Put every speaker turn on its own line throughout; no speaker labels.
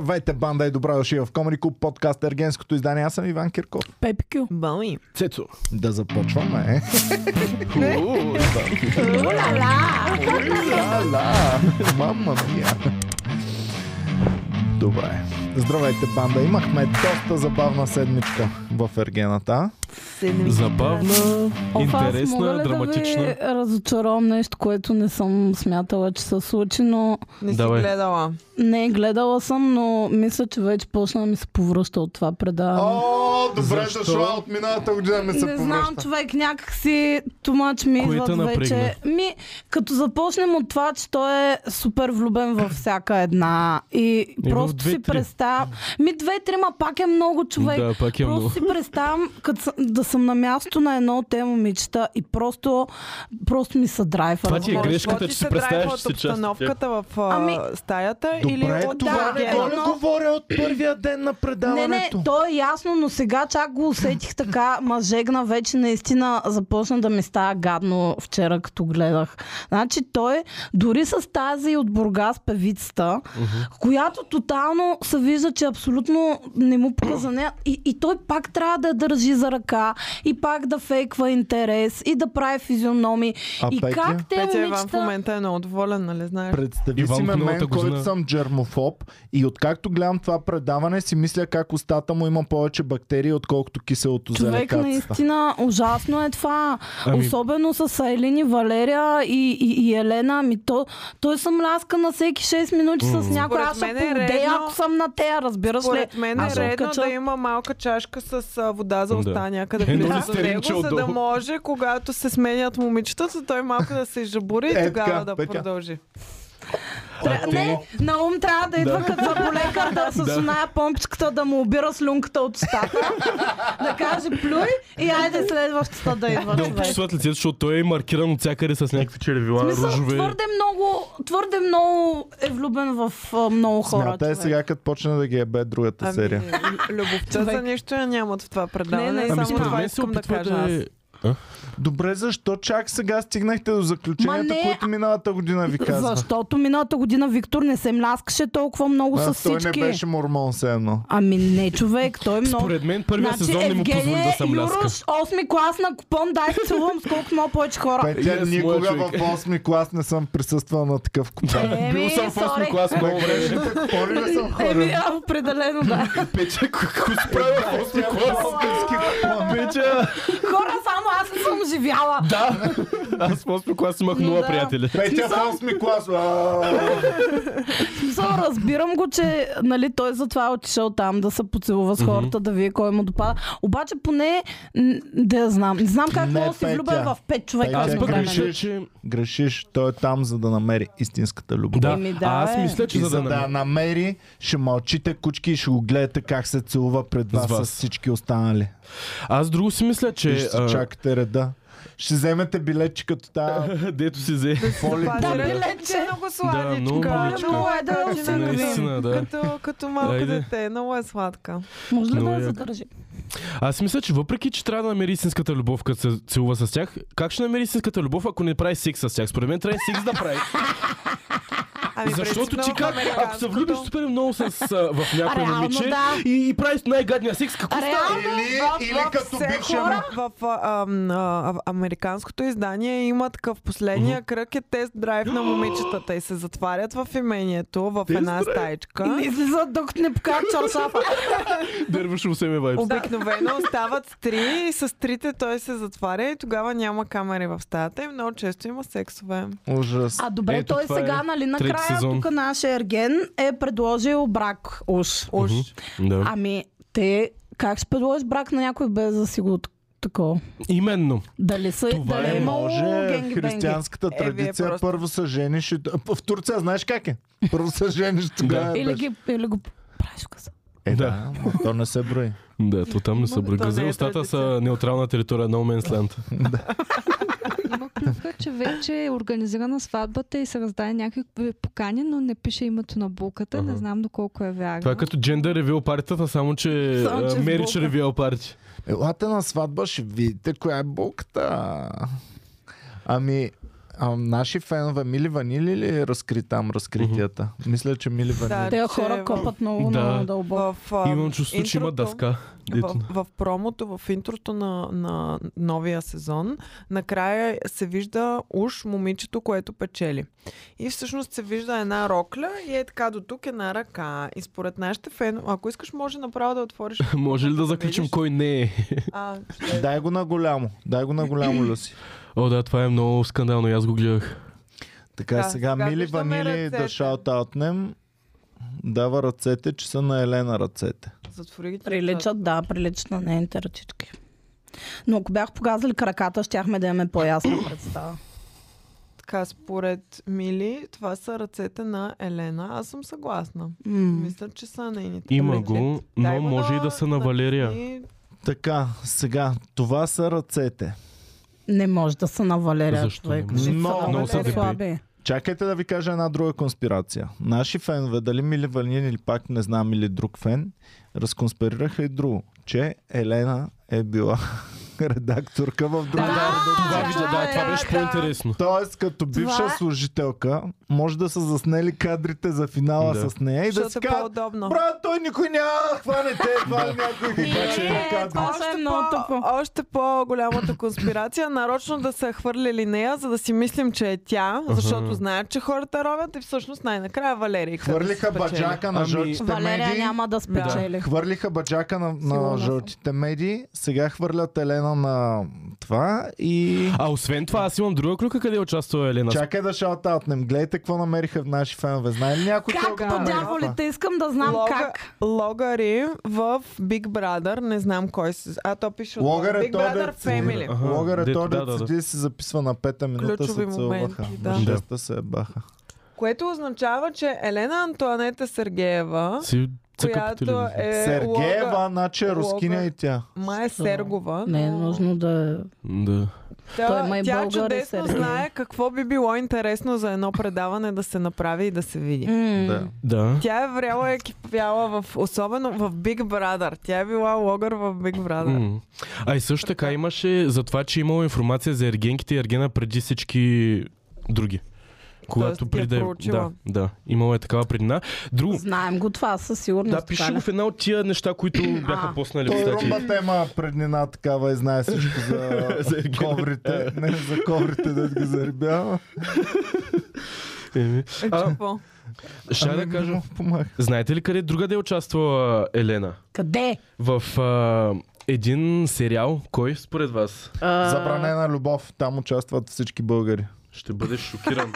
Здравейте, банда и добра дошли в Комери Клуб, подкаст Ергенското издание. Аз съм Иван Кирков.
Пепикю.
Боми.
Цецо.
Да започваме. е. Ла-ла! Мама мия! Добре. Здравейте, банда. Имахме доста забавна седмичка в Ергената.
Седми.
Забавна,
Оф, аз мога
интересна,
ли да
драматична.
ви разочаровам нещо, което не съм смятала, че се случи, но
Не си
Давай.
гледала.
не е гледала съм, но мисля, че вече почна да ми се повръща от това предаване.
О, добре
Защо?
дошла от миналата година ми се
не знам,
повръща.
човек, някакси тумач ми
Кое те
идват
напрегна?
вече. Ми, като започнем от това, че той е супер влюбен във всяка една и,
Е, в
просто си
две-три.
представя. Ми две-три, ма пак е много човек.
Да, пак е
Просто
много.
си представям като съ- да съм на място на едно от тези момичета и просто, просто ми се драйва.
Това ти е
разбираш.
грешка. грешката,
Ти
че си
се
представяш,
драйва
че си
от
част от
обстановката в а,
Ами-
стаята или
Добре,
от
е
това
да,
не го ли
едно-
говоря от първия ден на
Не, не,
предаването?
то е ясно, но сега чак го усетих така, ма жегна вече наистина започна да ми става гадно вчера, като гледах. Значи той, дори с тази от Бургас певицата, която тотално се вижда, че абсолютно не му пука за нея. И, и той пак трябва да я държи за ръка, и пак да фейква интерес, и да прави физиономи.
А
и
Петя?
как те
Петя Иван в
момичета...
момента е много доволен, нали знаеш?
Представи
Иван
си ме
от
мен,
миналата
който
година.
съм джермофоб и откакто гледам това предаване си мисля как устата му има повече бактерии, отколкото киселото
Човек,
зелекацата.
наистина, ужасно е това.
Ами-
Особено с Айлин и Валерия и, и, и Елена. Ами то, той съм ляска на всеки 6 минути с някой.
Според
Аз ще
мен е
повдея,
редно-
ако съм на тея, разбираш ли?
Според мен е
Аз ще
редно
откача.
да има малка чашка с а, вода за
Да.
уста някъде
Едно
близо до него,
цистеринче
за да
отдолу.
може, когато се сменят момичетата, той малко да се изжабури
Е,
и
така,
тогава да
Петя.
продължи.
Тря- Не, на ум трябва да идва като заболекар да с оная помпичката да му обира слюнката от устата, да каже плюй и айде следващата да идва
Да
човек.
описват лицето, защото той е маркиран от всякъде с някакви червила,
В смисъл,
ружове.
твърде много, твърде много е влюбен в а, много хора.
Смятай
човек.
сега, като почне да ги ебе другата
Ами,
серия.
лю- любовта за
Човек.
нищо я нямат в това
Не,
предаване.
не,
само
Ами
Ама
според
това
мен се
искам да
опитва
кажа
да
аз.
е...
Добре, защо чак сега стигнахте до заключенията,
Ма не,
които миналата година ви казвах?
Защото миналата година Виктор не се мляскаше толкова много
А,
с
той
всички.
не беше мормон все едно.
Ами не, човек, той много...
Според мен първия
значи,
сезон не му позволи да съм ляска.
Юруш, 8 клас на купон, дай се целувам с колко много повече хора.
Петя,
Yes, моя
никога в
човек.
8 клас не съм присъствал на такъв купон.
Бил съм в 8
сори.
клас, много време.
Грешните купони ли съм
Еми,
хора?
а, определено да.
Пече, какво си правил в 8 клас? Пече,
Хора, само аз не съм живяла.
да. Аз в 8 клас имах
Но
нула
да. Е,
приятели.
Петя в 8 клас. а,
Смисъл, разбирам го, че нали, той затова е отишъл там да се поцелува с хората, да вие кой му допада. Обаче поне, м, да я знам. Не знам как
Не,
мога да си
Петя.
влюбен в пет човека.
Петя,
Аз пък
Време.
нали?
мисля, че...
Грешиш, той е там, за да намери истинската любов.
Да,
Еми, да,
а аз
бе.
мисля, че
И
за да...
за да я
намеря-
намери, ще мълчите кучки и ще го гледате как се целува пред вас,
С вас.
с всички останали.
Аз друго си мисля,
И
че...
ще
а,
си чакате реда. Ще вземете билетче като тая
Дето си взе.
поли.
Запази
Да,
ръка.
билетче.
Много
Да, много
сладичка.
миличка.
Много е да
Наистина,
се
наистина, да.
Като, като малко
Айде.
дете. Много е сладка.
Може ли
Много
да я
е яко.
задържи?
Аз мисля, че въпреки, че трябва да намери истинската любов, като се целува с тях, как ще намери истинската любов, ако не прави секс с тях? Според мен трябва и секс да прави.
Ами,
Защото
принципно,
ти как, ако се
американското-
влюбиш супер много с, а, в някой
Реално,
момиче
да.
и, и правиш най-гадния секс, какво става?
Реално,
Или,
Е, В-
или
в-
като
все
бившия му.
хора В а, ам, а, а- американското издание има такъв последния кръг е тест драйв на момичетата и се затварят в имението в една
И
стаечка.
не излизат, докато не покажат чаршафа.
Дърваш му семе вайбс.
Обикновено остават с три и с трите той се затваря и тогава няма камери в стаята и много често има сексове.
Ужас.
А добре,
Ето
той
това е
сега, нали,
трети
накрая,
сезон.
тук нашия Ерген е предложил брак уж.
Уж.
Да.
Ами, те как ще предложиш брак на някой без да си го такова?
Именно.
Дали са
Това
дали
е,
е имало
Може
генги-бенги?
християнската
Е, вие
традиция
просто-
първо се жениш и... В Турция знаеш как е? Първо се жениш тогава. е
Или,
без-
ги, или го правиш в къса?
Е, да, ама то не се брои.
Да, то там не са
Ма, то
бъргази.
не е
Остата са
традиция.
неутрална територия, no man's land.
Има клюка, че вече е организирана сватбата и се раздае някакви покани, но не пише името на булката.
Аха.
Не знам доколко е вярно.
Това е като gender reveal партията, само че
Само, че с
marriage
болка.
reveal party.
Елате на сватба, ще видите коя е болката. е Ами, а, наши фенове Мили Ванили ли е разкри там разкритията? Мисля, че Мили Ванили.
Те
че
хора
в-
копат много,
Да.
много дълбоко.
В, а,
Имам чувство, че има
интрото-
дъска. Дето.
В, в промото, в интрото на, на новия сезон, накрая се вижда уж момичето, което печели. И всъщност се вижда една рокля и е така до тук една ръка. И според нашите фен, ако искаш, може направо да отвориш.
Може ли да заключим
видиш?
кой не е?
А, ще-
Дай го на голямо. Дай го на голямо, Люси.
О, да, това е много скандално. и Аз го гледах.
Така,
Да,
сега,
сега
Мили
виждаме
Ванили
ръцете.
да шаутаутнем. Дава ръцете, че са на Елена ръцете.
Затвори ги.
Приличат, да, приличат на нейните ръчички. Но ако бях погазали краката, щяхме да имаме по-ясна представа.
Така, според Мили, това са ръцете на Елена. Аз съм съгласна.
М.
Мисля, че са нейните.
Има
Добре,
го,
Клет. Дай
но
го
може и да са на Валерия.
И
Така, сега, това са ръцете.
Не може да са на Валерия.
Защо
човек.
не може?
Ще са
Много
на
много
Валерия.
са
слаби.
Чакайте да ви кажа една друга конспирация. Наши фенове, дали Мили Ванин или пак не знам, или друг фен, разконспирираха и друго, че Елена е била редакторка в друга
Това,
редакция.
видя, да, това беше по-интересно.
Тоест, като бивша
Това е-
служителка, може да са заснели кадрите за финала
Да.
с нея и да си
Защото е
кажат,
по-удобно.
брат, той никой няма да хване те, това някой ги
Е,
качи кадри.
това е много тъпо.
още по-голямата конспирация, нарочно да са хвърлили нея, за да си мислим, че е тя, защото знаят, че хората ровят и всъщност най-накрая Валерий. като
Хвърлиха
спечели.
баджака на
Ами,
жълтите
Валерия
медии.
няма да спечели.
Хвърлиха баджака на, на
Сигурна съм.
жълтите медии. Сега хвърлят Елена на това и...
А освен това, аз имам друга клюка, къде е участвала Елена.
Чакай да шаутаутнем. Гледайте какво намериха в наши фенове. Знае ли някой кой
Как
го
по
намери
дяволите? Искам да знам
Лога-
как.
Логари в Big Brother, не знам кой се... А то пише отдолу.
Логър е
Big
той,
Brother
дето-
Family.
това?
Аха,
Логър е
дето-
той,
да,
да,
да, да.
седи и се записва на пета минута,
Ключови
се целуваха.
моменти, да.
На шеста се баха.
Което означава, че Елена Антуанета Сергеева,
Си цъка по
която
телевизията.
е
Сергеева,
лога-
значи е рускиня
Логър.
и тя.
Май е Сергова.
Не е нужно да...
Да.
Тя,
Той май
тя
българ е
чудесно
Сергей.
знае какво би било интересно за едно предаване да се направи и да се види.
М.
Да.
Да.
Тя е вряла и е кипяла в, особено в Big Brother. Тя е била логър в Big Brother.
М. А и също така имаше за това, че е имало информация за ергенките и ергена преди всички други.
Тоест,
Когато
ги е
преди да, е-
проучила.
да, да, имало е такава предина. Друго,
Знаем го това е със сигурност.
да, пише
така
го
ли?
в една от тия неща, които бяха
А.
поснали в
Той
статии.
румбата има преднина такава и знае всичко за,
За Ергена.
коврите. Не за коврите да ги заребява.
Еми. А,
Какво?
ще
Ами,
да кажа.
му помага.
Знаете ли къде друга е участвала Елена?
Къде?
В а, един сериал. Кой според вас?
Забранена любов. Там участват всички българи.
Ще бъдеш шокиран.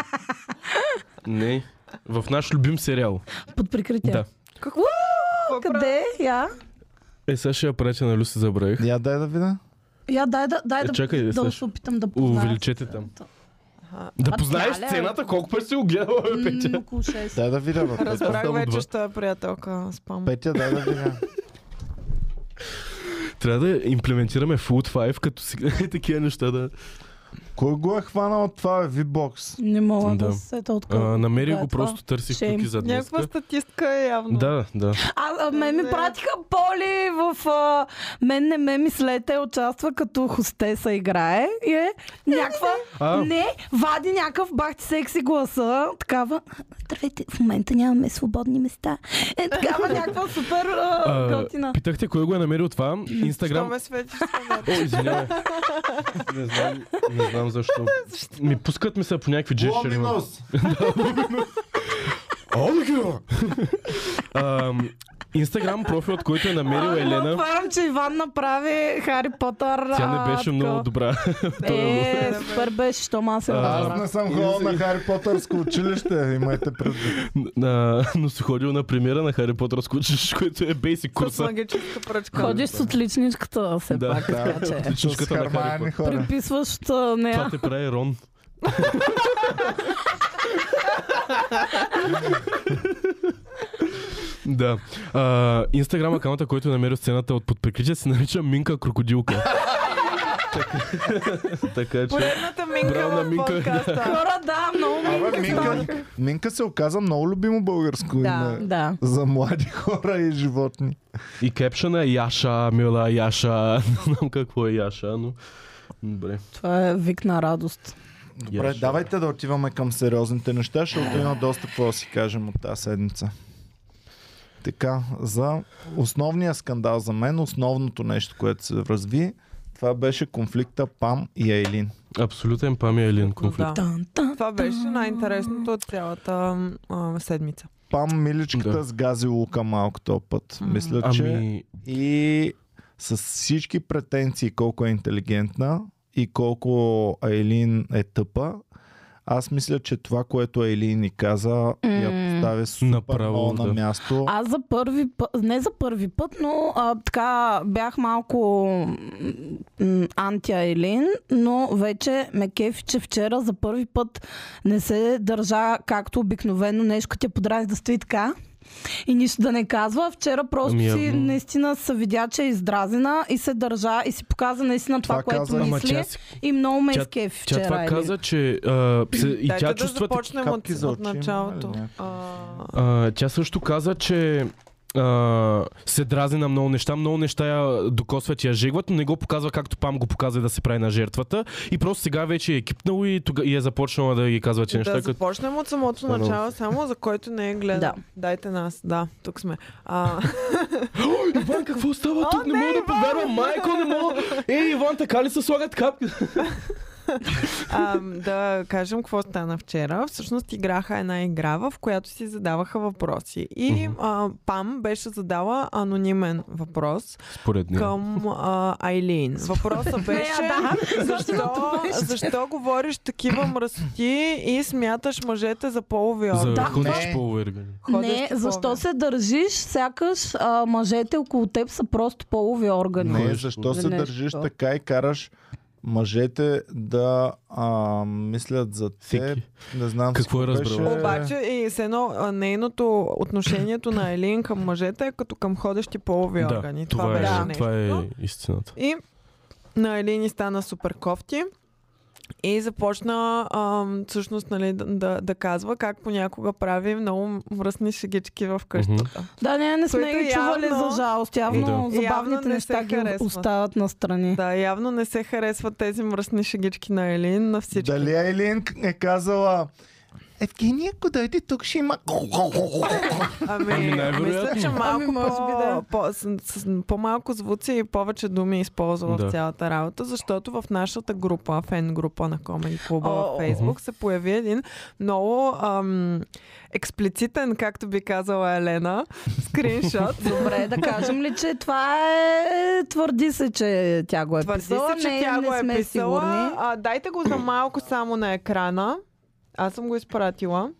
Не. В наш любим сериал.
Под прикритие.
Да.
Какво? Къде? Я?
Е, сега ще я пратя на Люси, забравих.
Я дай да видя.
Я дай да, дай
Е,
да,
чакай,
да
Саш.
се опитам да позная.
Увеличете там.
Аха.
Да
А,
познаеш
да, ле.
сцената, колко пъти си го гледала, бе,
М,
Петя.
Около 6.
Дай да видя. бе, Петя.
Разбрах
Само
вече,
два.
че е приятелка спам.
Петя, дай да видя.
Трябва да имплементираме Food 5, като си гледай такива неща да...
Кой го е хванал от това V-Box?
Не мога да,
Да.
се сета от
А,
кой.
намерих
кога е
го,
това?
просто търсих
Shame.
тук за днес.
Някаква статистка е явно.
Да, да.
А, а ме ми
Не.
пратиха Поли в... А, мен не ме мислете, участва като хостеса играе и е някаква...
А,
Не, вади някакъв бахти секси гласа, такава... Здравейте, в момента нямаме свободни места. Е, такава някаква супер а,
а,
готина.
питахте кой го е намерил това.
Що
Инстаграм...
ме светиш сега?
О, извинявай. Не знам, не знам защо. Ми пускат ми се по някакви джестчери. ма.
Ломинос!
Ам, Инстаграм профилът, който е намерил Елена.
Отварям, че Иван направи Хари Потър.
Тя
а,
не беше
такова.
много добра.
Е, супер беше, що ма се
А,
разбра.
Аз не съм ходил на Хари Потърско училище, имайте предвид.
На- но си ходил на премиера на Хари Потър с кучеш, което е бейсик
С
курса.
магическа пръчка.
Ходиш с отличничката, все
Да.
пак,
Да.
така че.
С
Отличничката на Хари
хармаяни
Потър.
хора.
Приписваш а,
Това
нея.
те прави Рон. да. А, Инстаграм акаунта, който е намерил сцената от под прикритие, се нарича Минка Крокодилка. така, така че...
Поредната минка
Браво на
в
Минка.
подкаста.
Хора, да, много
Абе, Минка, Минка се оказа много любимо българско
Да.
име.
Да.
За млади хора и животни.
И кепшена е Яша, мила Яша. Не знам какво е Яша, но... Добре.
Това е вик на радост.
Добре,
Yes, sure.
давайте да отиваме към сериозните неща, защото има доста какво да си кажем от тази седмица. Така, за основния скандал за мен, основното нещо, което се разви, това беше конфликта Пам и Ейлин.
Абсолютен пами Елин конфликт.
Да.
Тан, тан.
Това беше най-интересното от цялата а, седмица.
Пам миличката
Да.
сгази лука малко този път.
М.
Мисля, че
Ами,
И с всички претенции колко е интелигентна и колко Айлин е тъпа, аз мисля, че това, което Айлин ни каза, я
М.
поставя супер
Направо,
много на
да.
място.
Аз за първи път, не за първи път, но а, така бях малко м, анти-Айлин, но вече ме кефи, че вчера за първи път не се държа както обикновено нещо, като я подрази да стои така. И нищо да не казва. Вчера просто
Ами,
си
явно.
наистина се видя, че е издразена и се държа и си показа наистина това,
Това
което
каза-
ама
мисли.
тя, си-
И много ме
Тя-
изкефи вчера.
тя това
Айлин.
каза, че а, се, и
Дайте
тя
да
чувства
започнем от,
капки за
от
очи, има ли
началото.
някакви?
А,
А, тя също каза, че а, се дразни на много неща, много неща я докосват и я жегват, но не го показва както Пам го показва да се прави на жертвата. И просто сега вече е кипнало и, тога, и е започнала да ги казва, че неща
да
като...
започнем от самото
Първо.
начало, само за който не е гледал.
Да.
Дайте нас. Да, тук сме. А,
О, Иван, какво става
О,
тук? Не,
не,
мога да
Иван!
повярвам, майко, не мога. Ей, Иван, така ли се слагат капки?
а, да кажем какво стана вчера. Всъщност играха една игра, в която си задаваха въпроси. И
Мгм.
а, Пам беше задала анонимен въпрос
Според нея.
към а, Айлин. Въпросът беше...
да.
Защо, защо говориш такива мръсоти и смяташ мъжете за полови
За
органи?
да,
Да,
ходиш
не.
е-
по
Не, защо се държиш, сякаш а, мъжете около теб са просто полови органи.
Не,
Ходиш
защо
по-
се
Не,
държиш
защо?
така и караш мъжете да а, мислят за теб.
Всеки.
Не знам
Какво е разбрала?
беше.
Обаче и с едно а, нейното отношението на Елин към мъжете е като към ходещи полови
Да,
органи. Това,
това,
беше
е,
нещо.
това е истината.
И на Елини стана супер кофти. И започна ам, всъщност нали, да, да, да казва как понякога прави много мръсни шегички в къщата.
Да, не, не сме
Което
ги чували
явно-
за жалост. Явно
Да.
забавните
Явно не се
неща ги
харесва.
остават настрани.
Да, явно не се харесват тези мръсни шегички на Елин на всички.
Дали Айлин е казала Евгения, ако дойде тук ще има...
Ами,
Ами, най-вероятно.
мисля, че малко
Ами, може би
по,
да.
по, с, с, по-малко звуци и повече думи използва
Да.
в цялата работа, защото в нашата група, фен група на Comedy Club
О.
във Фейсбук, се появи един много ам, експлицитен, както би казала Елена, скриншот.
Добре, да кажем ли, че това е... Твърди се, че тя го е
Твърди се,
писала.
че
не,
тя
не
го е
сме
писала.
сигурни.
А, дайте го за малко само на екрана. Аз съм го изпратила.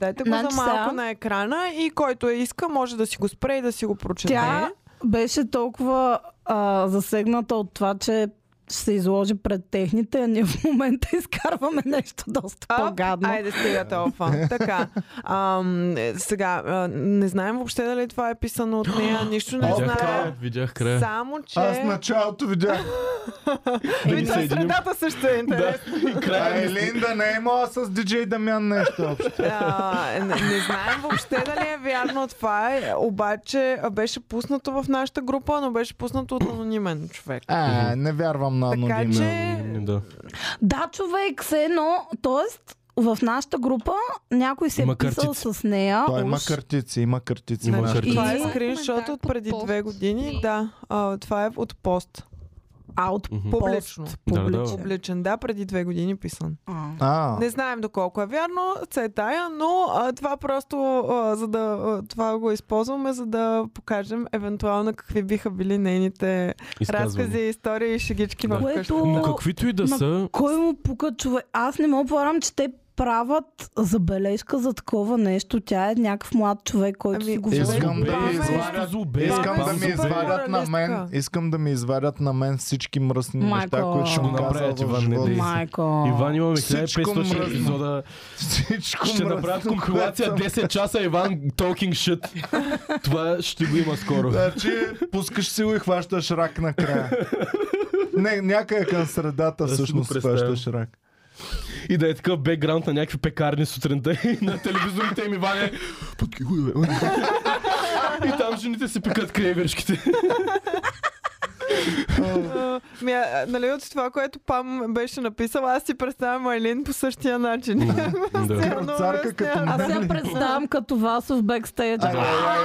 Дайте го
Значи
за малко
сега-
на екрана и който я иска, може да си го спре и да си го прочете.
Тя беше толкова а, засегната от това, че ще се изложи пред техните, а ние в момента изкарваме нещо доста
Оп,
по-гадно.
Айде стига толкова. така. Ам, е, сега, а, не знаем въобще дали това е писано от нея. Нищо не
Видях края,
знаем.
видях края.
Само, че...
Аз в началото видях
Да
Видно, средата също е интересна.
А Елинда не е имала с диджей Дамян нещо общо.
А, не, не знаем въобще дали е вярно това. е, Обаче а, беше пуснато в нашата група, но беше пуснато от анонимен човек.
А, не вярвам на
Така
анонимен.
че...
Да.
Да, човек, се едно. Тоест, в нашата група някой се
Има
е писал
картици.
с нея.
Той е има
уж. Значи,
картици, има картици.
Има
Има
картици.
Това е
И-
скриншот от преди
Коментар под
две
пост.
години. Да, а, това е от пост.
А от
Мгм.
пост.
Публично.
Да, да, да.
Публичен.
Публичен, да, преди две години е писан.
А.
А,
Не знаем доколко е вярно, це е тая, но а, това просто а, за да, а, това го използваме, за да покажем евентуално какви биха били нейните
Изказване.
разкази, истории и шегички
Да.
да. в къщата.
Което-
Но каквито и да
Ма-
са,
Кой му пука човек? Аз не мога повярвам, че те правят забележка за такова нещо. Тя е някакъв млад човек, който
Ами,
си го
Е, искам
Зубе,
да ми
Бабе,
извадят.
зубе,
Искам
бабе,
да ми
зубе.
извадят на мен.
моралистка.
Искам да ми извадят на мен всички мръсни
Майко.
неща, които ще
Ще
го
го
направя
направят, Иван,
в
не дей.
живота.
Майко.
Иван, имаме
Всичко
1500
мръсно.
епизода.
Всичко
Ще направят
мръсно,
компилация
което
10 часа Иван Talking Shit. Това ще го има скоро.
Значи пускаш си го и хващаш рак накрая. Не, някъде към средата
Да си го
всъщност
представям.
хващаш рак.
И да е такъв бекграунд на някакви пекарни сутринта и на телевизорите им Иван е пътки хуйове. И там жените си пекат крайвершките.
А, Ми, а, нали, от това, което Пам беше написала, аз си представям Айлин по същия начин.
М, да.
Едно
Царка
обяснявам.
като
Аз я представям като вас в бекстейдж.
Ай, ай, ай, ай.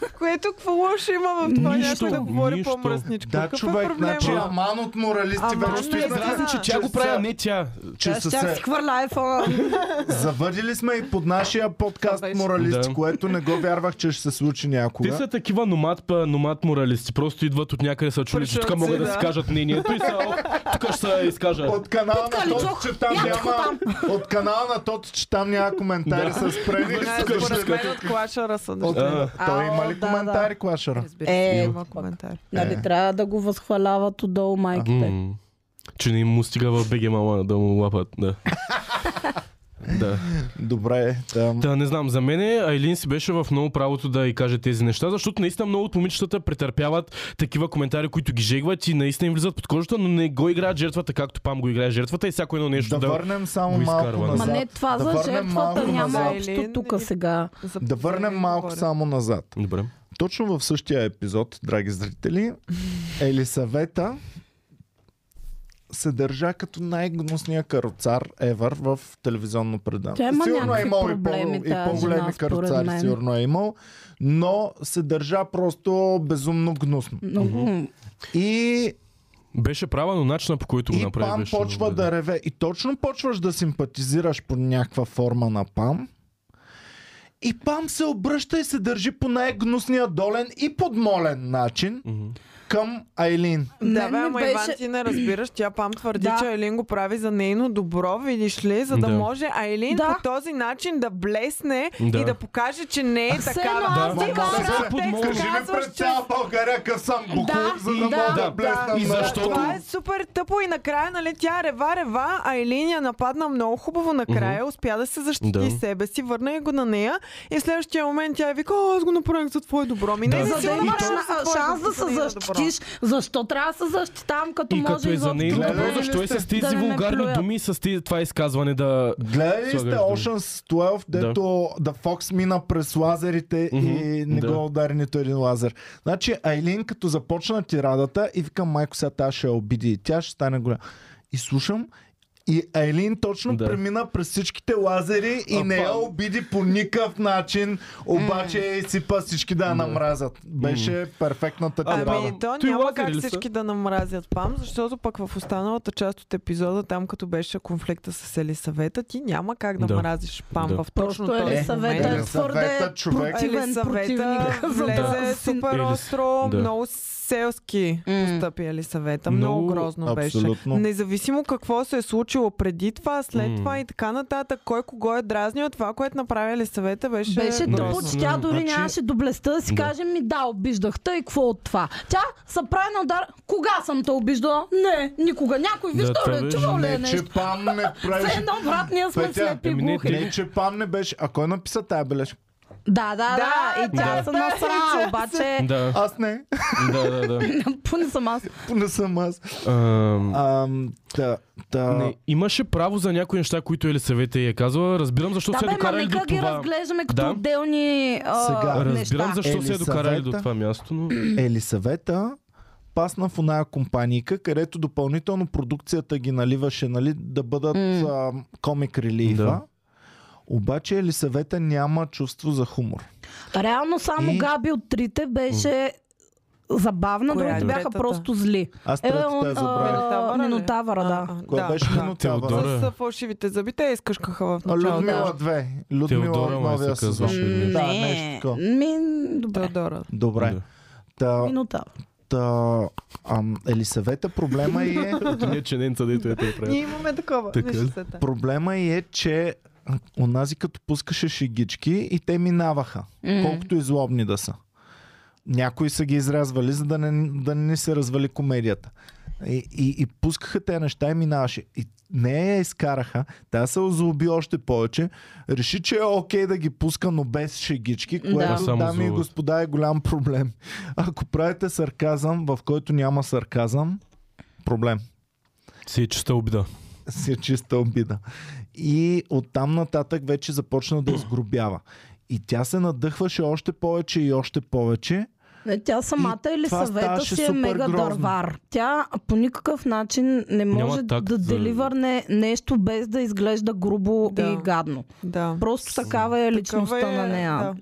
Което какво лошо има в това
Нищо,
нещо да говори
нищо.
по-мръсничко?
Да,
Какъв
човек,
е проблема?
значи аман от моралисти
Аман,
вече
не,
стои.
да.
знаете,
Значи тя го прави, а не тя.
Че са
Тя
се
си хвърля iPhone.
завърдили сме и под нашия подкаст
беше.
моралисти,
Да.
което не го вярвах, че ще се случи
Те
някога.
са такива номад, па, номад моралисти. Просто идват от някъде са чули, че тук
Пришълци,
могат да
да.
си кажат мнението и са, о, тук ще се изкажа.
От канала на
Каличок,
Тото, че там няма... От канала на Тото, че там няма коментари
Да.
с спрени.
Не,
Тук ще
Според
искат.
мен от клашара са
От-
нещата.
А.
Той има
Ау,
ли
да,
коментари, Клашара?
Разбира
Е,
се,
е,
има коментар.
Нали, трябва да го възхваляват отдолу майките.
М, Че не му стига в БГ мама да му лапат, да. Да.
Добре, е, да.
Та, не знам, за мен Айлин си беше в много правото да й каже тези неща, защото наистина много от момичетата претърпяват такива коментари, които ги жегват и наистина им влизат под кожата, но не го играят жертвата, както пам го играе жертвата и всяко едно нещо
Да
да...
върнем само
го
малко
изкарва, да.
Ма
назад.
не, това
Да
за
върнем
жертвата
малко
няма
назад.
общо тук сега.
За
Да върнем
Айлин
малко
говорим.
само назад.
Добре.
Точно в същия епизод, драги зрители, Елисавета се държа като най-гнусния каруцар ever в телевизионно предаване.
Тя има
сигурно е
някакви
имал и,
проблеми,
по- и
тази жена,
по-големи
според мен.
каруцари, сигурно е имал, но се държа просто безумно гнусно. Ами
Много.
И,
Беше права, но начина по който го
и
направи
Пам
беше...
почва
много
да реве. И точно почваш да симпатизираш по някаква форма на Пам. И Пам се обръща и се държи по най-гнусния долен и подмолен начин
Мгм.
към Айлин.
Да,
Мен
бе,
ми
ама Иван,
беше-
ти не разбираш. Тя пам твърди,
Да.
че Айлин го прави за нейно добро, видиш ли, за да,
Да.
може Айлин
Да.
по този начин да блесне
Да.
и да покаже, че не е
Все
такава.
едно аз
Да,
ти
ама
кажа,
се подмолвам.
Текст
Кажи
Живи
казваш,
пред
че...
цяла България къв съм Бухур,
Да,
за да
да,
мога
да,
да блесна.
и
на-
защо- защото-
Това е супер тъпо и накрая, нали, тя рева, рева, а Елиния нападна много хубаво накрая, успя да се защити
Да.
себе си, върна и го на нея и в следващия момент тя е вика, «О, аз го направих за твое добро. Ми
Да.
не,
Е,
не,
За да
сигурно
имаш
направих за
на-
твое
шанс
добро,
да се
не на добро.
защитиш, защо трябва да се защитавам, като
И като
може
е за
изобщо
нейно
да
изобщо
добро,
ме-
не-
защо е с тези
да не ме
вулгарни
плюят.
думи, с тези, това изказване да...
Гледали ли сте
Слагаш думи.
Ocean's 12, дето The Fox мина през лазерите и
Мгм,
не
да.
го удари нито един лазер? Значи Айлин като започна тирадата и вика майко сега тя ще я обиди и тя ще стане голяма. И слушам и Айлин точно
Да.
премина през всичките лазери и
Апа.
не я обиди по никакъв начин, обаче mm. сипа всички да я намразят. Беше перфектната
Ами,
тирада.
Ами, то
Ти
няма
лазери
как
ли са?
всички да намразят Пам, защото пък в останалата част от епизода, там като беше конфликта с Елисавета, ти няма как да,
Да.
мразиш Пам
Да.
в точно
Просто
този
Елисавета е
Елисавета,
твърде
човек. Е,
противен
Елисавета
противник. за
влезе
да си-
супер
Елис-
остро,
да.
много селски
М.
постъпи Елисавета. Много
Много-
грозно беше.
Абсолютно.
Независимо какво се е случило преди това, след
М.
това и така нататък, кой кого е дразнил, това, което направи Елисавета беше,
Беше
Да.
тъпо, че тя дори
Значи-
нямаше доблестта да си
Да.
каже ми да, обиждах те и какво от това. Тя се прави на удар. Кога съм те обиждала? Не, никога. Някой
Да,
виждал
това
ли, е,
беше-
чувал ли е
Не, че
нещо?
Пам не
Все
правиш.
едно, брат, ние сме
Петя,
слепи и
еми не
глухи.
ти.
Не, че Пам не беше. А кой написа тая бележка?
Да, да, да.
Да,
И тя
да,
се
да, и
насра,
тя
обаче
Да,
Аз не.
да, да, да.
поне съм аз.
Не съм аз.
Ам,
Ам, да, да.
Не, имаше право за някои неща, които Елисавета й е казала. Разбирам защо
Да,
се е
бе, ма
докарали до
нека ги
това.
разглеждаме като
Да.
отделни а,
Сега.
Разбирам
неща.
защо се е докарали до
Елисавета.
това място, но...
Елисавета пасна в оная компанийка, където допълнително продукцията ги наливаше, нали, да бъдат
М.
ам, комик релифа.
Да.
Обаче Елисавета няма чувство за хумор.
Реално само
И-
Габи от трите беше забавна,
Коя е
другите бяха
третата?
просто зли.
Аз
Е,
третата я забравих.
Минотавъра
а,
ли?
Минотавъра, да.
А, а,
Кой беше
Теодора.
Минотава?
Добре.
С фалшивите зъби, те изкъшкаха в
А,
началото.
Людмила 2. Людмила
Теодора
от
май
новия
се казваше.
сезон.
М,
Да,
Не,
нещо такова.
ми, добре.
Теодора.
Добре.
Да.
Та,
Минотавъра.
та, ам, Елисавета проблема и е...
Като не чененца, дето е те
Ние
правят.
имаме такова.
Така
Виж
ли?
се те.
Проблема и е, че онази като пускаше шегички и те минаваха, mm. колкото и злобни да са. Някои са ги изразвали, за да не, да не ни се развали комедията. И, и, и пускаха те неща и минаваше. И не я изкараха. Тя се озлоби още повече. Реши, че е окей да ги пуска, но без шегички,
Да.
което,
Само
дами и
злоба.
господа, е голям проблем. Ако правите сарказъм, в който няма сарказъм, проблем
Си е чиста обида.
си е чиста обида. И оттам нататък вече започна да изгробява. И тя се надъхваше още повече и още повече.
Не, Е, Тя самата или
това
съвета
ставаше
си е
супер
мега
грозно.
дървар. Тя по никакъв начин не
Няма
може
такт
да
за-
деливърне нещо без да изглежда грубо
Да.
и гадно.
Да.
Просто такава е личността
Такава е-
на нея.
Да.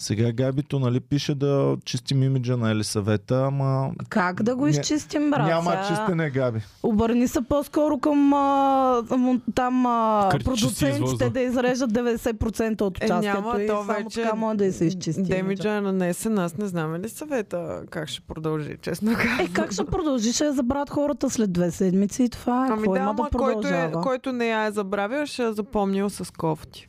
Сега Габито, нали, пише да чистим имиджа на Елисавета, ама
Как да го
Не,
изчистим, брат?
няма
Сега
чистене, Габи.
Обърни се по-скоро към а, м- там а,
Кърчи, че си
продуцентите
извозва.
да изрежат 90% от
Е,
участието
няма,
и само
то вече
така може да и се изчисти.
демиджа е нанесен, аз не знам е ли съвета как ще продължи, честно
Е,
казвам.
как ще продължи? Ще я забрат хората след две седмици и това е.
Ами
Какво
да,
има да
ама който, е,
продължава?
който не я е забравил, ще я запомнил с кофти.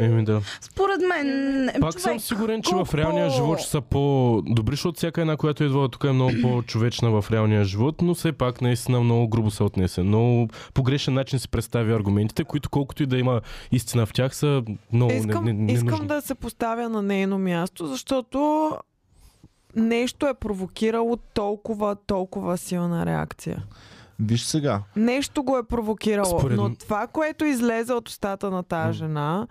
Еми да.
Според мен,
Пак
Ами, човек,
съм сигурен, че
колко
в реалния
по-
живот ще са по-добри, защото всяка една, която идва тук е много по-човечна в реалния живот, но все пак наистина много грубо се отнесе. Много погрешен начин си представи аргументите, които колкото и да има истина в тях са много
Искам,
не, е не, не,
искам да се поставя на нейно място, защото нещо е провокирало толкова, толкова силна реакция.
Виж сега,
Нещо го е провокирало,
Според
но
м-
това, което излезе от устата на тази жена,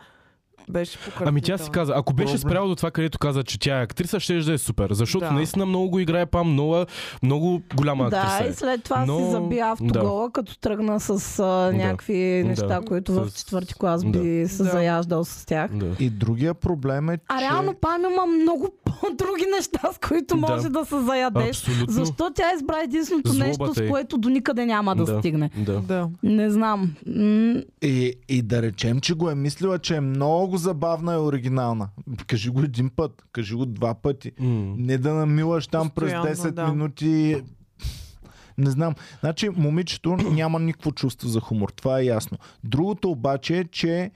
беше пократително.
Ами тя си каза, ако беше
Проблем.
спряла до това, където каза, че тя е актриса, ще да е супер. Защото
Да.
наистина много го играе Пам, много, много голяма актриса.
да,
е.
и след това
Но-
си забия автогола, като тръгна с а, някакви
Да.
неща, които в
С-
четвърти клас би се
Да.
заяждал с тях.
Да.
и другия проблем е,
А
че...
реално Пам има много по-други неща, с които
Да.
може да, се заядеш.
Абсолютно.
Защо тя избра единственото
Злобата
нещо, с
й.
което до никъде няма да,
Да.
стигне?
Да.
Да.
Не знам. М-
И, и да речем, че го е мислила, че е много забавна и оригинална. Кажи го един път, кажи го два пъти.
М.
Не да намилаш там
Постоянно,
през 10
да.
минути. Не знам. Значи, момичето няма никакво чувство за хумор. Това е ясно. Другото обаче е, че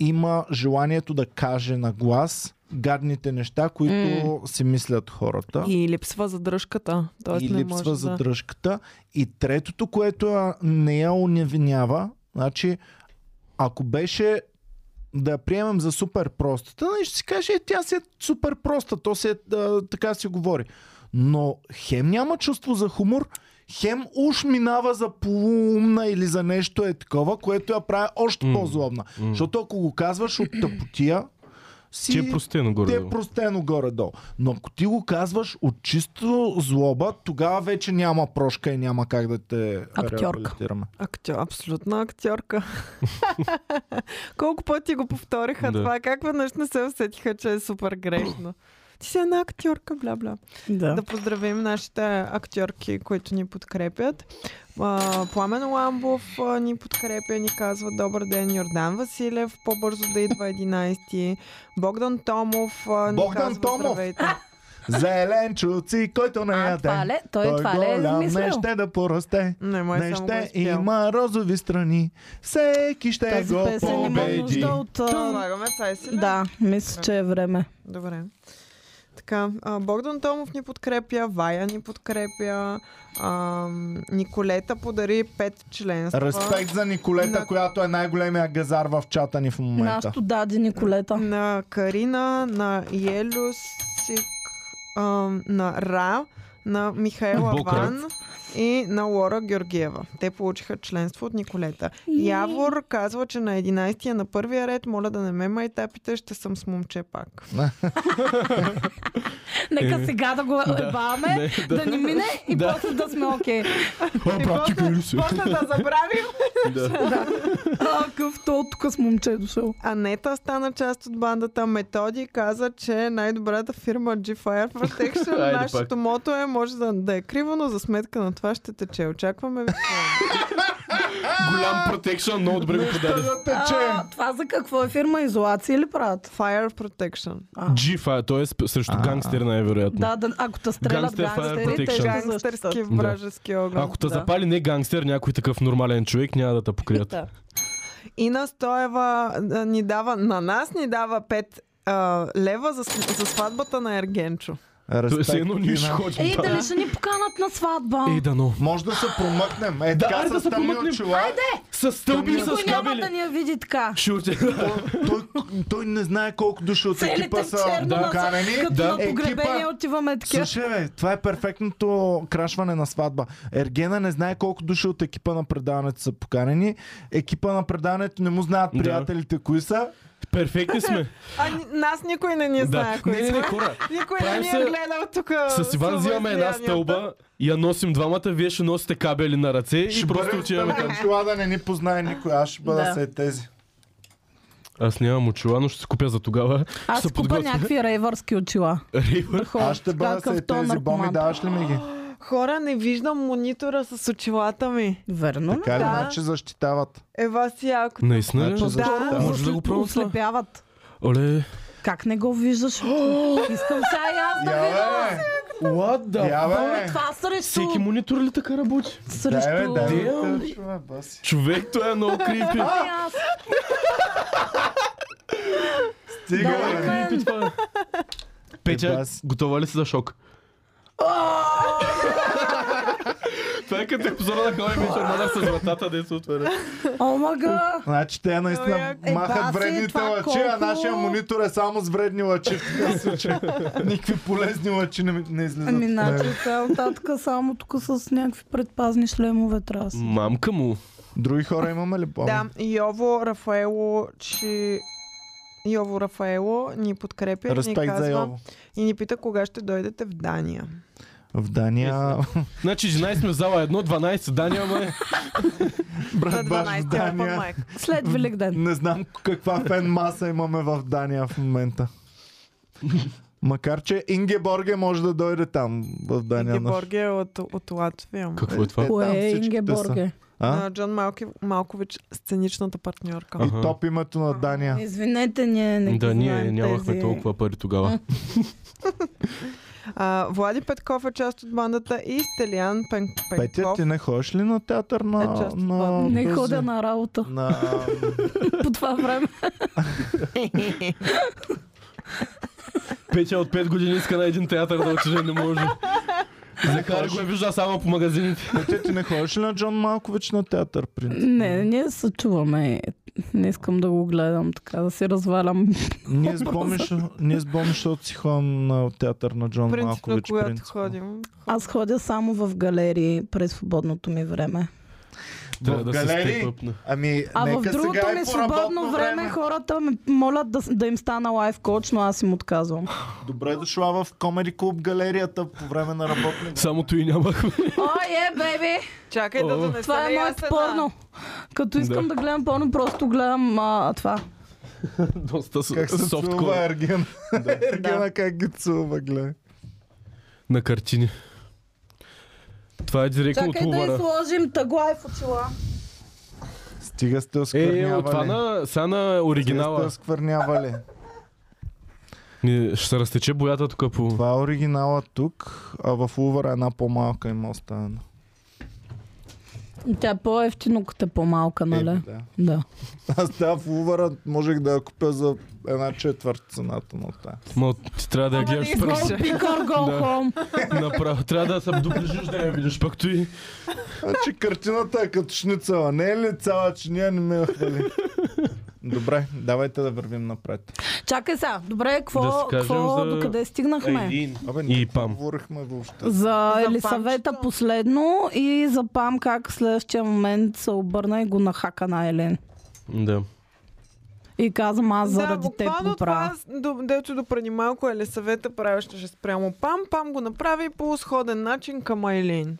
има желанието да каже на глас гадните неща, които
М.
си мислят хората
И липсва задръжката. Тоест
и
не
липсва
може да...
задръжката. И третото, което я- не я уневинява, значи, ако беше да я приемем за супер простата, нали ще си каже, е, тя си е супер проста, то си е, а, така си говори. Но хем няма чувство за хумор, хем уж минава за полуумна или за нещо е такова, което я прави още
М.
по-злобна.
М.
Защото ако го казваш от тъпотия, си...
Ти е простено горе.
Те е простено горе-долу. Но ако ти го казваш от чисто злоба, тогава вече няма прошка и няма как да те
Актьорка.
реабилитираме.
Актьор, абсолютна актьорка. Колко пъти го повториха
Да.
това, как веднъж не се усетиха, че е супер грешно. Ти си една актьорка, бля-бля.
да.
Да поздравим нашите актьорки, които ни подкрепят. А, Пламен Ламбов а, ни подкрепя, ни казва Добър ден, Йордан Василев, по-бързо да идва 11. Богдан Томов а, ни
Богдан
казва
Томов!
Здравейте.
Зеленчуци, който не
А, това
яде.
ле, той, това ле е
голям не
измислил.
ще да порасте.
Не, май
Не
само го е
ще
спял.
има розови страни. Всеки ще
Тази
го
песен има
победи.
нужда от... а,
Слагаме цай си ли?
Да, мисля, че е време.
Добре. Така, а, Богдан Томов ни подкрепя, Вая ни подкрепя, а, Николета подари пет членства.
Респект за Николета,
На-
която е най-големия газар в чата ни в момента.
Нашето даде Николета.
на Карина, на Елюсик, ам, на Ра, на Михаела
Букрет.
Ван и на Лора Георгиева. Те получиха членство от Николета. Явор казва, че на 11 е на първия ред. Моля да не ме майтапите, ще съм с момче пак.
Нека
Еми,
сега да го ебаваме,
Е. не, да.
да ни мине и
Да.
после да сме окей.
О, брат, ти го
После да забравим.
А, къв то тук с момче е дошъл.
Анета стана част от бандата. Методи каза, че е най-добрата фирма G-Fire Protection.
Айде пак.
Нашето мото е, може да, да е криво, но за сметка на това ще тече. Очакваме ви.
Голям протекшън, много добре го подаде.
Да тече.
А, това за какво е фирма? Изолация ли правят?
Fire Protection.
А.
Джифа, т.е. е срещу
А.
гангстер най-вероятно.
Да, да, ако те стрелят
Gangster Fire
гангстери, те ще
Protection.
защитат.
Гангстерски
Да.
вражески огън.
Ако те
Да.
запали не гангстер, някой такъв нормален човек няма да те покрият.
Да.
Ина Стоева а, ни дава, на нас ни дава 5 а, лева за, с- за сватбата на Ергенчо.
Той е
Респект,
се едно ние ще
Ина.
ходим.
Ей,
там.
Е, дали ще ни поканат на сватба?
Ей, дано.
Може да се промъкнем. Е, така
айде да
с
се
тъмни
промъкнем.
очила.
С стълби и
Никой
с
няма да
кабели.
ни я види така.
Ще отида.
той, той не знае колко души от
Целите
екипа
в
са
черно, да.
поканени.
като
Да.
на погребение
Екипа-
отиваме такива.
Слушай, бе, това е перфектното крашване на сватба. Ергена не знае колко души от екипа на предаването са поканени. Екипа на предаването не му знаят
Да.
приятелите кои са.
Перфектни сме.
А ни- нас никой не ни знае.
да.
кои
Не, не, не,
сме.
хора.
Никой не
Правим
ни
се-
е гледал тук.
С Иван взимаме една стълба, я носим двамата, вие ще носите кабели на ръце и просто отиваме там.
Чула да не ни познае никой, аз ще бъда
Да.
след тези.
Аз нямам очила, но ще се купя за тогава.
Аз
ще
си купа някакви рейвърски очила.
Рейвър.
Аз ще бъда след тези боми, даваш ли ми ги?
Хора, не виждам монитора с очилата ми.
Верно ли?
Така или
да.
иначе значи защитават.
Ева си яко.
Наистина ли?
Значи,
Да,
защитават.
Може да го пробвам това?
Ослепяват.
Оле.
Как не го виждаш? Искам сега и аз да видя.
Яве!
What the...
Боми,
Яве!
това срещу...
Всеки монитор ли така работи?
Дай
Срещу...
бе, дай бе,
Damn.
тъж, бе, баси.
Човек, той е много крипи.
Ами аз.
Стига,
Дай,
бе.
бе.
Крипи това. Петя,
бас.
готова ли си за шок? Това е като епизода на Хой Мишермана с вратата, дето отваря.
Омага!
Значи те наистина
Е,
махат
баси,
вредните
това
лъчи, а
колко-
нашия монитор е само с вредни лъчи. в такъв случай. Никакви полезни лъчи не, не излизат.
Ами, значи
Не.
от сега нататък само тук с някакви предпазни шлемове трябва да си.
Мамка му.
Други хора имаме ли боми?
Да, Йово Рафаело, че... Йово Рафаело ни подкрепя и ни
Респект
казва
за Йово.
и ни пита кога ще дойдете в Дания.
В Дания...
Значи 11 сме в зала 1, 12 Дания, ама е.
За
Брат, баш в
12 Open
Дания.
Mic.
След Велик ден.
Не знам каква фен маса имаме в Дания в момента. Макар, че Ингеборге може да дойде там, в Дания.
Геборги е от, от Латвия.
Какво е това?
Е,
Кое
там
е
всичките
Ингеборге?
А?
На Джон Малки, Малкович, сценичната партньорка.
И
Аха.
топ името на Дания.
Извинете, ние не ги
Да, ние
знаем
нямахме
тези...
толкова пари тогава.
А, Влади Петков е част от бандата и Стелиан Пен...
Петя,
Пенков.
ти е не ходиш ли на театър
Е,
на...
част от
на
Баден.
Не
този-
ходя на работа
На...
по това време.
Петя от 5 години иска на един театър да отиде, не може. Захар го е вижда само по магазините.
Петя, ти не ходиш ли на Джон Малкович на театър, принцип?
Не, ние се чуваме. Не искам да го гледам така, да си развалям.
Ние с Бомиш, ние с Бомиш, защото си ходим на театър на Джон
Принципно,
Малкович.
когато
принципно.
ходим.
Аз ходя само в галерии през свободното ми време.
Трябва да се
галерии?
степъпна.
Ами,
А
нека
в другото
сега е
ми
по
свободно
работно
време, хората ме молят да, с- да им стана лайф коуч, но аз им отказвам.
Добре е дошла в Комеди Клуб галерията по време на работни
Само и нямахме.
О, е, беби!
Чакай да
О.
донесе
Това е
ли
моят
Асена?
порно. Като искам
Да.
да, гледам порно, просто гледам а, това.
Доста с-
Как се
софткор
целува Ерген? Ергена как ги целува, гледай.
на картини. Това е директно от
Чакай да
Лувара.
изложим тъгла и в очила.
Стига сте
Е, е, от това
осквернявали.
на, са на
Стига сте
оригинала.
осквернявали.
Ми, ще се разтече боята тук по...
Това е оригинала тук, а в Лувъра една по-малка има оставена.
Тя е по-ефтино, като е по-малка,
Е,
нали?
да.
Да.
Аз тази в Лувъра можех да я купя за една четвърт цената на тая.
Ма, ти трябва да я
Ама
гледаш
не
през-
изглежда.
Go pick or go
Да.
home.
Направо. Трябва да се доближиш да я видиш. Пък той...
Значи картината е като шницела. Не е ли цяла чиния, не ме я хвали. Добре, давайте да вървим напред.
Чакай сега. Добре,
Да си
какво,
кажем
какво
за-
до къде стигнахме?
Абе,
И
не
пам.
говорихме въобще.
За
За
Елисавета
памчето.
последно и за Пам как в следващия момент се обърна и го нахака на Елен.
Да.
И казвам аз заради
да,
теб
буквално
го правя.
Това, до, дето до преди малко Елисавета правеше спрямо Пам. Пам го направи по сходен начин към Айлин.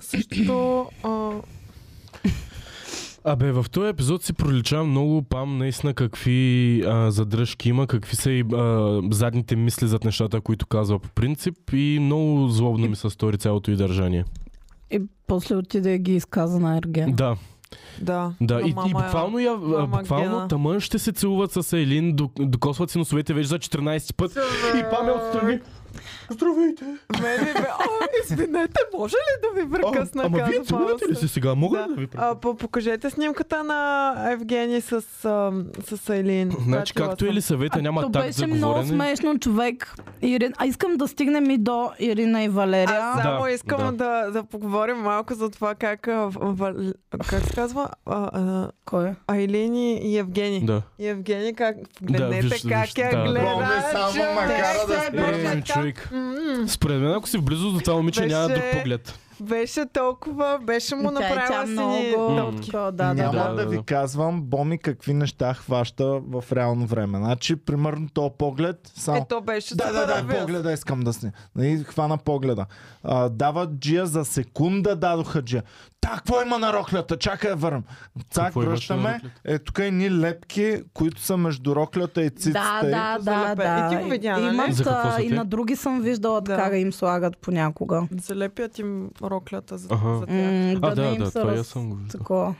Същото... А,
Абе, в този епизод си проличава много пам наистина какви а, задръжки има, какви са и а, задните мисли зад нещата, които казва по принцип и много злобно ми се стори цялото и държание.
И после отиде и ги изказа на Ерген.
Да,
да.
да.
на
И,
е
мама я-
и буквално, я, а,
мама
буквално
Гена.
тъмън ще се целуват с Елин, док- докосват си носовете вече за 14 път. И паме отстрани. Здравейте!
Мен ми бе, о, извинете, може ли да ви
А,
прекъсна?
ама
каза
вие целувате ли
Фауста.
се сега? Мога ли да ви
а, по- покажете снимката на Евгений с, ам, с Айлин.
Значи
Пратила
както
съм.
или съвета няма
То
так
беше
за
много
говорене.
смешно човек. Ирин... А искам да стигнем и до Ирина и Валерия.
Е, Аз само
Да,
искам да. Да, поговорим малко за това как, а, Вал- как се казва, а, а,
Кой е?
Айлин и и Евгений.
Да.
И Евгений, как
Да,
гледнете
виж-
как
виж-
я
да, да.
гледа.
Боми само
че
ме кара да
беше
спра.
така-
Е, човек.
М,
Според мен, ако си в близост до това момиче,
Беше-
няма друг поглед.
Беше толкова, беше му
Тя е-
направила
тя
си
много...
ни...
топки.
такова, Да, да,
Няма
да.
Няма да
да,
ви
да.
казвам, Боми, какви неща хваща в реално време. Значи, примерно, то поглед, само...
Ето беше
Да, да, да, погледа искам да сня. Нали, хвана погледа. А, дава джия за секунда, дадоха джия. Та, какво има на роклята? Чакай да върна. Цак,
Какво имаше на
връщаме.
роклята?
Е, тук едни лепки, които са между роклята и циците.
Да,
й.
да, да,
залепя.
да.
И ти го видя, нали?
Имат,
За какво
а,
са
и
те?
на други съм виждала
Да.
така да им слагат понякога.
Залепят им роклята за,
Аха.
за тях.
М,
А,
да, не
да,
им
да,
се
това
раз-
и аз съм го виждал.
Такова.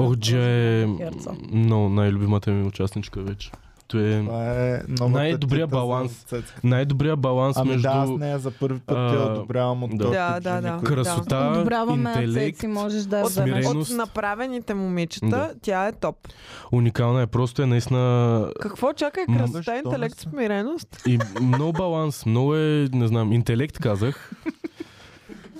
Орджия е
Херца.
много най-любимата ми участничка вече. То е
Това е новата
Най-добрия
тита за
баланс.
цецка.
най-добрия баланс
Ами
между
да, аз нея за първи път
а,
я одобрявам от
да.
този
Да,
тип
да,
жени,
да.
които-
красота,
Одобряваме
интелект.
интелект. можеш да я
От,
вземеш.
смирение.
от
Реност.
направените момичета,
Да.
тя е топ.
Уникална е, просто е наистина
Какво чакай?
М.
Защо
Красота,
не
интелект,
сме?
смиреност?
и много баланс, много е, не знам, интелект казах.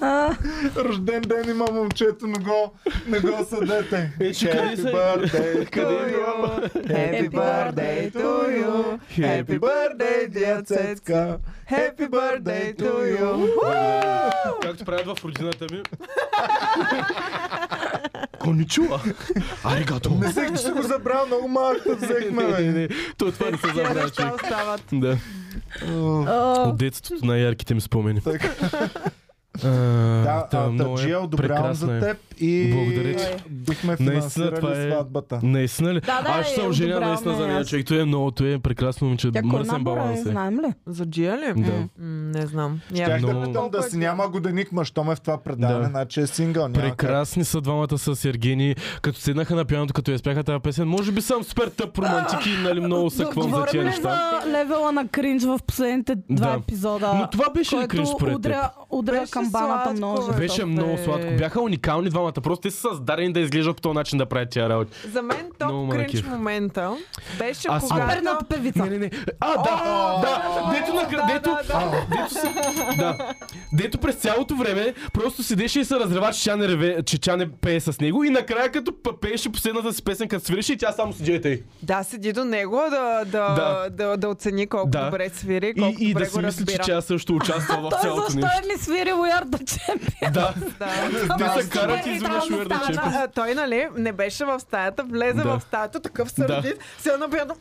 А,
Рожден ден има момчето, но го, не го съдете.
Е,
Happy
се-
birthday to
Къде е
you.
Happy birthday to you. Happy birthday, dear Цецка. Happy birthday to you.
Както правят в родината ми. Коничуа! Аригато!
Не всеки ще го забравя, много малък да взехме.
не,
бе.
не. То е това не се
Тя
забравя,
неща
човек.
остават.
Да.
а,
От детството на ярките ми спомени.
Така.
А,
Да,
та,
а,
много е
Таджия, одобрявам
прекрасна
за
е.
теб и
Благодаря
ти.
бихме
Наистина, това
финансирали
е-
сватбата.
Наистина ли?
Да, да,
Аз ще се
е,
оженя
одобрявам
наистина за
я
нея,
аз.
човек. Той е много, той е прекрасно момиче.
Тя корна
Мръсен
бора, не
баланс е.
знаем ли?
За Джия ли?
Да.
М, не знам.
Тях
но-
да питам да
е
си няма годеник, ма щом е в това предаване,
Да.
значи е сингъл. няма как.
Прекрасни са двамата с Ергени. Като седнаха на пианото, като я спяха тази песен, може би съм супер тъп романтик и нали, много се квам за тия
Говорим ли
неща.
за левела на кринж в последните два
Да.
епизода?
Но това беше ли
който
кринж според теб?
удря, удря
Беше
камбаната
сладко,
много.
бе.
жестоко.
Беше много сладко. Бяха уникални двамата. Просто те са създадени да изглеждат по този начин да правят тия работи.
За мен
Много
топ
ме
кринч
накефи.
момента беше
Аз-
когато...
Оперната певица.
не. А, да, да, дето на
да,
дето,
да, да.
дето, си, да. дето през цялото време просто седеше и се разрева, че тя не, реве, че тя не пее с него и накрая като п- пееше последната си песен, като свирише и тя само седи и тъй.
Да, седи до него да, да, да.
Да.
да, да оцени колко
Да.
добре свири,
И,
колко
и
добре
да си
го
мисли, че
разбира.
тя също участва в
Той
цялото
защо
нещо.
е ми свири Уяр да чемпи?
Да,
Да.
те
да,
се карат и
да,
изведнъж
да,
Уер да
да,
чепи.
А, а, той, нали, не беше в стаята, влезе
Да.
в стаята, такъв сърдит, да. се напиято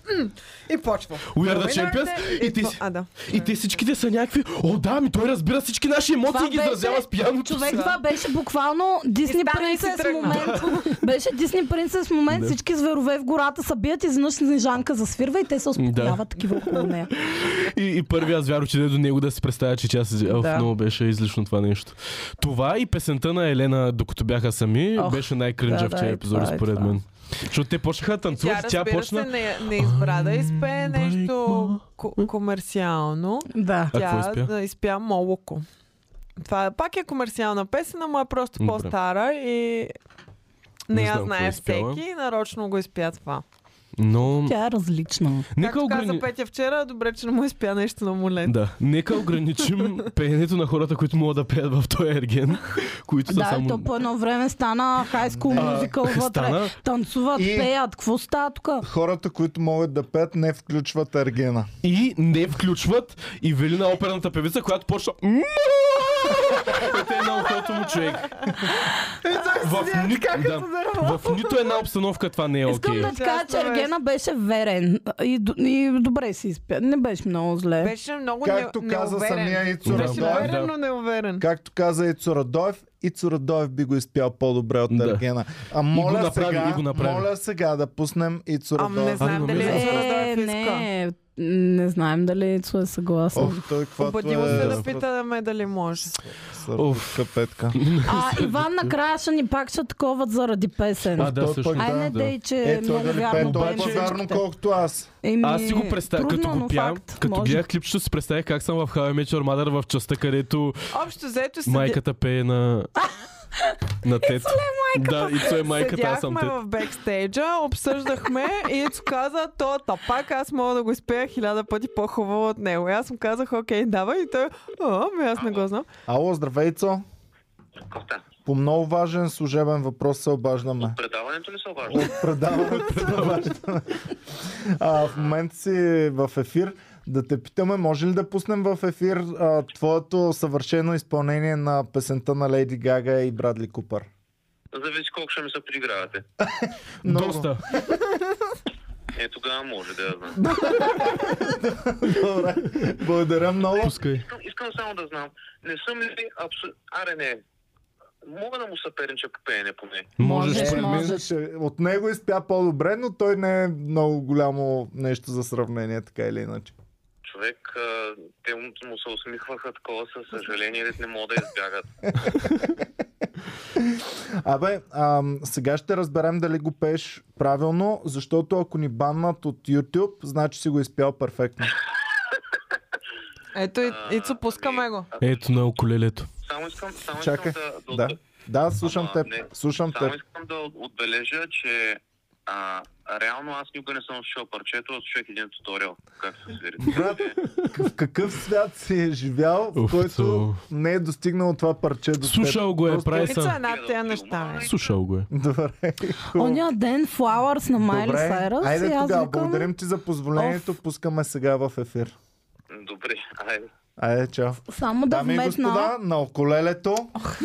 и почва.
We are the
Номинарите
champions. И ти
по-
си-
А, да.
И те всичките са някакви, о да, ми той разбира всички наши емоции и ги
беше-
изразява с пианото.
Човек, това беше буквално Дисни
И стана и си
принцес
тръгна.
момент. Беше Дисни принцес момент.
Да.
Всички зверове в гората са бият, изведнъж Снежанка засвирва и те се успокояват такива около нея.
И, и първия звяр отиде е до него да се представя, че тя се... Оф,
Да.
много беше излишно това нещо. Това и песента на Елена, докато бяха сами,
Ох,
беше най-кринджа
да,
в
да,
тези
и
епизоди,
това, и
според
това.
мен. Защото те почнаха да танцуват
Тя,
и тя
разбира
почна...
се, не, не избра да изпее
Ам,
нещо ко-
Барикма.
комерциално.
Да.
А
Тя
какво изпя?
да изпя Молоко. Това е- пак е комерциална песен, ама е просто
Добре.
по-стара и не,
Не
я
знам какво
знае
е изпяла.
всеки и нарочно го изпя това.
Но...
Тя е различна.
Нека
Както каза
ограни...
Петя вчера, добре, че не му изпя нещо на молет.
Да, нека ограничим пеенето на хората, които могат да пеят в този ерген, които са
Да,
само...
то по едно време стана High School
А,
Musical вътре.
стана.
Танцуват,
И-
пеят. Какво става тук?
Хората, които могат да пеят, не включват ергена.
И не включват и вели на оперната певица, която почна... «М-а-а!» Ето е на ухото му човек. В, ни... да, в нито една обстановка това не е окей.
Искам да ти кажа, че
Честно, бе.
Ергена беше верен. И, д- и добре си изпя. Не беше много зле.
Беше много
Както
не,
каза
неуверен.
самия Ицо
Да.
Беше
Да.
Радоев,
уверен, но неуверен.
както каза Ицо Радоев, Ицо Радоев би го изпял по-добре от
Да.
Ергена. А моля,
направи,
сега,
и го направи.
моля сега да пуснем Ицо
Ам, не
Радоев.
знам
Ами,
дали
намира
е
се.
за
Е,
раздаване в иска.
не, не знаем дали Ецо е съгласен.
Ох, той каквото е...
Обадило се да
сърд-
питаме дали може.
сърдутка петка.
А Иван накрая ще ни пак ще таковат заради песен.
е А, да,
Той
всъщност.
пък-
Ай, не
да.
дей, че е
Е, той
много
да ли
вярно.
пее
пеем
толкова вярно,
всичките.
колкото аз.
Еми,
Аз си го представя,
трудно,
като
но
го пя,
факт,
като
може.
гледах клипчето си представях как съм в How I Met Your Mother в частта, където
Общо взето седя-
майката пее на... на тет. Да, и то е майката, аз съм
седяхме
тет.
в бекстейджа, обсъждахме и Ицо каза, то тапак, аз мога да го изпея хиляда пъти по-хубаво от него. И аз му казах, окей, давай. И той, а, ми аз не го знам.
Ало, здравей, Ицо.
Коста,
По много важен служебен въпрос се обаждаме.
предаването ли се обажда?
От предаването се обаждаме. А, в момента си в ефир. да те питаме, може ли да пуснем в ефир а, твоето съвършено изпълнение на песента на Леди Гага и Брадли Купър?
Зависи колко ще ми се пригравате.
Много.
Доста.
Е, тогава може да я знам.
Добре. Благодаря много.
Пускай.
Искам, искам само да знам. Не съм ли абсолютно... Аре, не. Мога да му съпернича по пеене поне.
Можеш,
Можеш,
според мен.
можеш.
Ще- От него изпя по-добре, но той не е много голямо нещо за сравнение, така или иначе.
Човек, а, те му, му се усмихваха такова със съжаление, дет не могат да избягат.
Абе, ам, сега ще разберем дали го пееш правилно, защото ако ни баннат от YouTube, значи си го изпял перфектно.
Ето, и, Ицо, пускаме го.
Ето на околелето.
Само искам, само
Чакай.
искам да, да,
Да. Да, слушам
Ама,
теб.
не.
Слушам
Само
теб.
искам да отбележа, че а, реално аз никога не съм слушал парчето, а слушах един туториал. Как се свири.
Брат, В какъв свят си е живял, в
Уф,
който
цо.
не е достигнало това парче до теб?
Слушал го е,
Просто-
прави
Ицо,
съм.
една от тези неща. бе.
Слушал го е.
Добре. хубаво.
Оня ден Flowers на Майли
Добре,
Сайръс.
айде
и аз
тогава.
викам,
Благодарим ти за позволението. Пускаме сега в ефир.
Добре, айде.
Айде, чао.
Само да
Дами и господа,
вметна.
на околелето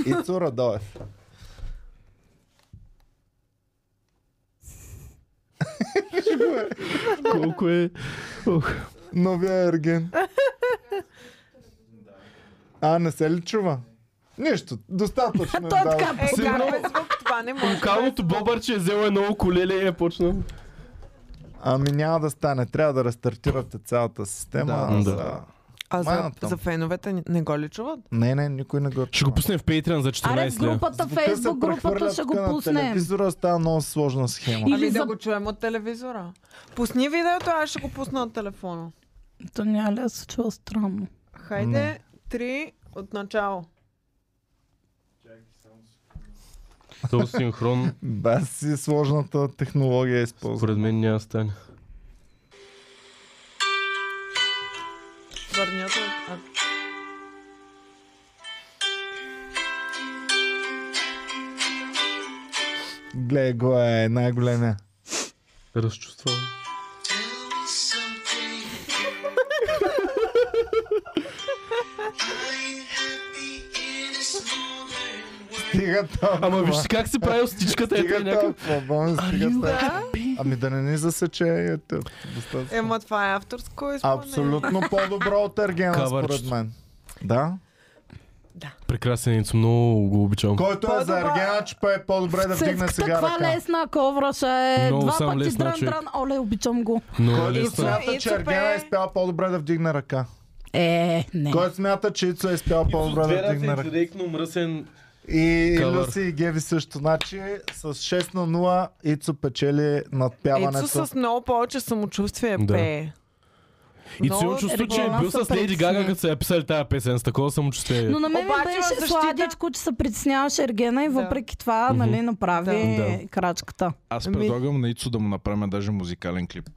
Ицо Радоев.
Колко е... Ох.
Новия ерген. А, не се ли чува? Нищо, достатъчно. им
Той
дава.
така
Е,
Сигурно-
как без звук това не може.
Калното бобърче е взел едно околеле и е почнал.
Ами няма да стане. Трябва да рестартирате цялата система.
Да.
за-
Да.
А за,
Майната.
за феновете ни- не го ли чуват?
Не, не, никой не го
Ще го пуснем в Patreon за
Аре, в
14 лева.
групата,
Звука се
Фейсбук групата
прехвърля
ще
тук
го
на
пуснем.
Телевизора става много сложна схема.
Или
Ами
за-
да го чуем от телевизора. Пусни видеото, аз ще го пусна от телефона.
То няма ли да се чува странно?
Хайде, три от начало.
Този е синхрон,
Без си сложната технология използва.
според мен, няма да стане.
Върнята от... а,
Гледай го е най-големия.
Разчувствам.
Стига толкова.
Ама вижте как се прави стичката, ето е
Стига
някакъв...
толкова. Боми, стига толкова. Ами да не ни засече YouTube. Достатъчно.
Ема това е авторско изпълнение.
Абсолютно по-добро от Ергена,
Кавърчето.
според мен. Да.
Прекрасен Ицо, много го обичам.
Който е за
По-добра.
Ергена, че пее по-добре да вдигне
Цецката,
сега
каква
е
ръка.
лесна ковраша е.
Много
Два
само
пъти
лесна,
дран,
човек.
дран. Оле, обичам го.
Много е
Който
лесно.
смята, че
Ицо
Ергена е
пее.
изпял по-добре да вдигне ръка.
Е, не.
Който смята, че Ицо е изпял по-добре да вдигне ръка.
директно мръсен.
И
Кавър.
Люси и Геви също. Значи с 6 на 0 Ицо печели надпяването.
Ицо с много повече самочувствие
Да.
пее.
И
Много
цяло чувство, че е
регулярно
бил
се
с Леди
притесни.
Гага, като са я писали тази песен. С такова самочувствие.
Но на мен ми
Обаче
беше
в защита-
сладичко, че се притесняваше Ергена и
Да.
въпреки това нали, направи
Да. Да.
крачката.
Аз
Ами-
предлагам на Ицо да му направим даже музикален клип.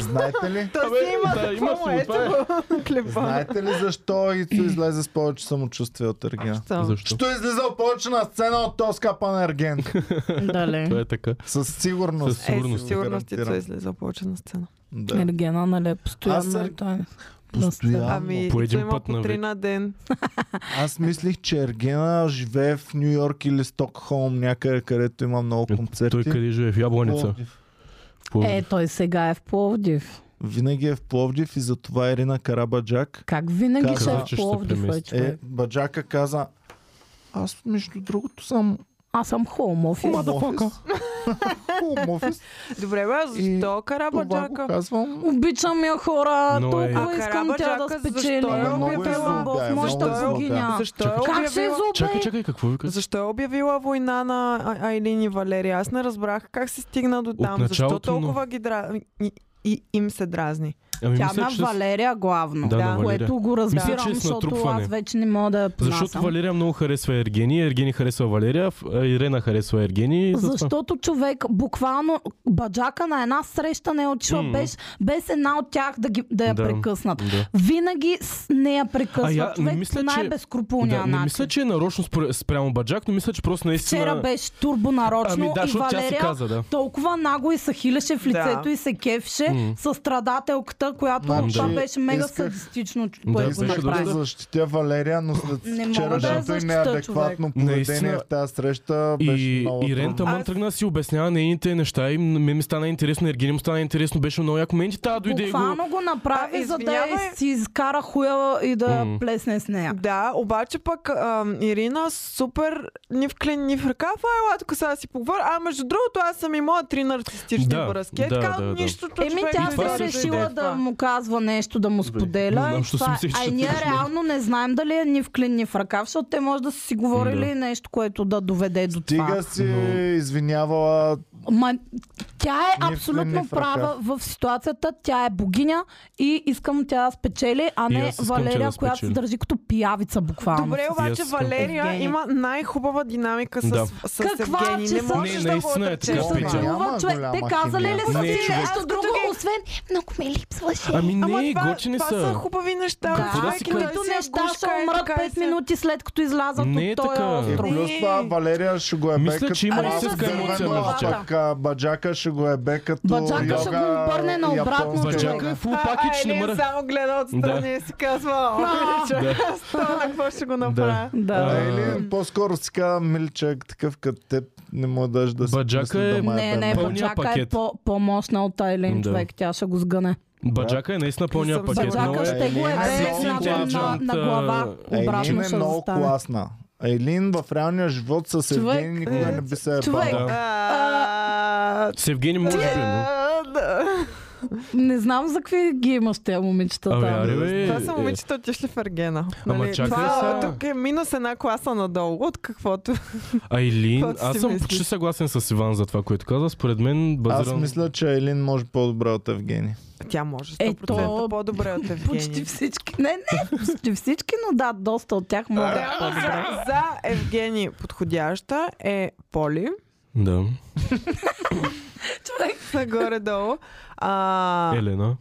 Знаете ли?
Той си има
да, има си
какво
го,
му ето
това е.
го клипа.
Знаете ли защо Ицо излезе с повече самочувствие от Ерген?
Що?
Защо?
Що е излизал повече на сцена от този скапан Ерген?
Това
Дали?
е така.
Със сигурност.
Със
Е, със
Сигурност,
сигурност Ицо
гарантирам.
излиза повече на сцена.
Да.
Ергена, нали,
Аз
постоянно
съм-
е той.
Постоянно.
Ами,
По
Ицо
един
има
път
по
нали? на
три
век.
на ден.
Аз мислих, че Ергена живее в Нью Йорк или Стокхолм, някъде, където има много
Е,
концерти.
Той къде живее? В Ябланица.
Пловдив.
Е, той сега е в Пловдив.
Винаги е в Пловдив и затова Ирина Карабаджак
Как винаги
Каза,
ще е
че
в
ще
Пловдив,
премести.
бе,
е,
човек?
Баджака каза аз между другото съм
Аз съм хоум офис.
Мадафака. офис.
Добре, бе, а защо е
Това го
Карабаджака?
казвам.
Обичам я хора,
Но е-
толкова
А
искам тя да
Карабаджака
спечели.
защо
е обявила?
Любила Бог,
Много е
моята
злобя.
богиня.
Защо е
Как се
обявила...
Чакай,
изобе?
чакай, какво ви казваш?
Защо е обявила война на А- Айлин и Валерия? Аз не разбрах как се стигна до там. Защо
началото, но-
толкова ги дра... и, и, им се дразни?
Ами
Тя
мисля,
на
че... с-
Валерия главно,
Да, на Валерия.
което го разбирам,
Мисля, че е с
защото
натрупване.
аз вече не мога да я понасям.
Защото Валерия много харесва Ергени, Ергени харесва Валерия, Ф- а, Ирена харесва Ергени. и затова.
Защото човек буквално баджака на една среща не е отишла
Мгм.
без, без една от тях да, ги, да я
Да.
прекъснат.
Да.
Винаги с не я прекъсват.
А я не
човек
мисля,
по
че-
най-безкруполния
да, не
начин.
мисля, че е нарочно спр- спрямо Баджак, но мисля, че просто наистина...
Вчера беше турбо нарочно
Ами да,
и
защото тя си
Валерия
каза, да.
толкова наго и се хилеше в лицето
Да.
и се кефеше
Мгм.
състрадателката Валерия, която
Значи,
това беше мега
исках-
садистично,
Да,
което
искаш
Исках да
направи.
защитя Валерия, но
Не
след
мога да я
вчерашното и
защита,
неадекватно поведение
Наистина.
в тази среща беше
И,
много
и Рента
трудно.
Мън
Аз-
тръгна да си обяснява нейните неща и ме ми стана интересно, Ергени му стана интересно, беше много яко. Мен ти тая дойде и го...
Буквално го направи,
А,
за да
извинявай.
я си изкара хуя и да
М.
я плесне с нея.
Да, обаче пък ам, Ирина супер ни в клин, ни в ръкав. Ай, ела, тук сега си поговоря. А между другото, аз съм имала три нарцистични
Да,
връзки. Е,
да,
така,
да, Ами, да.
нищото,
Еми
човек,
тя
не
това
се
трябва
е
също
да
решила
дойде
да
това.
му казва нещо, да му
не
споделя.
знам,
и
що
това е.
си мислех,
А
че
и
ще
ние
кажеш, да.
реално не знаем дали е ни в клин, ни в ръкав, защото те може да са си говорили
Да.
нещо, което да доведе до това.
Стига си
е Но-
извинявала
Ма, тя
Ни
е
в клин, ни
абсолютно
в ръкав.
права в ситуацията. Тя е богиня и искам тя да спечели, а
И
не
аз искам тя
Валерия,
да
която се
спечели.
държи като пиявица буквално.
Добре, обаче
Евгений.
Валерия
Евгений.
има най-хубава динамика с,
Да.
с
Каква,
Евгений.
че
Не
са-
можеш
Не,
да го
наистина е
отречеш.
така,
Няма
Чувствува
голяма
човек. Те казали ли
химия.
са
Не,
си
човек.
нещо друго, освен много ме липсваше.
Ами
Ама
не,
това,
готини
това са
са.
хубави неща.
Какво да
Да,
си
Човек,
които
да си е
неща ще
гушка, е
умрат
така и
5
се-
минути след като излязат
Не е
от този
така.
И
остров.
плюс
Не.
това Валерия ще го ебе
Мисля,
като
че има
Ама
истинска
за
емоция
зелено
на
а
Баджак.
пък а, Баджака ще го ебе като
Баджака
йога,
ще го обърне наобратно,
японска
човек.
йога.
Баджака е фул
А,
пакич,
а,
не
Елин
мъра.
само гледа отстрани и си казва, о, човек, аз това на какво ще го направя.
Да.
А,
А,
Или по-скоро си казва миличък, такъв като теб, не му даш да си
Баджака
мисля
е-
да ма
Не, не,
ебе.
пълния
Баджака е
пакет.
по- по-мощна от Айлин
Да.
човек. Тя ще го сгъне.
Баджака е наистина пълния
Съм
пакет.
забравила.
Много
Баджака
е
ще го ебе
Секси
на- на- на-
интелигент,
на глава.
Ейлин
Обратно
е
ще
много
застане.
класна. Ейлин в реалния живот с
Човек,
Евгений никога
е,
не би се е
човек.
бавила.
Да.
А,
С Евгений може
Е,
би, но...
а, да.
Не знам за какви ги имаш тези
Абе,
момичета.
аре, бе.
Това са момичета отишли в Ергена.
Е, Ама
Нали,
чакай
това,
сега.
тук е минус една класа надолу от каквото.
Айлин,
Каквото си
аз съм
мислиш?
почти съгласен с Иван за това, което каза. Според мен
Аз
базиран...
мисля, че Ейлин може по-добре от Евгений.
Тя може 100%
Е, то-
по-добре от Евгений.
Почти всички. Не, не, почти всички, но да, доста от тях могат да
Реално
бъдат.
за, за Евгений подходяща е Поли.
Да.
Човек,
Са горе-долу. А,
Елена.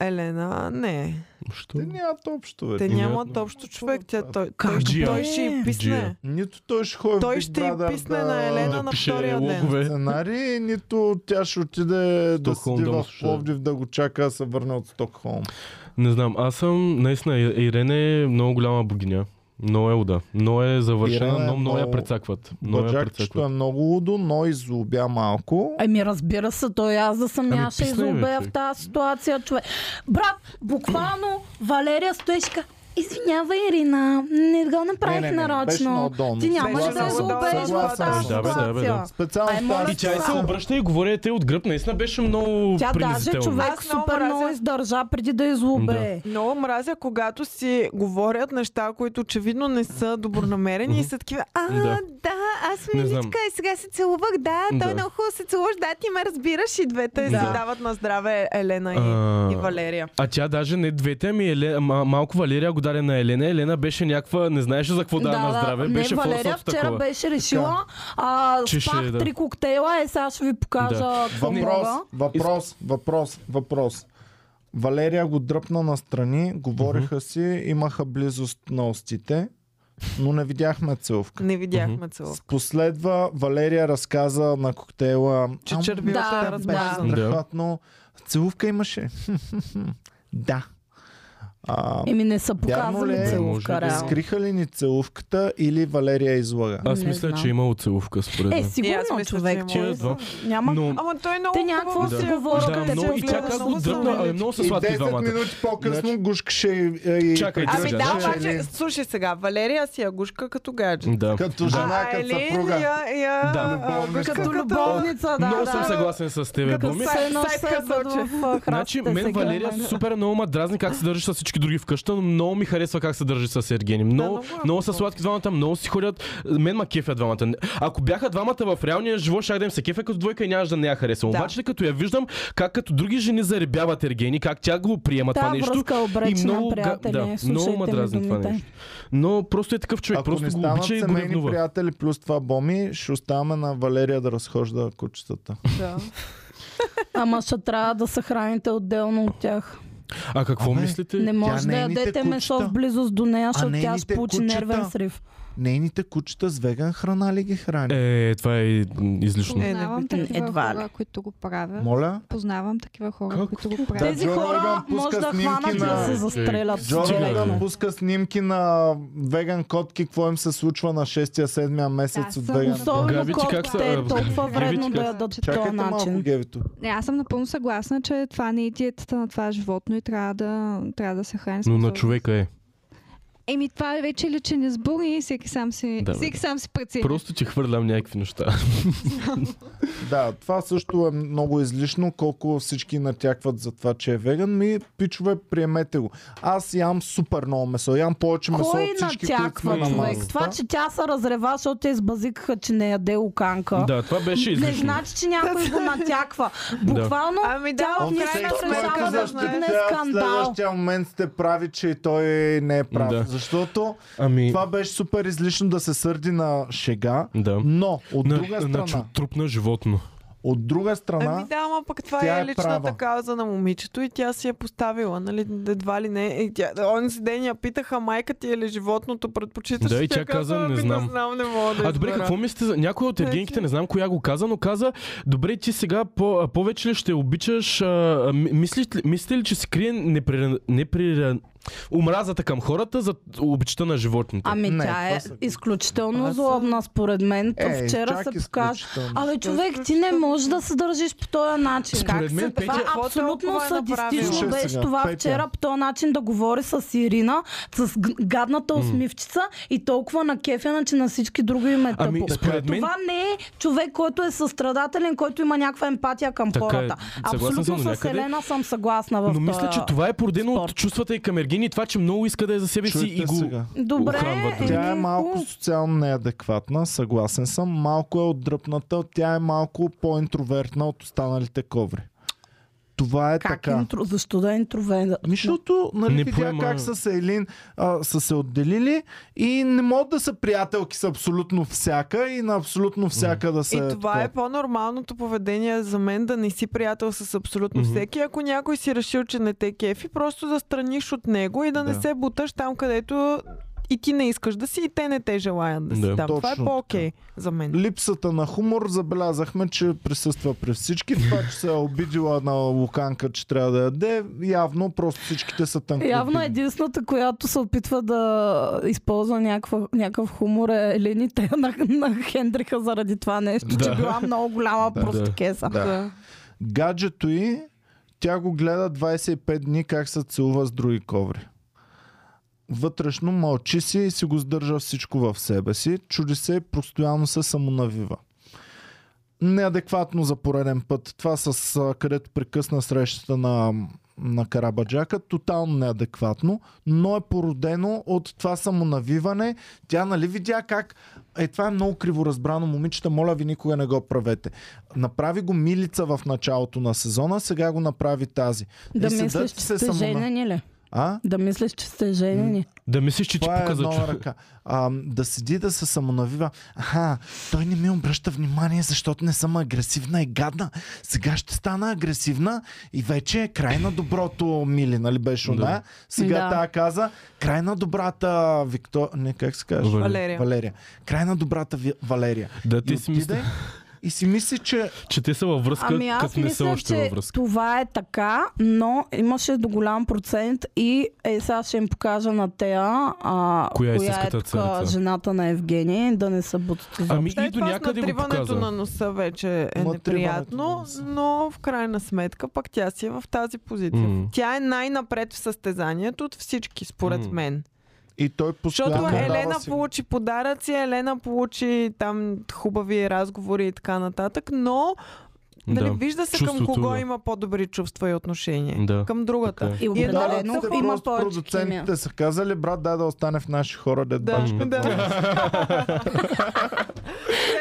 Елена, не.
Що?
Те нямат общо, бе.
Те
Еми,
нямат общо човек. Тя, той, той,
Джия.
той ще й писне.
Джия.
Нито той ще ходи в
Той
Big
е
ще й
Brother
писне
да-
на Елена
Да
на
пише
втория ден.
логове.
сценарий, нито тя ще отиде да
Стокхолм
седи
да му
в
слуша.
Пловдив да го чака да се върне от Стокхолм.
Не знам, аз съм, наистина, И- Ирене е много голяма богиня. Много е уда. Много е завършена,
Ирена е
но много я
много-
прецакват. Много я
Баджакчето е
прецакват.
много лудо, но излобя малко.
Еми, Ами, разбира се, той аз да съм
Ами,
ами, ще
писна им, бе,
изобея в
човек.
тази ситуация, човек. Брат, буквално Валерия стоешка. Извинявай, Ирина, не го
Не,
направих
не, не, беше
нарочно.
много долно.
Ти нямаше
Беше
да
много долно.
изобееш в
Съгласен
тази
съм.
Е, Да, бе, да, бе, да.
ситуация. Ай,
Специално
моля
тази
И тя и Е, се
Само-
обръща и говорите от гръб. Наистина беше много
Тя даже
принизително.
човек
Аз много
супер
мразя.
много издържа преди да излобе.
Много мразя, когато си говорят неща, които очевидно не са добронамерени и са такива, а,
Да.
да, аз съм
Не знам.
миличка и сега се целувах, да, той
Да.
много хубаво се целуваш, да, ти ме разбираш и двете да.
Да.
си дават на здраве Елена и,
А.
и Валерия.
А тя даже не двете, ами Еле... ма- малко Валерия го даде на Елена. Елена беше някаква, не знаеше за какво да, на здраве.
не,
беше
Валерия
форсът в
вчера
такова.
беше решила, а,
Че
спах
ще е, да.
три коктейла, е сега ще ви покажа
Да.
какво
Въпрос,
мога.
въпрос, въпрос, въпрос. Валерия го дръпна настрани, говориха си, имаха близост на устите, но не видяхме целувка.
Не видяхме целувка.
Последва Валерия разказа на коктейла.
Че
«Ам,
червилата
да,
е
да.
размазана.
Страхотно. Целувка имаше. да. А,
Еми Ами не са
Вярно ли е?
показали
Може ли?
целувка, реално.
скриха ли ни целувката или Валерия излага?
Аз
Не
мисля,
знам.
че има целувка според
Е,
мен.
И аз
сигурно
мисля, че е
човек.
има.
че-
Тия два.
Няма
Но
Ама той много
Те някакво
хубаво
си
е
говорят,
объркал,
да,
че
но
го
и
гледа
тя как
много
го дръпна,
силно.
ами много са
И
сладки
10
двамата.
минути по-късно гушкаше и- е, и...
Чакай,
Ами
Гадже,
да,
гадже.
обаче, слушай сега, Валерия си я гушка като гадже.
Да.
Като жена,
а
като
Елин
съпруга.
я, я
Да.
а, гушка
Като
като
любовница, да,
Много
да.
съм съгласен с теб,
Като
Боми.
са-
Все едно
Сайт
ще седат
хазоче.
в, а,
Значи,
храстите
мен
сега, нали?
Валерия
мен.
супер много ма дразни как се държиш с всички други вкъща, но много ми харесва как се държи с Ергени. Много,
много е
много са
хубаво.
сладки двамата, много си ходят. Мен ма кефя двамата. Ако бяха двамата в реалния живот, ще да им се кефя като двойка и нямаш да не я харесвам.
Да.
Обаче, като я виждам как като други жени заребяват Ергени, как тя го приема това
Тая
нещо.
връзка е
И
обречена,
много, га-
приятели.
да, много
е, Слушайте
ма
ми
дразни това
думите.
нещо. Но просто е такъв човек,
Ако не
просто го
станат
обича и го
семейни
ревнува.
приятели плюс това боми, ще оставаме на Валерия да разхожда кучетата.
Да.
Ама ще трябва да се храните отделно от тях.
А какво
Абе,
мислите?
Не може да
нейните
ядете месо
кучета.
в близост до нея, защото тя ще
нейните
получи
кучета.
нервен срив.
Нейните кучета с веган храна ли ги храни?
Е, това е м, излишно.
Е,
Познавам
не,
такива
едва ли.
хора, които го правят.
Моля?
Познавам такива хора,
Как?
които го
Да,
правят.
Тези
Джо Роган
хора
пуска
може да
снимки
хванат и
на-
Е,
да се застрелят.
Джо
Джо
Стига,
Роган
бе.
пуска снимки на веган котки, какво им се случва на 6-7 месец
Да,
от
съм
веган.
Особено
Габи, ти как
котките
са-
е толкова
Габи, ти
вредно да
как-
ядат по
Чакайте
този
малко
начин.
гевито.
Не, аз съм напълно съгласна, че това не е диетата на това животно и трябва да, трябва да се храни. с
Но на
мазал.
човека е.
Еми, това е вече личен избор и всеки сам си,
Да, бе,
всеки
да.
сам си прецени.
Просто ти хвърлям някакви неща.
Да, това също е много излишно, колко всички натякват за това, че е веган. Ми, пичове, приемете го. Аз ям супер много месо. Ям повече месо
Кой
от всички, които сме
натяква
на
човек?
масата.
Това, че тя се разрева, защото я избазикаха, че не яде луканка.
Да, това беше
Не
излишно.
значи, че някой го натяква. Буквално
Ами да,
тя
в
от
крайна
нищо
сметка
решава да
защитя
вдигне
в
скандал.
следващия момент сте прави, че и той не е прав.
Да.
Защото
Ами,
това е беше супер излишно да се сърди на шега,
да.
но от
На,
друга
на
страна,
чу- труп на животно.
от друга страна,
Ами да, ама пък това
Тя
е
е
личната
права.
кауза на момичето и тя си е поставила, нали, едва ли не. И тя, онзи ден я питаха, майка ти е ли животното, предпочиташ
Да,
ли?
и тя каза,
"Ами
не знам."
Не знам, не мога да
А добре,
избера.
какво мислите за някой от ергенките, не знам коя го каза, но каза, добре, ти сега по- а, повече ли ще обичаш, а, а, ми- мислите, ли- мислите ли, че се крие неприран... неприран... омразата към хората за обичта на животните?
Ами
Не,
тя
това
е
са-
изключително
Аз съм-
злобна, според мен. То
е,
Вчера
чак
се покажа.
изключително.
Абе, човек, ти не можеш да се държиш по този начин.
Според Как мен, се- Петя-
това
какво
абсолютно
толкова е направила?
садистично
Слушай
беше
сега,
това
Петя.
вчера по този начин да говори с Ирина, с г- гадната усмивчица и толкова на кефена, че на всички други им е тъпо.
Ами, според мен-
Това не е човек, който е състрадателен, който има някаква емпатия към
Така е.
хората.
Съгласен
Абсолютно
съм до
с
някъде.
Елена съм съгласна в
но мисля,
този-
че това е породено
спорт.
от чувствата и към Ергени, това, че много иска да е за себе си
Чуйте
и го...
сега.
Добре,
охранват.
еми,
Тя е малко
хубаво.
социално неадекватна, съгласен съм. Малко е отдръпната, тя е малко по-интровертна от останалите коври. Това е
Как
така.
интро... Защо да е интровен?
Ми, Защото нали,
Не
видя
поема-
как са се, Елин, а, са се отделили и не могат да са приятелки с абсолютно всяка и на абсолютно всяка да се...
И това е
такова.
по-нормалното поведение за мен да не си приятел с абсолютно
Мгм.
всеки. Ако някой си решил, че не те кефи, просто да страниш от него и да, не
Да.
се буташ там, където и ти не искаш да си, и те не те желаят да,
Да.
си там. това е
Точно
по-окей за мен.
Липсата на хумор забелязахме, че присъства при всички. Това, че се е обидила на Луканка, че трябва да яде, явно просто всичките са тънко.
Явно е единствената, която се опитва да използва някаква, някакъв хумор е Елените на, на Хендриха заради това нещо, да.
Да.
че била много голяма
Да.
да, простокеса.
Да. гаджето й, тя го гледа 25 дни как се целува с други коври. Вътрешно мълчи си и си го сдържа всичко в себе си. Чуди се и постоянно се самонавива. Неадекватно за пореден път. Това с а, където прекъсна срещата на, на Карабаджака, тотално неадекватно, но е породено от това самонавиване. Тя нали видя как е, това е много криво разбрано, момичета, моля ви никога не го правете. Направи го Милица в началото на сезона, сега го направи тази.
Да
И седат
мислиш,
и
че
се
сте
самона-
женени ли?
А?
Да мислиш, че сте женени.
Да мислиш, че ти
Това е
показа
нова
чу...
ръка. А, да седи да се самонавива. Аха, той не ми обръща внимание, защото не съм агресивна и гадна. Сега ще стана агресивна и вече е край на доброто, мили, нали беше
Да.
да. она. Сега
Да.
тя каза, край на добрата Виктор... Не, как се казва?
Валерия.
Валерия.
Валерия. Край на добрата Ви... Валерия.
Да,
И
ти си
отиде
мисля,
и си мисли, че
че те са във връзка,
Ами аз
като не са
мисля,
още
че
във връзка.
това е така, но имаше до голям процент и е, сега ще им покажа на тея, а,
Коя е
е
истинската
тук,
царица?
жената на Евгений, да не са бутат.
Ами
След
и до
това с
някъде го
натриването
показа.
на носа вече е
Натриването на
неприятно,
носа.
но в крайна сметка пък тя си е в тази позиция.
М.
Тя е най-напред в състезанието от всички, според
М.
мен.
и той постоянно...
Защото
дава
Елена
сигнал.
получи подаръци, Елена получи там хубави разговори и така нататък, но нали,
Да.
вижда се към
Чувството,
кого
да.
има по-добри чувства и отношения.
Да.
Към другата.
Така е.
И
И едно
определено
от
има
Просто
повече химия.
Продуцентите са казали, брат, дай да остане в наши хора, дед
Да,
бачкат
да.
много.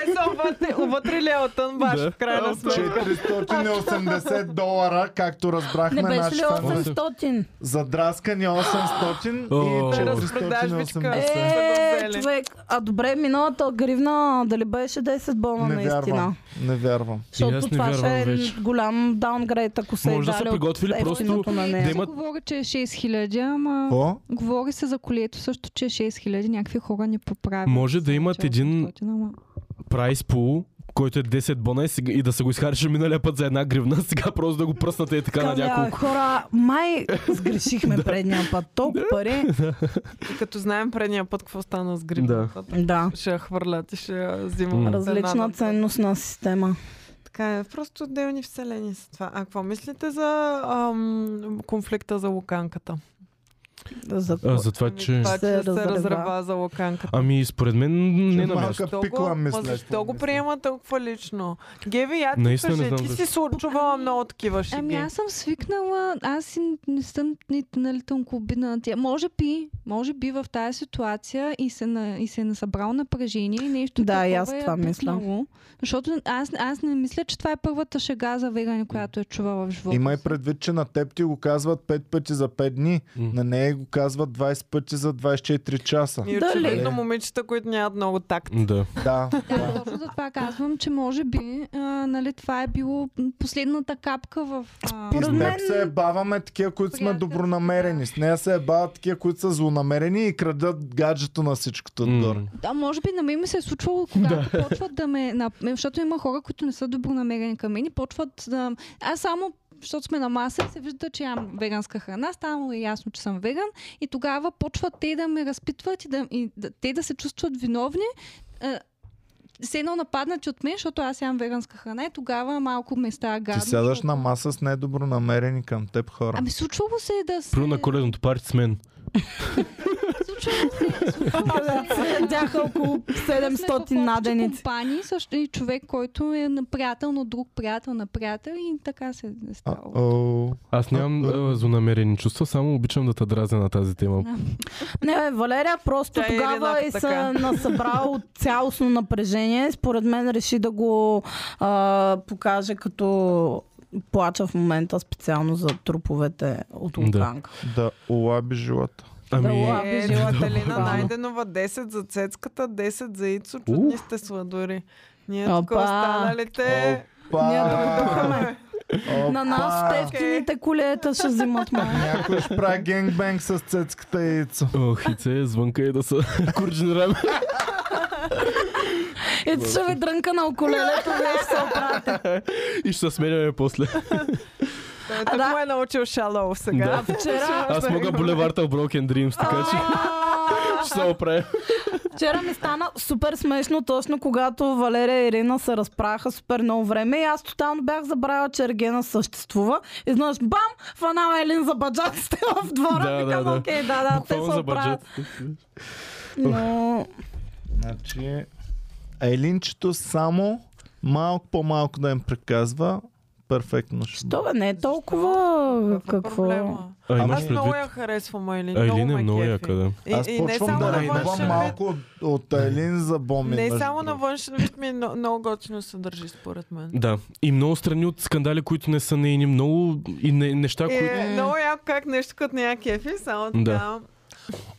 Те са вътре, вътре ли е отън баш,
Да.
в крайна сметка.
480 долара, както разбрахме,
Не беше ли
нашите
800?
задраскани 800
О.
и
Разпродажбичка.
480.
Е,
Е,
взели.
човек, а добре, миналата гривна дали беше 10 бона
Не
наистина?
вярвам. Не вярвам.
И
Защото
аз Е, не
това
вярвам
е
вече.
голям даунгрейд, ако са
Може да са
дали
приготвили
от
просто
ефтиното на нея.
да
Да
имат-
имат... говори, че е 6000, ама...
Какво?
Говори се за колието също, че е 6000, някакви хора не поправят.
Може да имат
Че е
един-
800, ама-
Прайс пул, който е 10 бона и, сега, и да са го изхарчили миналия път за една гривна, сега просто да го пръснате и така на
Каля,
няколко.
Хора, май сгрешихме предния път. Толкова пари.
И като знаем предния път какво стана с грипата,
Да.
ще я хвърлят и ще я взимаме.
М.
цена
Различна
на-
ценностна система.
Така е, просто отделни вселени са това. А какво мислите за ам, конфликта за луканката?
За...
А, за това,
Ами
че...
Това,
Се
че се,
разрева.
разрева за луканката.
Ами, според мен не на
малка
място.
Тук
Защо
пикла,
го-
мисля,
ма Защо
какво
го
мисля.
приема толкова лично? Геви, я ти
Наистина
кажи,
не знам
ти
защо.
си случвала
Ами-
много такива шеги.
Ами аз съм свикнала, аз си не съм ни- нали, тънкобина. Тя- Може би, може би в тази ситуация и се, на, и се е насъбрал напрежение и нещо
Да, и
такова
аз
я
това мисля.
пикнало. Защото аз, аз не мисля, че това е първата шега за вегане, която е чувала в живота.
Имай
си.
предвид, че на теб ти го казват 5 пъти за 5 дни,
М.
на нея го казват 20 пъти за 24 часа.
И
Дали?
очевидно момичета, които нямат много такт.
Да.
Да,
Да, точно за това казвам, че може би а, нали, това е било последната капка в... А...
И с
Според мен-
теб се ебаваме такива, които сме
Приятелски,
добронамерени.
да.
С нея се ебават такива, които са злонамерени и крадат гаджето на всичкото отгоре.
М.
Да, може би на мен ми се е случвало, когато почват да ме... нап- Защото има хора, които не са добронамерени към мен и почват да... Аз само защото сме на маса и се вижда, че ям веганска храна, става му ясно, че съм веган и тогава почват те да ме разпитват и, да, и да, те да се чувстват виновни. Е, Все едно нападнати от мен, защото аз ям веганска храна и тогава малко ме става
Ти
гадно.
сядаш
защото-
на маса с недобронамерени към теб хора.
Ами случвало се да се...
Плю на коледното парти с мен.
Случвало се, случвало се.
Седяха около
Да сме в
700
общи
наденици.
е компании, също и човек, който е на приятел на друг приятел на приятел и така се е
А,
стало.
о,
Аз нямам а, злонамерени чувства, само обичам да те дразня на тази тема.
Не, бе, Валерия просто
Тя е
тогава
еднакво
и се
така.
насъбра от цялостно напрежение. Според мен реши да го а, покаже като плача в момента специално за труповете от
Да.
Луканка.
да улаби жилата.
Ами,
лапи.
Е,
Бежила
Телина
Богданова.
Найденова, 10 за цецката, 10 за Ицо, чудни сте сладури. Ние
Опа.
тук останалите...
Ние
Опа!
дойдохме.
Опа!
На нас тевкините колета ще взимат май.
Някой ще прави генгбенг с цецката и яйцо.
ох, ице, звънка и да са курджинираме.
И ще ви дрънка на околелето, вие ще се оправите.
и ще се сменяме после.
Той
да.
да. му е научил шалоу сега.
Да.
А
Вчера,
Аз мога булеварта в Broken Dreams, така че ще се оправя.
вчера ми стана супер смешно, точно когато Валерия и Ирина се разпраха супер много време и аз тотално бях забравила, че Ергена съществува. И знаеш, бам, фанала Елин за баджатите в двора.
Да,
Да,
да,
Викам,
да.
окей, да, да, те
Буквално
се
за
оправят.
баджет.
Но
Значи, Елинчето само малко по-малко да им приказва, перфектно ще бъде.
това не е толкова какво. е?
Проблема?
А имаш
Аз много
предвид?
я харесвам Айлин.
А, Елин
много
е
ме
много
кефи.
яка, да.
И,
Аз
и не
почвам
само
да
на
ревнувам
външен вид,
малко от- от Елин за бомби.
не
между
само на
другото.
външен вид ми но- много готино се държи според мен.
Да. И много страни от скандали, които не са нейни, много и не, неща, които...
Е, много яко как нещо като нея кефи, само
Да.
така.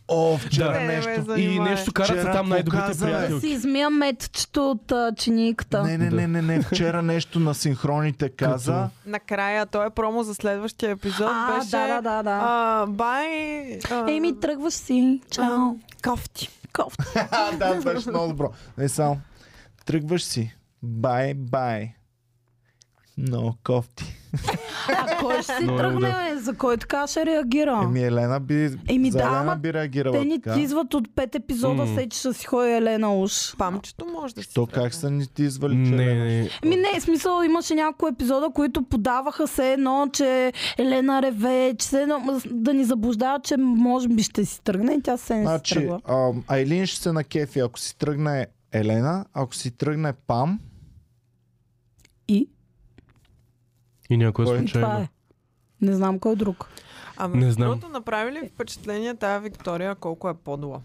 О, вчера
Не,
Да.
не ме
е нещо.
И
занимай.
нещо карат са
Вчера
там най-добрите
показа, бе.
Да си
приятелки.
измия метчето от а, чиниката.
Не, не, не, не, не. Вчера нещо на синхроните каза.
Накрая, той е промо за следващия епизод.
а,
беше,
да, да, да, да.
А, бай... А,
Еми, тръгваш си. Чао.
кофти.
Кофти.
А, да, беше много добро. Не само. Тръгваш си. Бай, бай. Много кофти.
А кой ще си
Много
тръгне? За кой така ще реагира?
Еми Елена би,
Еми,
за
да,
Елена
ама
би реагирала
Те ни
така.
тизват от пет епизода,
М.
се, че ще си ходи Елена уж.
Памчето може да си
То
тръгне.
как са ни ти извали
Не,
че
не,
Елена?
не.
Ми Ами не, в смисъл имаше няколко епизода, които подаваха се едно, че Елена реве, че се едно, м, да ни заблуждава, че може би ще си тръгне и тя се не си
Значи,
тръгва.
ам, Айлин ще се накефи, ако си тръгне Елена, ако си тръгне Пам,
И?
И някой
Кой?
Това е.
случайно.
Не знам кой друг.
А
Не
не
знам.
знам. Другото, направи ли впечатление тая Виктория колко е подла?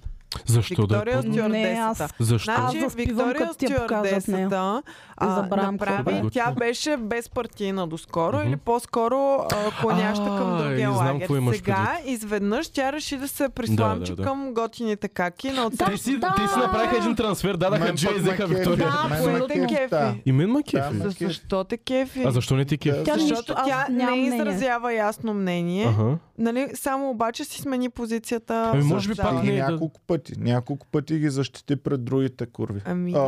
Защо да е
Виктория
познат?
Не,
Стюардесата.
аз
Защо?
Аз
Значи,
заспивам,
Виктория
като ти я показват
Стюардесата а,
Забравям какво
направи,
беше.
тя беше безпартийна доскоро
Мгм.
или по-скоро а, клоняща към
А,
другия
и знам
лагер.
какво имаш
Сега изведнъж тя реши да се присламчи
Да, да, да.
към готините каки на отсреща.
Те си,
Да!
те си направиха един трансфер, дадаха
Мен
Джей и
пък ме
взеха
кефи.
Виктория.
Да,
Мен ме
абсолютно.
Абсолютен
кефи, да.
кефи.
И мен ма кефи.
Да, ме кефи.
Защо те кефи?
А защо не ти кефи?
Тя-
Защото
Аз
тя
нямам
не
мнение.
изразява ясно мнение.
Ага.
Нали, само обаче си смени позицията.
Ами,
в
може би
зала.
пак
Ти
не е
ги
да-
няколко пъти. Няколко пъти ги защити пред другите курви.
Ами...
А,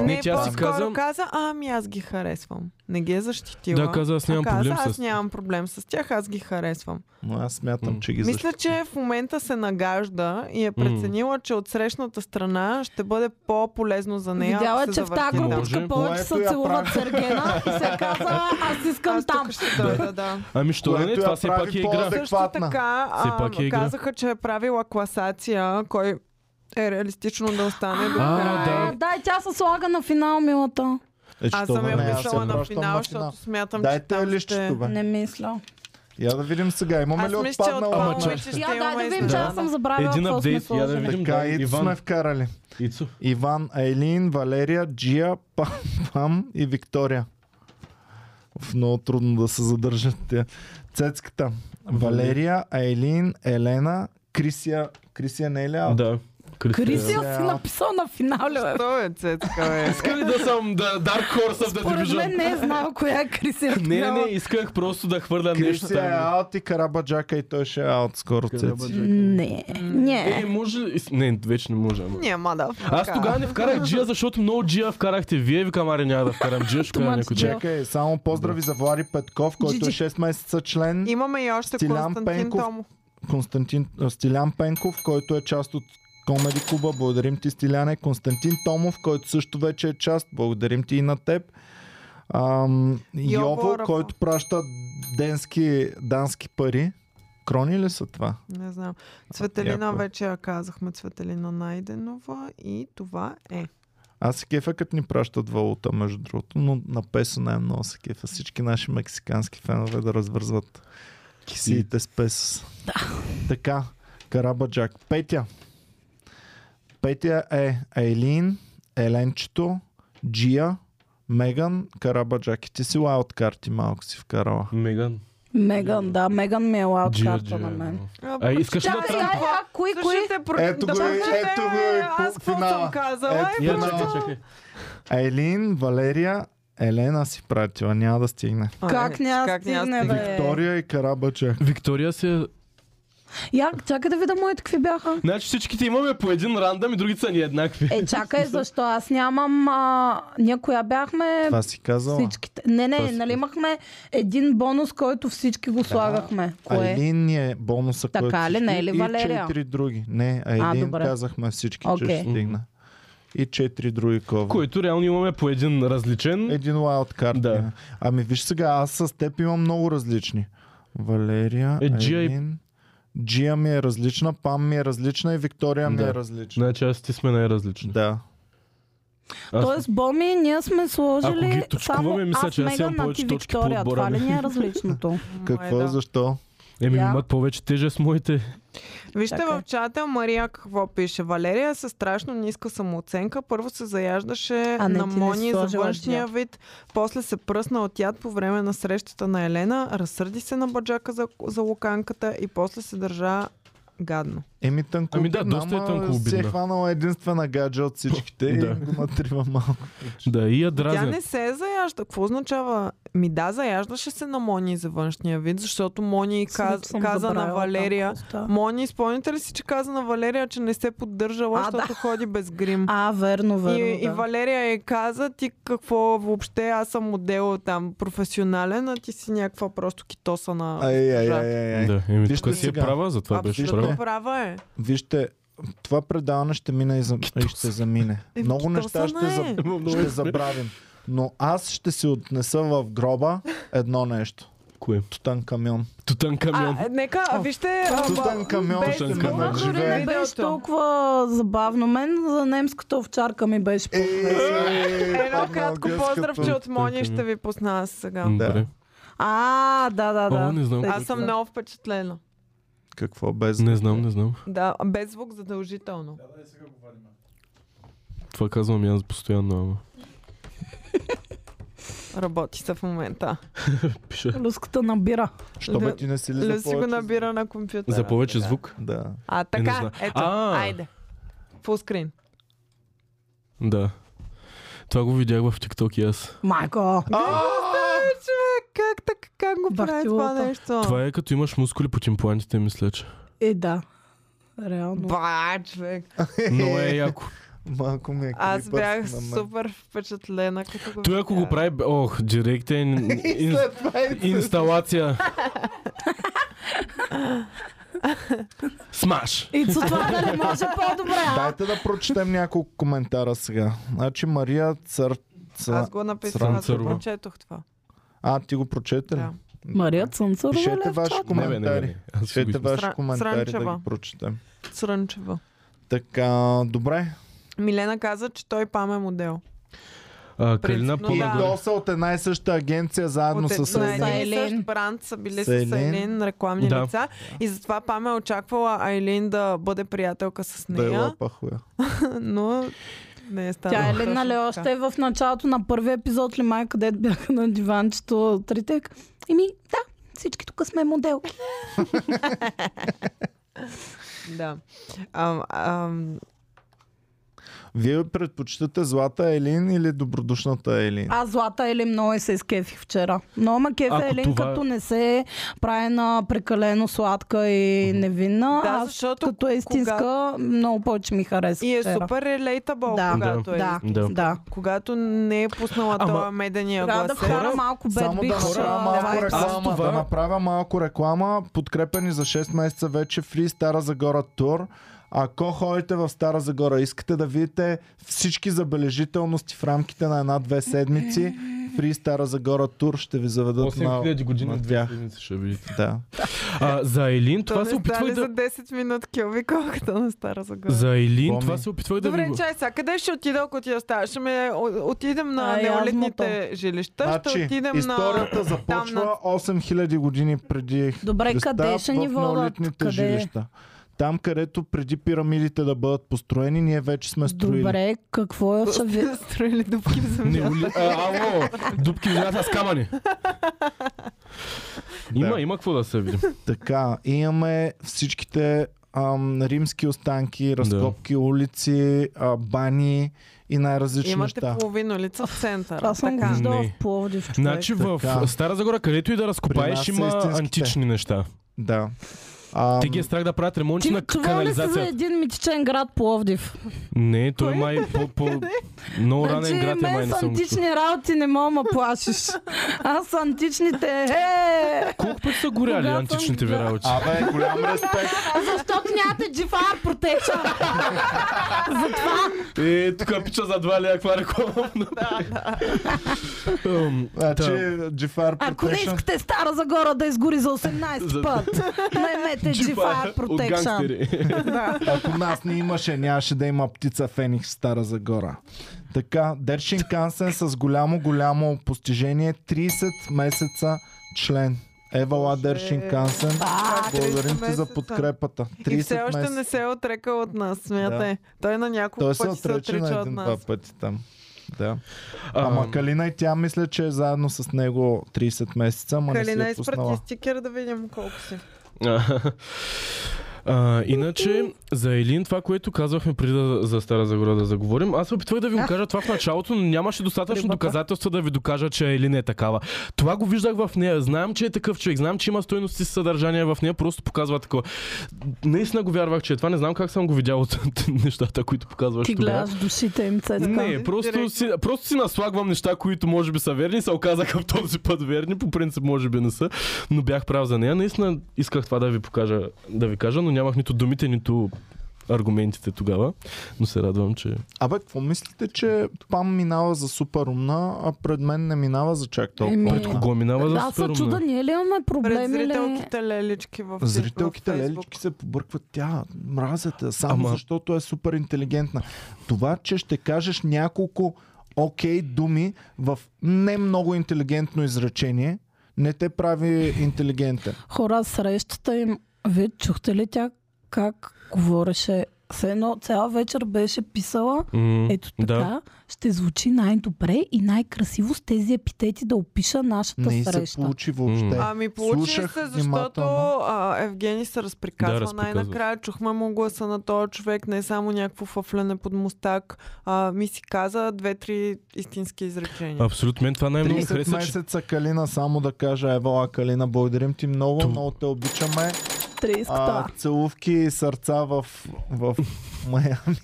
Не,
Не, тя си
по-скоро
каза-
каза, а, ами аз ги харесвам. Не ги е защитила.
Да, каза, аз нямам
а,
проблем
каза, аз
с-
нямам проблем с тях, аз ги харесвам.
Но аз смятам,
М.
че ги защити.
Мисля, че в момента се нагажда и е
М.
преценила, че от срещната страна ще бъде по-полезно за нея.
Видяла, е,
ако се
че в тази
завърти там.
Може.
групичка повече
Което
се
я
целуват
прави.
с Ергена и се казва, аз искам
Аз
там.
тук ще дойда, да.
Ами що да не,
Което
това
я
все
прави
пак е игра.
по-адекватна.
Също
Адекватна.
така
Все
а,
пак е игра.
казаха, че е правила класация, кой е реалистично да остане до
А,
края.
да.
А, да, и Е, тя се слага на финал, милата.
Е, че
Аз
това
съм я
не, аз
писала
се
на
връщам
финал, защото смятам, че
Дайте
там
я
ще...
лището, бе.
Не мисля.
Я да видим сега. Имаме
Аз
ли
мисля, че е. от
отпаднала?
това
Ама, че-
момиче ще
Я дай
имаме
да видим, че
изненада.
аз съм забравила
Един
какво сме
апдейт, я да
сложили.
видим.
Така,
да,
и
Иван.
сме вкарали.
Ицо.
Иван, Айлин, Валерия, Джия, Пам, Пам и Виктория. Оф, много трудно да се задържат те. Цецката. Валерия, Айлин, Елена, Крисия. Крисия не е ли? аут?
Да.
Крисия
Да.
си написал на финал, бе.
Що е, Цецка, бе?
Иска ли да съм да, Dark Horse of the
Поред мен
Division?
не е знал коя е Крисия.
Не, не, не, исках просто да хвърля нещо
Крисия е
там.
аут и Карабаджака и той ще е аут скоро. Цеци.
Не,
Е,
не.
може ли... Не, вече не може. Ама.
Няма да.
Аз тогава не вкарах Джия, защото много Джия вкарахте. Вие викам, аре няма да вкарам Джия, ще вкарам
Тумач
някой
Джия.
Джия.
Чакай, само поздрави за Влади Петков, който е
Джиджи.
6 месеца член.
Имаме и още
Стилян
Константин
Пенков.
Томов.
Константин а, Стилян Пенков, който е част от Комеди Куба. Благодарим ти, Стиляне. Константин Томов, който също вече е част. Благодарим ти и на теб. Ам, Йово,
Рафа.
който праща денски, дански пари. Крони ли са това?
Не знам. Цветелина
яко е.
вече я казахме. Цветелина Найденова. И това е.
Аз се кефа, като ни пращат валута, между другото, но на песо най-много се кефа. Всички наши мексикански фенове да развързват кисиите с песос. Така, Карабаджак. Петя. Петя е Айлин, Еленчето, Джия, Меган, Карабаджак. И ти си лауткарти малко си вкарала.
Меган.
Меган, да, Меган ми е лауд
Джия,
карта
Джия. Е,
на мен.
А, искаш ли
Чакай,
да
чакай, а кои, кои?
Слушайте, про-
Ето
да
го и-
прочетем,
ето го и
аз какво
финала.
съм казала.
Ето
Е,
го.
Я,
просто-
чакай, чакай.
Айлин, Валерия, Елена си пратила, няма да стигне.
А,
Как
е,
няма
как няма
стигне, бе?
Виктория и Карабаджак.
Виктория се...
Я, чакай да видя моите какви бяха.
Значи всичките имаме по един рандъм и другите са ни еднакви.
Е, чакай, защо аз нямам... А, ние коя бяхме?
е
Това си казала.
Всичките. Не,
Това
не,
си-
нали имахме един бонус, който всички го слагахме. Кое?
Айлин ни е бонуса,
Така
който
ли?
си-
Не е ли,
и
Валерия?
четири други. Не, Айлин
добре.
казахме всички, че
Окей.
ще стигна. И четири други коври.
Които реално имаме по един различен.
Един лайлдкарт.
Да.
Да. Ами виж сега, аз с теб имам много различни. Валерия,
Е, Джия и-
Айлин... Джия ми е различна, Пам ми е различна и Виктория ми
Да.
е различна.
Значи аз и ти сме най-различни.
Да.
Аз-
Тоест, Боми, ние сме
Ако ги
сложили само
точкуваме, мисля,
аз
че аз имам
Меган, а ти
повече точки по
Виктория. Това
отбора нали?
ли
ми.
ни е различното?
Какво,
Май да.
защо?
Еми,
Я.
имат повече тежест моите.
Вижте
Така е.
в чата Мария какво пише. Валерия е със страшно ниска самооценка. Първо се заяждаше
А, не,
на
ти не си
Мони за
сложила
външния вид. После се пръсна от яд по време на срещата на Елена. Разсърди се на баджака за, за луканката и после се държа гадно.
Еми тънко
Ами да, доста е тънкообидна.
Се е хванала единствена гадже от всичките и
Да.
го натрива малко.
Да, и я
Тя
дразнят.
не се е заяжда. Какво означава? Ми да, заяждаше се на Мони за външния вид, защото Мони каз,
Съм
каза на
забравила
Валерия.
там какво става.
Мони, спомняте ли си, че каза на Валерия, че не се поддържала,
А,
защото
да.
ходи без грим?
А, верно, верно.
И, и
да.
Валерия е каза, ти какво въобще, аз съм модел там професионален, а ти си някаква просто китоса на...
Ай, ай, ай, ай.
Да, еми,
Вижте
тук си е
сега.
права, затова беше
Абсолютно.
права.
Абсолютно права е.
Вижте, това предаване ще мине и, за... и ще замине.
Е,
Много неща ще,
китосана
за...
е.
ще забравим. Но аз ще си отнеса в гроба едно нещо.
Кое?
Тутанкамион.
Тутан камион.
А, е, нека, а, вижте... а,
Тутанкамион
без
ще ме
звук,
Дори
дори
надживее.
не
живее. е
беше
видеото.
толкова забавно. Мен за немската овчарка ми беше по
Едно кратко поздравче от Мони ще ви пусна аз сега.
Добре.
Да.
А, да, да, да.
О, не знам е
Сетих
Аз съм
се.
много впечатлена.
Какво без...
Не знам, не знам.
Да, без звук задължително.
Това казвам и аз постоянно, ама.
Работи се в момента.
Пиша.
Люската набира.
Що бе ти не си ли за
Люси го
повече?
набира на компютъра.
За повече звук?
Да.
А,
не
така,
знам.
ето,
А.
айде. Фулскрин.
Да. Това го видях в TikTok и аз.
Майко!
Е, човек, как така, как го прави това
Бахтилота.
нещо?
Това е като имаш мускули под имплантите, мисля, че.
Е, да. Реално.
Ба, човек.
Но е яко.
Малко ми е
Аз
клипът
бях
на мен.
супер впечатлена, като го
Той ако го
видях.
прави, бе- ох, директен
И
ин,
след това и-
инсталация. Смаш!
И за това да не може по-добре. а?
Дайте да прочетем няколко коментара сега. Значи Мария Цър... Цър...
Аз го написах, аз го
Сранцарова.
прочетох това.
А, ти го прочете ли?
Да.
Мария Цънцарова ли
Пишете
е в
ваши
чата?
Не, бе, не, бе,
коментари.
не. Аз си го
Пишете
измисля.
ваши
Сра-
коментари да
сранчева.
ги прочетем.
Срънчева.
Така, добре.
Милена каза, че той пам е модел.
А, е Калина
Принципно,
И
да.
по-нагоре.
то са от една и съща агенция заедно
От
с
една и
Елин.
Айлин.
същ бранд са били с
С Айлин.
Айлин рекламни
Да.
лица. И затова Паме е очаквала Айлин да бъде приятелка с
Да е
нея,
лапа хуя.
но не е станало.
Тя е ли,
точно
нали,
така.
още в началото на първи епизод ли май, където бяха на диванчето тритек? Еми, да, всички тук сме модел.
Да. Ам, ам,
Вие предпочитате злата Елин или добродушната Елин?
А злата Елин много и се изкефих вчера. Много ма кефи
Ако
Елин,
това е-
като не се прави на прекалено сладка и невинна.
Да,
а
защото
като е истинска, много повече ми хареса
и е
вчера.
супер релейтабъл,
Да.
когато е.
Да,
Да.
да.
Когато не е пуснала
Ама-
това медения
Трябва да
глас.
вкара малко бед
Само да
бих.
направя малко
Аз
реклама.
това-
Да направя малко реклама. Подкрепени за 6 месеца вече Free Стара Загора Тур. Ако ходите в Стара Загора, искате да видите всички забележителности в рамките на една-две седмици, Free Стара Загора Тур ще ви заведат на,
8000 години
на тях.
ще видите.
Да.
А, за Елин това се опитвах
да... за
да...
10 минутки, обиколката на Стара Загора.
За Елин
Боми.
това се опитвах да ви
Добре,
го...
чай сега, къде ще отида, ако ти оставаш? Ще ме о- отидем на
А,
неолитните жилища, ще
Значи,
отидем на...
историята започва 8000 години преди
Добре,
Христа
Е, къде ще
в
ни водят?
неолитните
Къде?
жилища. Там, където преди пирамидите да бъдат построени, ние вече сме строили.
Добре, какво е ще ви...
Строили дупки в
Не,
земята.
Оли... а, ало, дупки в земята с камъни. Има,
Да.
има какво да се видим.
Така, имаме всичките ам, римски останки, разкопки, улици, а, бани и най-различни
Имате
неща.
половина лица в центъра.
Това съм го
Така.
виждала в
Не.
Пловдив, човек.
Значи в
Така.
Стара Загора, където и да
При нас
разкопаеш,
са
е
има
истинските.
антични неща.
Да. Ам,
Те ги е страх да правят ремонти
Ти
на
чувал ли си за
канализацията.
един митичен град Пловдив?
Не, той май по, по... много ранен
Значи
град е май
мен
не
с
съм го чул.
антични работи не мога ма плашиш. Аз с античните... Е!
Колко пъти са горяли
Кога съм
античните ви
била-
работи?
Абе, голям респект.
Защото нямате GFR Protection. Затова
Е, тук пича за два ли, каква е реклама. Ам,
Значи,
та,
Джифар
Ако не
Protection.
искате Стара Загора да изгори за 18
За-
път, наймете GFR
от
Protection.
гангстери.
Ако нас не имаше, нямаше да има птица Феникс в Стара Загора. Така, Дершин Кансен с голямо-голямо постижение. 30 месеца член. Евала Дершин Кансен.
А, 30
Благодарим ти за
Е, месеца.
подкрепата. 30
И все още
месеца.
не се е отрекал от нас, смятай. Той на няколко
Той се
пъти се
отрече на
отрича от
един-два
нас.
пъти там. Да.
Ам,
Ама Калина и тя мисля, че е заедно с него 30 месеца, ама не си
Калина,
е
изпрати
пуснала.
стикер да видим колко си.
А, иначе, за Елин, това, което казвахме преди да, за Стара Загора да заговорим, аз се опитвах да ви го кажа това в началото, но нямаше достатъчно
Рибата.
доказателства да ви докажа, че Елин е такава. Това го виждах в нея. Знам, че е такъв човек, знам, че има стойности с съдържание в нея, просто показва такова. Наистина го вярвах, че е това. Не знам как съм го видял от нещата, които показваш
Ти
тогава.
гледаш душите им, Цецка.
Не, просто
Директно.
си, просто си наслагвам неща, които може би са верни, се оказаха в този път верни, по принцип може би не са, но бях прав за нея. Наистина исках това да ви покажа, да ви кажа, но нямах нито думите, нито аргументите тогава, но се радвам, че...
Абе, какво мислите, че Пам минава за супер умна, а пред мен не минава за чак толкова
Еми,
умна?
Пред кого минава за
Да, се
супер
чуда,
умна?
ние ли имаме
Пред
проблеми ли?
зрителките лелички в в
Зрителките
Фейсбук.
лелички се побъркват. Тя мразята, само Ама...
Ама-
защото е супер интелигентна. Това, че ще кажеш няколко окей думи в не много интелигентно изречение, не те прави интелигентен.
Хора, срещата им Вие чухте ли тя как говореше? Все едно цяла вечер беше писала
М,
Ето така
Да.
да. ще звучи най-добре и най-красиво с тези епитети да опиша нашата
Не се
среща.
получи въобще.
Ами получи
Слушах
се, защото
внимателно.
а, Евгений се разприказва
Да,
да,
разприказва
най-накрая. Чухме му гласа на този човек, не само някакво фъфляне под мустак. А, ми си каза две-три истински изречения.
Абсолютно. Мен това най-много ми
30
хареса, че
месеца Калина, само да кажа, Евала Калина, благодарим ти много,
Ту-
много те обичаме.
Треската.
А, целувки и сърца в, в Майами.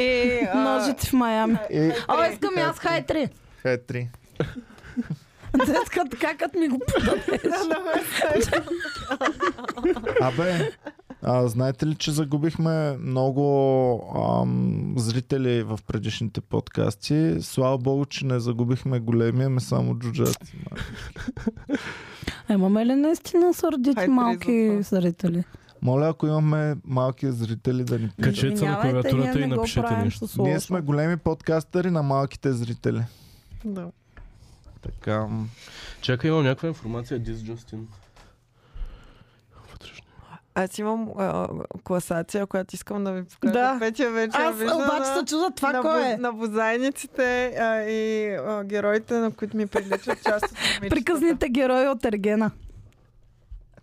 И, а,
Ножици в Майами.
И
О, искам и аз хай три.
хетри.
Деска така, като ми го подадеш.
Абе, а, знаете ли, че загубихме много ам, зрители в предишните подкасти? Слава богу, че не загубихме големия, ме само джуджаци. ма.
Имаме ли наистина
Хай
сърдити
три за
малки
това.
зрители?
Моля, ако имаме малки зрители да ни пишат.
Качете се на
Извинявайте,
клавиатурата
ние
и
не го
напишете
правим
нещо.
с лошо.
Ние сме големи подкастъри на малките зрители.
Да.
Така. м.
Чакай, имам някаква информация. Дис Джастин. Вътрешно.
Аз имам а, класация, която искам да ви покажа.
Да.
Петя вече я
Аз
вижда
обаче
на-
се чуда това
на,
кой
бу-
е.
на бозайниците а, и а, героите, на които ми приличат част от момичетата.
Приказните герои от Ергена.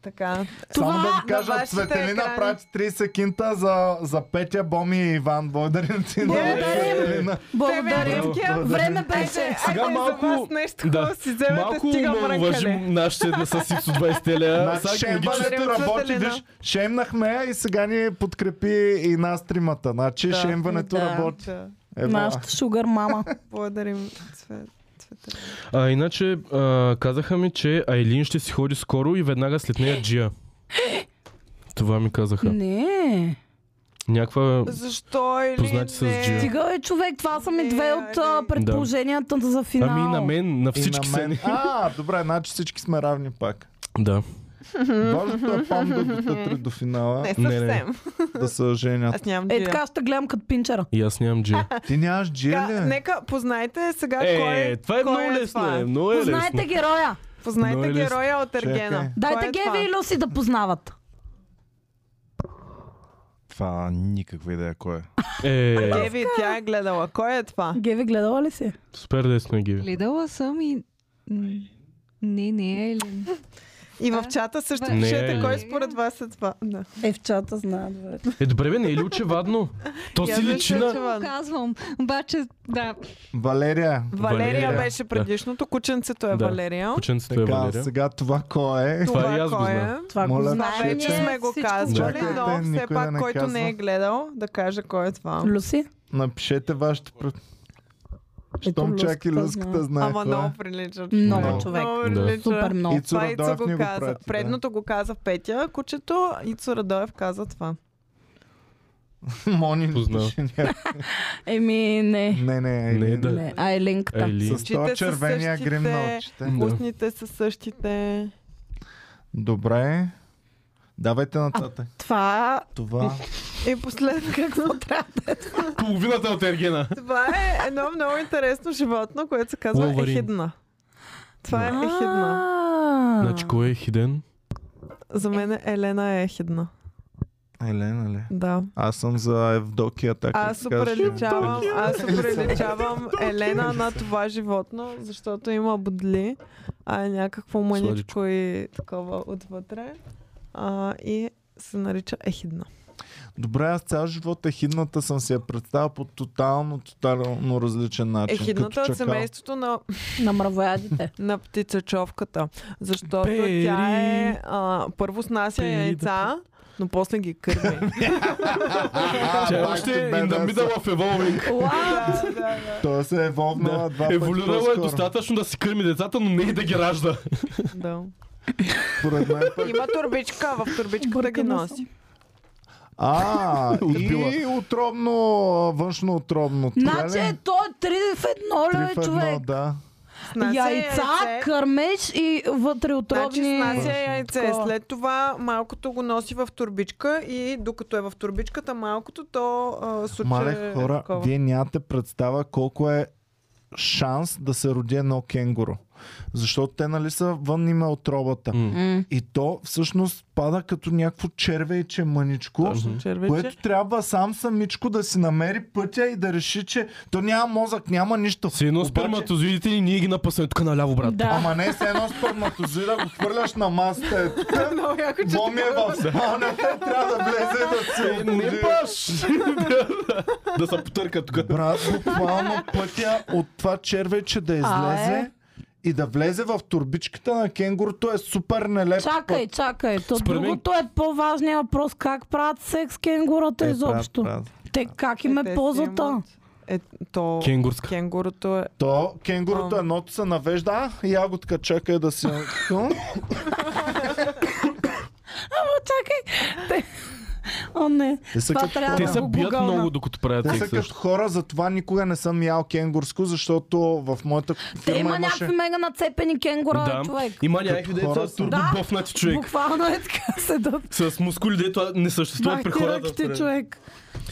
Така.
Това
Само да ви
на
кажа,
вашите
Цветелина
екрани.
прати 30 кинта за, за Петя, Боми и Иван. Благодарим ти много,
Благодарим.
Цветелина.
Благодаря.
Благодарим.
Благодарим.
Време беше.
Е, Сега
Сега Айде, малко...
малко-
за вас нещо,
да.
да. си вземете,
Малко
Е, стига
ме
мрънкане.
уважим нашите дни с 20 теля.
Значи шемването
логично.
работи,
Цветелина.
виж, шемнахме я и сега ни подкрепи и нас тримата. Значи
Да.
шемването
Да.
работи. Е,
Да.
Ева.
Нашата шугар мама.
Благодарим, Цвет. Цветелина.
А, иначе а, казаха ми, че Айлин ще си ходи скоро и веднага след нея Джия. Това ми казаха.
Не.
Някаква...
Защо или
Познати с
не?
Джия.
Стига е човек. Това са ми две от а,
Да.
предположенията за финал.
Ами на мен, на
И
всички
на
са
мен.
ни.
А, добре, значи всички сме равни пак.
Да.
Божето е пам да дотътре до финала,
Не
Не,
съвсем.
не.
да се женят.
Аз нямам
Е
Джия.
така ще гледам като пинчера.
И аз нямам Джия.
Ти нямаш джия
Ка-
ли?
нека познайте сега кой
Е, това е
кой
много лесно.
това?
Е, много е
Познайте
лесно.
героя.
Познайте
Много е лесно.
героя от
Чакай.
Ергена.
Дайте
Кой е
Геви и Люси да познават.
Това никаква идея кой е.
Е,
това? Геви, тя е гледала. Кой е това?
Геви гледала ли си?
супер лесно е, Гиви.
Гледала съм и... м, Не, не е Елин.
И в чата също
Не,
пишете
не.
кой според вас е това. Да.
Девчата знаят.
Е, добре бе, не е ли очевадно? То
Я
си
мисля,
личи
че-
на...
Го Казвам, обаче да.
Валерия.
Валерия,
Валерия.
беше предишното. Кученцето е
Да.
Валерия.
Кученцето е
Така,
Валерия.
сега това кой е?
Това и аз го
кой
знам.
е?
Това
Моля,
го
Това
Значи,
знае.
вече
че-
сме го
Всичко
казвали,
Чакайте,
знаем.
но все
никой да
пак,
не
който
казва.
не е гледал, да каже кой е това.
Люси?
Напишете вашето пред... Щом
Люската
чак и люската
знае.
знае
Ама
кой е.
много прилича.
Много
Да.
човек.
Много
Да.
прилича.
Супер много.
И- Ицо
Това
Радоев
Ицо го
ни го
каза.
прати, да.
Предното го каза Петя, кучето. Ицо Радоев каза това.
Мони
Познава.
напише някой.
Еми, не.
Не, не,
Не,
Айлин.
да.
Не, а Еленката.
Айлин.
С
Очите
този
са
червения
същите.
грим на очите.
Да.
Устните са същите.
Добре. Давайте нататък.
Това
Това.
И е последно какво трябва? е.
Половината от Ергена.
Това е едно много интересно животно, което се казва
Ловарин.
ехидна. Това е
е
ехидна.
хидна.
Значи кой е хиден?
За мен Елена е ехидна.
Елена ли?
Да.
Аз съм за Евдокия, така
Аз
да кажеш.
оприличавам, аз оприличавам Елена на това животно, защото има бодли, а е някакво мъничко и такова отвътре. А, и се нарича ехидна.
Добре, аз цял живот ехидната съм си я представил по тотално, тотално различен начин.
Ехидната
като
от
чакал.
семейството на,
На мравоядите.
на птицачовката, защото
Пери.
тя е а, първо снася
Пери да
яйца, но после ги кърми.
А,
Тя
пак
още
си
е in
бе,
the
да,
middle of evolving.
да, да, да.
Той се е еволвнала два пъти
Еволюирала е
по-скоро.
достатъчно да си кърми децата, но не и да ги ражда.
да.
Поред мен пък.
Има турбичка, в турбичката ги
Объркана
носи.
А, и
Отбила.
отробно, външно отробно.
Значи е той три в едно ли бе, човек? Значи е-
да.
Снася
Яйца,
яйце.
кърмеж и вътре
Значи
отровни.
снася яйце.
Такова.
След това малкото го носи в турбичка и докато е в турбичката малкото, то а, суче
Мале хора,
такова.
вие нямате представа колко е шанс да се роди едно кенгуро. Защото те, нали, са вън има от робата.
М.
М.
И то всъщност пада като някакво червейче мъничко,
Точно червече.
което трябва сам самичко да си намери пътя и да реши, че то няма мозък, няма нищо.
С едно сперматозоидите ни, ние ги напъсваме тук наляво, брат.
Да.
Ама не, с едно сперматозида го хвърляш на масата. Е, тук,
Много яко, че
Боми е в спалнята, трябва да влезе да се
Е, Не
обложи.
паш! да се потърка тук.
Брат, буквално пътя от това червече да
А, е.
излезе и да влезе в турбичката на кенгурото е супер нелеп.
Чакай, чакай. То
Според мен-
другото е по-важният въпрос. Как правят секс
Е,
кенгурата изобщо? Те как им е
те си
ползата?
имат- Е, то...
Кенгурска.
Кенгурото е...
То кенгурото
Ам.
едното се навежда, а, ягодка чакай да си...
О, чакай. Те... О, не.
Те са
Това
като
трябва
Те
да
се
го
бият
гугълна.
много, докато правят
Те
секс.
са
също.
като хора, затова никога не съм ял кенгурско, защото в моята
Те
фирма
има
имаше...
някакви мега нацепени кенгура,
Да.
човек.
Има някакви
Като
деца
хора
с
са.
Да.
турбобъфнати човек.
Буквално е така седат.
С мускули, дето не съществуват при
Бахтиръките,
хората.
човек.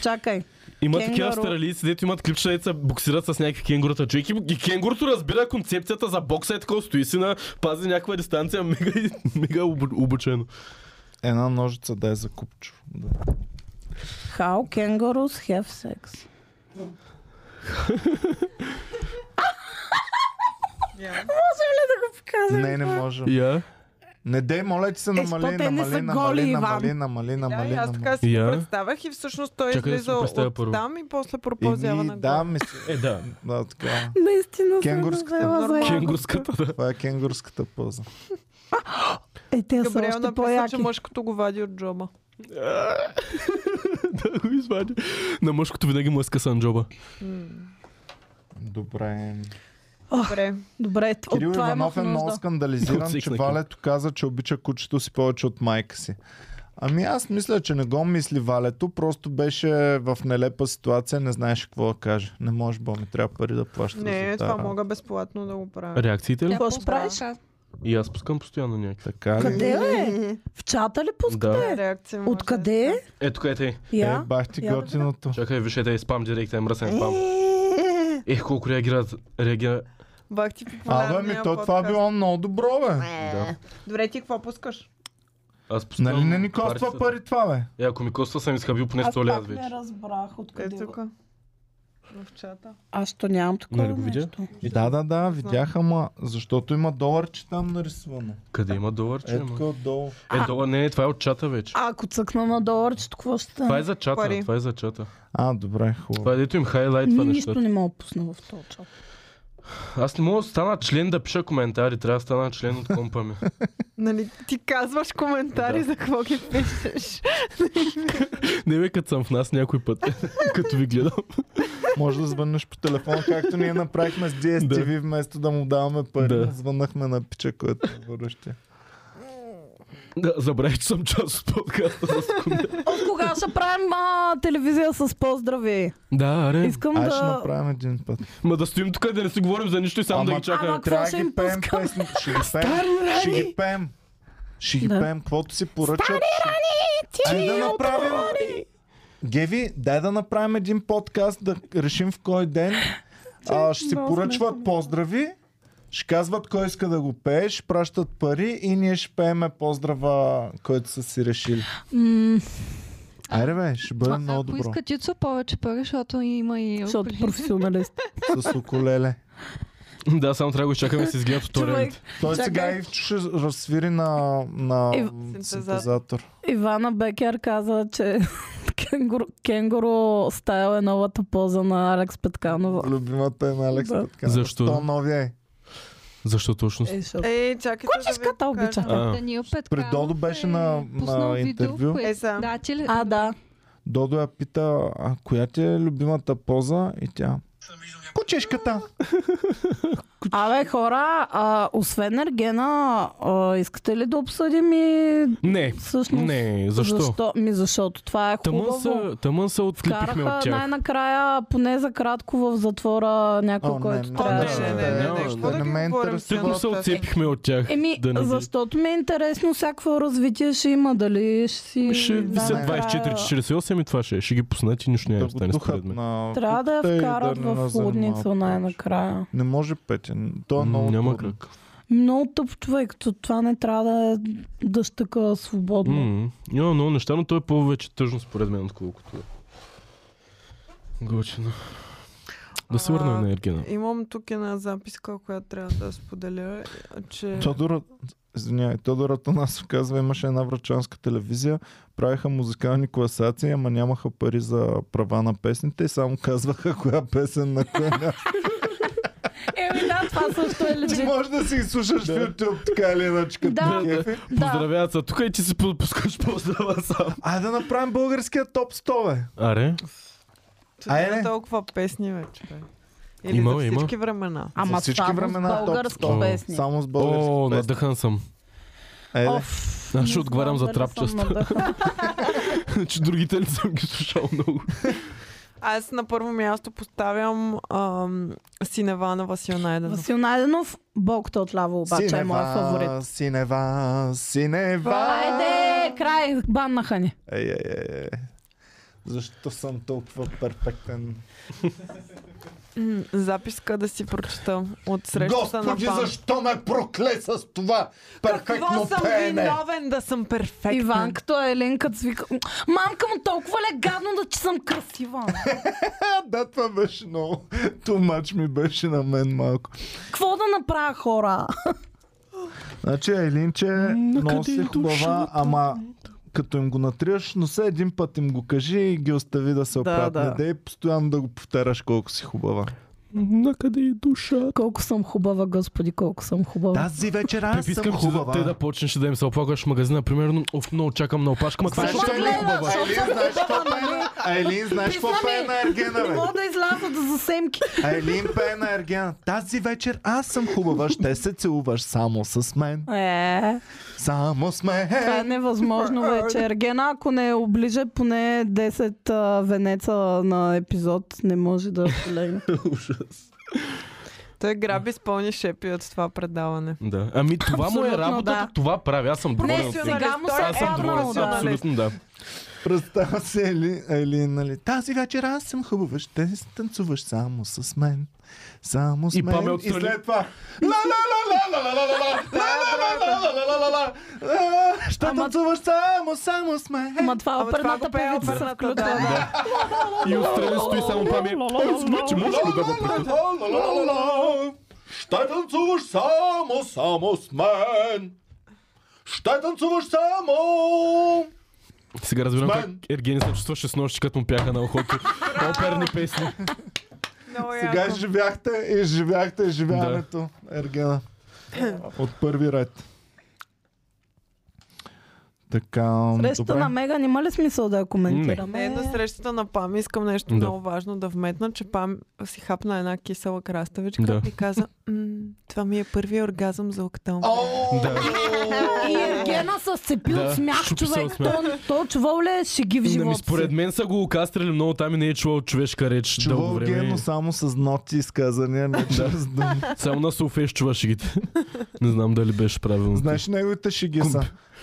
Чакай.
Има
Кенгуру.
такива австралийци, дето имат клипчета, дето се боксират с някакви кенгурата човек. И, и кенгурото разбира концепцията за бокса и така стои си на пази някаква дистанция, мега, мега обу- обучено.
Една ножица да е за купчо. Да.
How kangaroos have sex? Можем ли да го покажем?
Не, не може.
Я?
Не дей, моля ти се намали,
що Е, те не
намали,
са
намали,
голи,
намали,
Иван?
намали,
Да,
намали,
и аз
намали.
така си
Я?
го представях и всъщност той
Чакай да си
излиза
го представя
от
първо.
там и после пропълзява на
Еми, да,
глава.
мисля,
Е, да.
да, така.
Наистина съм
Кенгурската.
завела за ягодка.
Кенгурската, да.
Това е кенгурската поза.
Е, те са
Габриел
още
написа, че
по-яки.
мъжкото го вади от джоба.
да го извади. На мъжкото винаги му е скъсан джоба.
М,
Добре.
Добре.
Добре, т-
Кирил
от това
Иванов е
имах
много
нужда.
скандализиран, че
Отсекна ги.
Валето каза, че обича кучето си повече от майка си. Ами аз мисля, че не го мисли Валето, просто беше в нелепа ситуация, не знаеше какво да каже. Не може, бо ми трябва пари да плаща
Не,
за
това
тази работа.
мога безплатно да го правя.
Реакциите ли?
Тя
Какво ще
поздравя.
правиш?
И аз пускам постоянно някакви.
Така ли?
Къде е? В чата ли
Да.
пускате?
Реакция може
Откъде е?
Е, тук е те.
Е,
Я?
бах ти
Я да
готиното.
Чакай, виж, е, те е спам директ, е мръсен спам.
Е,
Ех, колко реагират. Реагира.
Бах ти
Абе, ми
популярния
то това
подкаст.
било много добро, бе.
Да.
Добре, ти какво пускаш?
Аз пускам.
Нали не ни коства
парчетата.
пари това, бе?
Е, ако ми коства, съм изхабил поне
Аз
100 лева
пак
вече.
не разбрах
Къде
откъде.
тук? В чата.
Аз то нямам
Нали
такова
го видя?
нещо.
Да, да, да, видях, ама защото има доларче там нарисувано.
Къде има долар, че
Е,
има?
тук отдолу.
Е, долар, не, това е от чата вече.
А, ако цъкна на доларчето, какво ще
Това е
стане?
за чата,
Пари.
това е за чата.
А, добре, хубаво.
Това е дето им хайлайтва
Ни, Ами нищо
нещата.
не мога да пусна в този чат.
Аз не мога да стана член да пиша коментари, трябва да стана член от компа ми.
Нали, ти казваш коментари
Да.
за какво ги пишеш.
не бе, като съм в нас някой път, като ви гледам.
Може да звъннеш по телефона, както ние направихме с DSTV, вместо да му даваме пари.
Да.
Звъннахме на пича, което е въръще.
Да, забравих, че съм част от подкаста за секунда.
От кога ще правим а, телевизия с поздрави?
да, аре.
Искам
Аз ще
да...
направим един път.
Ма да стоим тук и да не си говорим за нищо и само
Ама-
да ги чакаме.
Ама-
Трябва
ще
да ги
им
пеем
пускаме?
песни. Ще ги пеем. Ще ги пеем. Ще ги
Да.
пеем. Каквото си поръчат. ще- Ай да направим. Геви, дай да направим един подкаст, да решим в кой ден. А, ще си
много
поръчват
смешно.
поздрави, ще казват кой иска да го пее, ще пращат пари и ние ще пееме поздрава, който са си решили.
М,
Айде бе, ще бъде
А,
е много
Ако
добро.
иска Цицо повече пари, защото има и...
Защото професионалист.
С уколеле.
Да, само трябва да го изчакаме и се изгинат
Човек,
туториалите.
Той
Чакай.
сега и ще разсвири на, на
Ив-
синтезатор.
Ивана Бекер каза, че кенгуру, кенгуру стайл е новата поза на Алекс Петканова.
Любимата е на Алекс
Да.
Петканов.
Защо?
То новия е.
Защо точно?
Е, шо-
Е, чакайте
Кучешката
да ви
обича.
А,
А,
Даниил
При
Петканов
Додо беше на,
е пуснал
на интервю.
Видео,
Е, са.
Да, че ли...
А, да.
Додо я пита, а коя ти е любимата поза? И тя... Кучешката!
Абе, хора, а, освен Ергена, а, искате ли да обсъдим и
Не,
всъщност...
не, защо?
защо? Ми защото това е хубаво.
Тъмън се, тъмън се отклепихме
Вкараха
от тях.
най-накрая, поне за кратко в затвора някой,
О, не,
който
не,
трябва
не,
да
не,
се-
не, не, не,
не ме
Тъкмо се отцепихме от тях.
Еми,
да не ги-
защото ми е интересно всякакво развитие ще има, дали ще си...
Ще висят
най-накрая-
24-48 и това ще е. Ще ги пуснат и нищо няма
Да
да
го
стане
духат
според мен.
на
Трябва да я
кухта и
вкарат
не
в
ни
хлудница
занимават.
най-накрая.
Не може петен. То е
М,
много
Няма
трудно.
как.
значи.
Много тъп човек, то това не трябва да е дъжд така свободно.
М, Има много неща, но той е повече тъжно според мен, отколкото е. Готино. Да се върнем
А,
на Ергена.
Е, Имам тук една записка, която трябва да споделя, че...
Тодор, извинявай, Тодор Атанасов казва, имаше една врачанска телевизия, правеха музикални класации, ама нямаха пари за права на песните и само казваха коя песен на коя място.
Еми да, това също е
Ти
лежит.
можеш да си ги слушаш в YouTube, така или иначе, като
Да.
те кефи.
Да.
Поздравяват се тук и ти си пускаш поздрава сам.
Айде да направим българския топ 100, бе.
Аре,
Това
Айде.
е толкова песни вече. бе. Или
Има,
за
има.
всички времена.
За
Ама
всички
само
времена е
с
топ
български
100.
песни.
Само с
о,
български песни.
надъхан съм.
Айде.
Оф,
Аз
не
ще
знам
отговарям за
дали съм
трапчаста.
надъхана.
Че другите не съм ги слушал много.
Аз на първо място поставям ам, Синева на Васил Найденов.
Васил Найденов, Бог те отляво обаче е моят фаворит.
Синева, Синева.
Айде, край, баннаха ни.
Ей, ей, ей, ей. Защо съм толкова перфектен?
М, Записка да си прочета от срещата на Пам.
защо ме прокле с това
Какво съм виновен да съм перфектен?
Иван, като Елен, като свика. Мамка му толкова ли е гадно да че съм красива?
А, да, това беше много. Тумач ми беше на мен малко.
Какво да направя хора?
Значи Елинче носи
къде е
хубава,
душата?
ама като им го натриеш, но все един път им го кажи и ги остави да се оправят.
да.
Не дей постоянно да го повтаряш колко си хубава.
На къде е душа?
Колко съм хубава, господи, колко съм хубава.
Тази вечер аз
Пип, искам ти да, те да почнеш да им се оплакваш в магазина, примерно, оф, много чакам на опашка, ма това
Защо
ще е
гледаш?
хубава.
Защото съм
знаеш какво
е
хубава,
пее
нали?
на- Айлин, знаеш какво
Писна
пее
ми.
на Ергена,
Не
бе?
мога да изляза да засемки.
Айлин пее на Ергена. Тази вечер аз съм хубава, ще се целуваш само с мен.
Е,
Само с мен.
това е невъзможно вече. Ергена, ако не оближе поне 10 а, венеца на епизод, не може да полегне.
Той граби с пълни шепи от това предаване.
Да. Ами това му е
Абсолютно,
работата,
да.
това прави. Аз съм доволен. с него.
сега му се
Той
е
Аз съм доволен.
паднало,
с-
да.
Абсолютно да.
Представя се Ели, Ели, нали? Тази вечер аз съм хубава, ще се танцуваш само с мен. Само с
И
мен. и
Паме отстрани.
след това. Ла ла ла ла ла ла ла ла ла ла ла ла ла ла ла ла ла ла ла Ще
Ама-
танцуваш само, само с мен.
Ама това е
Ама това
оперната
го пее
певица се
оперната,
включва.
да.
да.
И отстрани стои само
е-
пами. Значи може ли да го прекъсна?
Ла-ла-ла-ла-ла-ла. Ще танцуваш само, само с мен. Ще танцуваш само.
Сега разбирам
С
как
мен.
Ергени се чувстваше с нощи, като му пяха на ухото. Оперни песни.
Много
Сега
яко.
изживяхте, изживяхте, изживяването, Ергена. От първи ред. Така,
Срещата на
добре.
Меган има ли смисъл Е, да я коментираме?
Не, на Е, срещата на Пам искам нещо
Да.
да. много важно да вметна, че Пам си хапна една кисела краставичка
Да.
и каза, «М, това ми е първият оргазъм за октомври.
О,
Да.
И Ергена се сцепи
Да,
от смях,
щупи се
човек.
от смях.
То, то чувал ли е шеги в
Не, ми
живота
Ами, според
си?
мен са го окастрили много там и не е чувал човешка реч дълго
Чувал ги, е,
време.
но само с ноти изказания, не чрез думи.
Само на Софеш чува шегите. Не знам дали беше правилно.
Знаеш неговите шиги
Кумп.
са.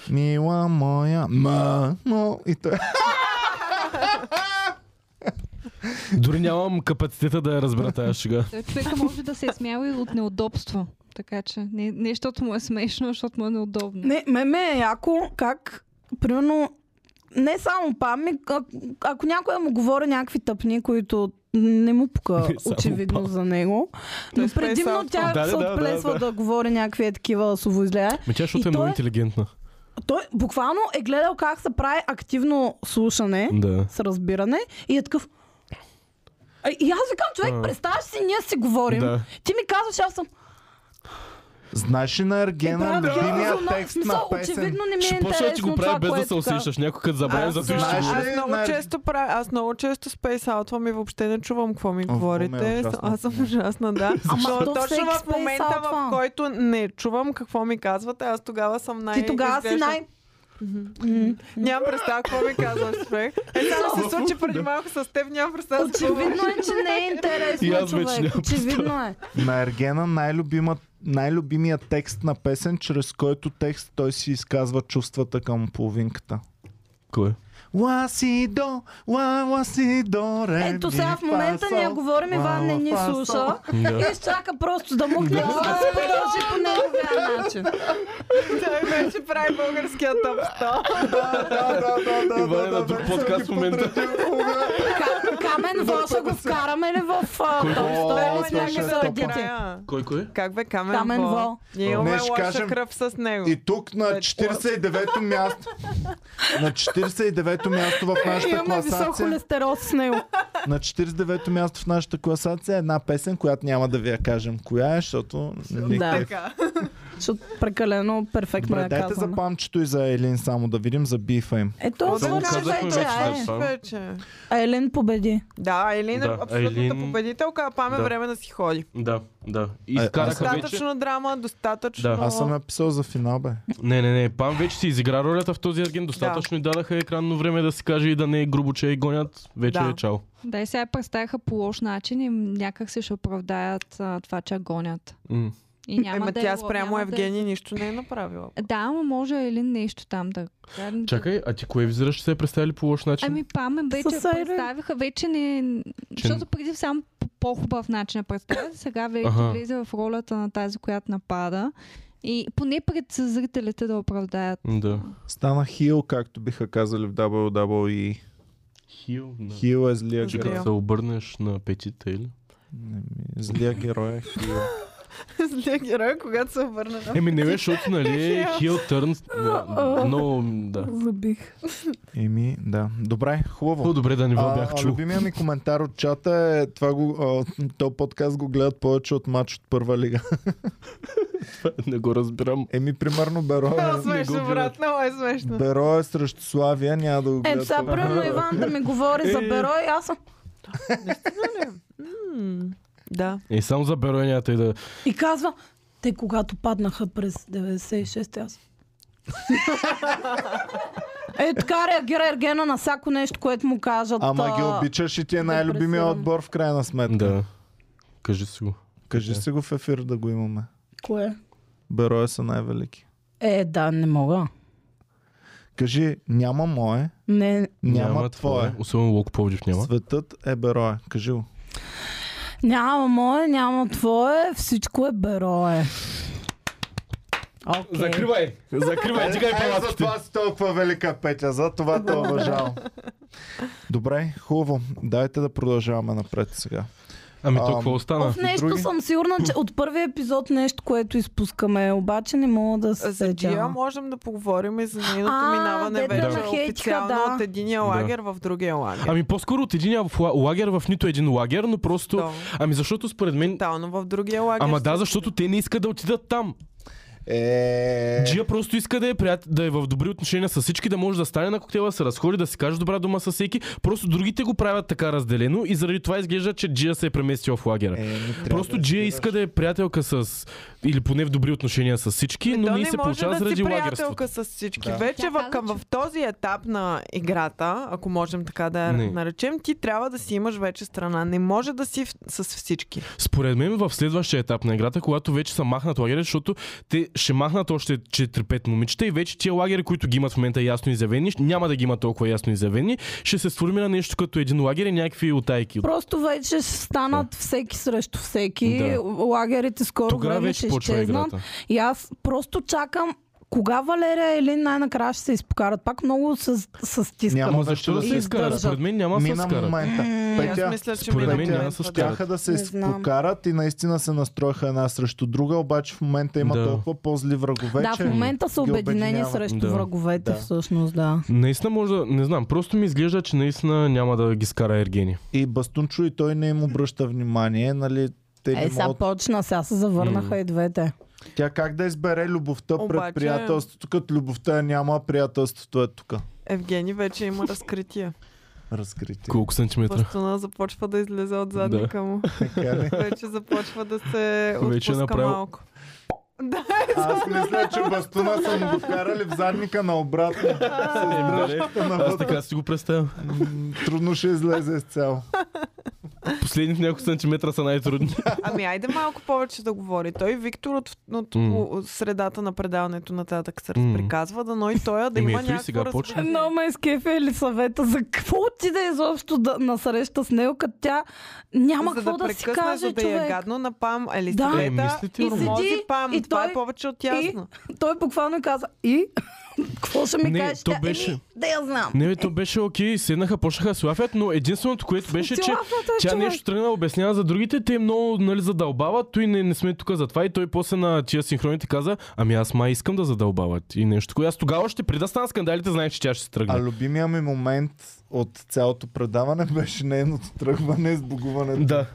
Мила моя, ма, но и той.
Дори нямам капацитета да я разбера тази шега.
Той човек може да се е смял и от неудобство. Така че не, не защото му е смешно, а защото му е неудобно.
Не, ме ме е яко как, примерно, не само пами, а, ако някой му говори някакви тъпни, които не му пука
Не само
очевидно
пам.
за него, но
Той спре
предимно
само
тя
пам. Да,
се
да, да,
отплесва
да,
да, говори някакви е такива словоизлия.
Ме тя, защото
И
е много
той-
интелигентна.
Той буквално е гледал как се прави активно слушане.
Да.
с разбиране и е такъв. А, И аз викам, човек,
А.
представяш си, ние си говорим.
Да.
е, Ти ми казваш, аз съм.
Знаеш ли на Ергена
Е, брат,
любимия
Георги Зонов, в
текст на
смисъл,
песен?
Очевидно не ми е
Ще почна да ти
интересно
го
това,
прави без да
което
се
каза.
усещаш. Някой като забравя, Е, за това ще
знаеш
го
ли?
аз много
най-
често правя, аз много често спейс аутвам и въобще не чувам какво ми
какво ме е
говорите.
ужасно.
аз съм ужасна, да.
Ама
Но
то всеки
точно в
space
момента,
outва.
в който не чувам какво ми казвате, аз тогава съм най
Ти тогава си
изглеждам-
най...
Нямам представа какво ми казваш, човек. Е, само се случи преди малко с теб, нямам представа. с какво ми-
Очевидно е, че не е интересно,
И аз вече
човек.
нямам
Очевидно е.
На Ергена най-любима, най-любимия текст на песен, чрез който текст той си изказва чувствата към половинката.
Кой? е?
Ла си до, ла ла си до, ре,
Ето
ми,
сега в момента
фа, сол.
ние говорим, Иван не ни
Ла, ла, фа, сол.
слуша.
Да.
И изчака просто да мукне, за да се продължи по неговия начин.
Той вече прави българския топ 100.
Да, да, да, да,
Иван е
да, да,
на друг
вече
подкаст в
съм ги
момента.
Ка- Камен Воша го вкараме ли в а,
Кой?
топ
О, това
100 или
ще е
някъде
топа.
агите?
Края.
Кой, кой?
Как бе, Камен,
Камен Вол.
Ние
Не,
имаме
ще
лоша
кажем-
кръв с него.
И тук на 49-то място. На 49-то място в нашата
Имаме висок
класация.
холестерол с него.
На 49-то място в нашата класация е една песен, която няма да ви я кажем коя е, защото нали,
Да.
Така.
Защото прекалено перфектно
Добре,
е я
дайте за
казваме.
памчето и за Елин само да видим за бифа им.
Ето,
Само
това
казахме
вече
вече, да.
е.
Само.
Вече.
А Елен победи.
Да, Елин е
Да,
абсолютната
Елин-
победителка, а Паме
Да.
време да си ходи.
Да, да. И
А-
изкараха вече.
Достатъчно драма, достатъчно... Е,
Да.
Аз съм я писал за финал, бе.
Не, не, не. Пам вече си изигра ролята в този ерген. Достатъчно и дадаха екранно време да си каже и да не е грубо, че я гонят. Вече
Да.
е чао.
Да, и сега я представяха по лош начин и някак се ще оправдаят а, това, че я гонят.
М.
И няма
Ема
да е
тя
ло-
спрямо
няма
Евгений нищо не е направила.
Да, е... да, ама може или нещо там да...
Чакай, а ти кое визираш, че се е представили по лош начин?
Ами Памен вече я
Със Айрен.
представиха, вече не...
Че-
Защото преди само по- по-хубав начин я представят, сега вече
Аха.
влезе в ролята на тази, която напада. И поне пред зрителите да оправдаят.
Да.
Стана хил, както биха казали в WWE.
Хил, да.
Хил е злия
Злия.
герой.
Като се обърнеш на петите или?
Не ми- Злия герой е хил.
Злия герой, когато се обърна на...
Еми не бе, защото нали хил търн, но да.
Забих.
Еми, да. Добре, хубаво.
По-добре да не го
А,
бях
а,
чул.
любимия ми коментар от чата е това го, а, то подкаст го гледат повече от матч от първа лига.
Не го разбирам.
Еми, примерно Беро
Много
е,
смешно, брат, много е смешно. Е,
Беро е срещу Славия, няма да Е. го гледат.
Ето Е, сега,
повече.
примерно Иван да ми говори за перо и аз съм...
М, Да.
Е, само за беронията и да...
И казва, те когато паднаха през 96 аз... Е, така реагира Ергена на всяко нещо, което му кажат.
Ама ги
а,
обичаш и ти е най-любимия
депресирам.
отбор в крайна сметка.
Да. е. Кажи си го.
Кажи си го в ефир да го имаме.
Кое?
Бероя са най-велики.
Е, да, не мога.
Кажи, няма мое,
Не,
няма, твое.
Особено Локо Повдив няма.
Светът е бероя. Кажи го.
няма мое, няма твое, всичко е берое. Окей.
Закривай! Закривай, дигай
Е, за
палатките.
това си толкова велика, Петя. За това те уважавам. Добре, хубаво. Дайте да продължаваме напред сега.
Ами
Ам,
то какво остана?
Оф, нещо
други?
съм сигурна, че от първия епизод нещо, което изпускаме, обаче не мога Е, да се
За Джия
сетя.
можем да поговорим и за нейното
А,
минаване
дето
я
вече
нахейтиха,
официално
да.
от единия
Да.
лагер в другия лагер.
Ами по-скоро от един лагер в нито един лагер, но просто...
То,
Ами защото според мен...
Тотално в другия лагер.
Ама
се-
да, защото те не искат да отидат там.
Е...
Джия просто иска да е, прият... да е в добри отношения с всички, да може да стане на коктейла, да се разходи, да си каже добра дума с всеки. Просто другите го правят така разделено и заради това изглежда, че Джия се е преместила в лагера.
Е, ми трябва
Просто
да
Джия
разбираш.
иска да е приятелка с... Или поне в добри отношения с всички,
То
но не й
не
се
Е, може
получава
да
заради
си
лагерството.
приятелка с всички.
Да.
Вече
Тя
в,
каза,
към,
че-
в този етап на играта, ако можем така да я
Не.
наречем, ти трябва да си имаш вече страна. Не може да си в, с всички.
Според мен в следващия етап на играта, когато вече са махнат лагери, защото те ще махнат още 4-5 момичета и вече тия лагери, които ги имат в момента ясно изявени, няма да ги има толкова ясно изявени, ще се сформира нещо като един лагер и някакви отайки.
Просто вече ще станат всеки срещу всеки.
Да.
Лагерите скоро
Тогава
време
вече
ще
почва
изчезнат.
играта.
И аз просто чакам кога Валерия или най-накрая ще се изпокарат. Пак много се с- стискам.
Няма
Ама защо да
вече
се
да
изкарат?
издържат.
Според мен няма да се
Мина
изкарат.
момента.
Аз
Петя,
мисля, че
според
мина
мен
момент
няма
в-
с тях.
Щяха Е, да се
Не знам.
изпокарат и наистина се настроиха една срещу друга, обаче в момента има
Да.
толкова по-зли врагове,
Да,
че
в момента са
ги
обединени
обединява.
срещу
Да.
враговете,
Да.
всъщност, да.
Наистина може да... Не знам, просто ми изглежда, че наистина няма да ги скара Ергени.
И Бастунчо и той не им обръща внимание, нали? Те не
Е, сега
могат...
почна, сега се завърнаха
М.
и двете.
Тя как да избере любовта пред
Обаче-
приятелството, като любовта я няма, а приятелството е тук.
Евгений вече има разкритие.
Разкрити.
Колко сантиметра?
Плащуна започва да излезе от задника му.
Така ли?
Вече започва да се
Вече е
отпуска
направил-
малко. Да,
Аз мисля, че бастуна са му го вкарали в задника на обратно.
Аз така си го представям.
Трудно ще излезе с цяло.
Последните няколко сантиметра са най-трудни.
ами айде малко повече да говори. Той Виктор от, от
М.
по- средата на предаването нататък се
М.
разприказва, да но и той е да
Еми,
има
Ами, ето и сега
някакво
почва.
разбиране.
Но ме изкефи или съвета за какво ти да е изобщо да насреща с него, като тя няма
за
какво
да,
да, си
прекъсне,
каже
за да
човек.
е гадно на пам, ели
Да.
да.
Е, мислите ли?
И седи,
пам,
и
това
той-
е повече от ясно.
Той буквално каза и какво ще ми
Не,
кажеш?
то
Тя,
беше-
Еми, да я знам.
Не, бе, то беше окей, седнаха, почнаха да се лафят, но единственото, което беше, че
Лафната е
тя
човек.
нещо тръгна да обяснява за другите, те много нали, задълбават, той не, не сме тук за това и той после на тия синхроните каза, ами аз май искам да задълбават и нещо. Кое аз тогава ще преда стана скандалите, знаех, че тя ще се тръгне.
А любимия ми момент от цялото предаване беше нейното тръгване и сбогуването.
Да,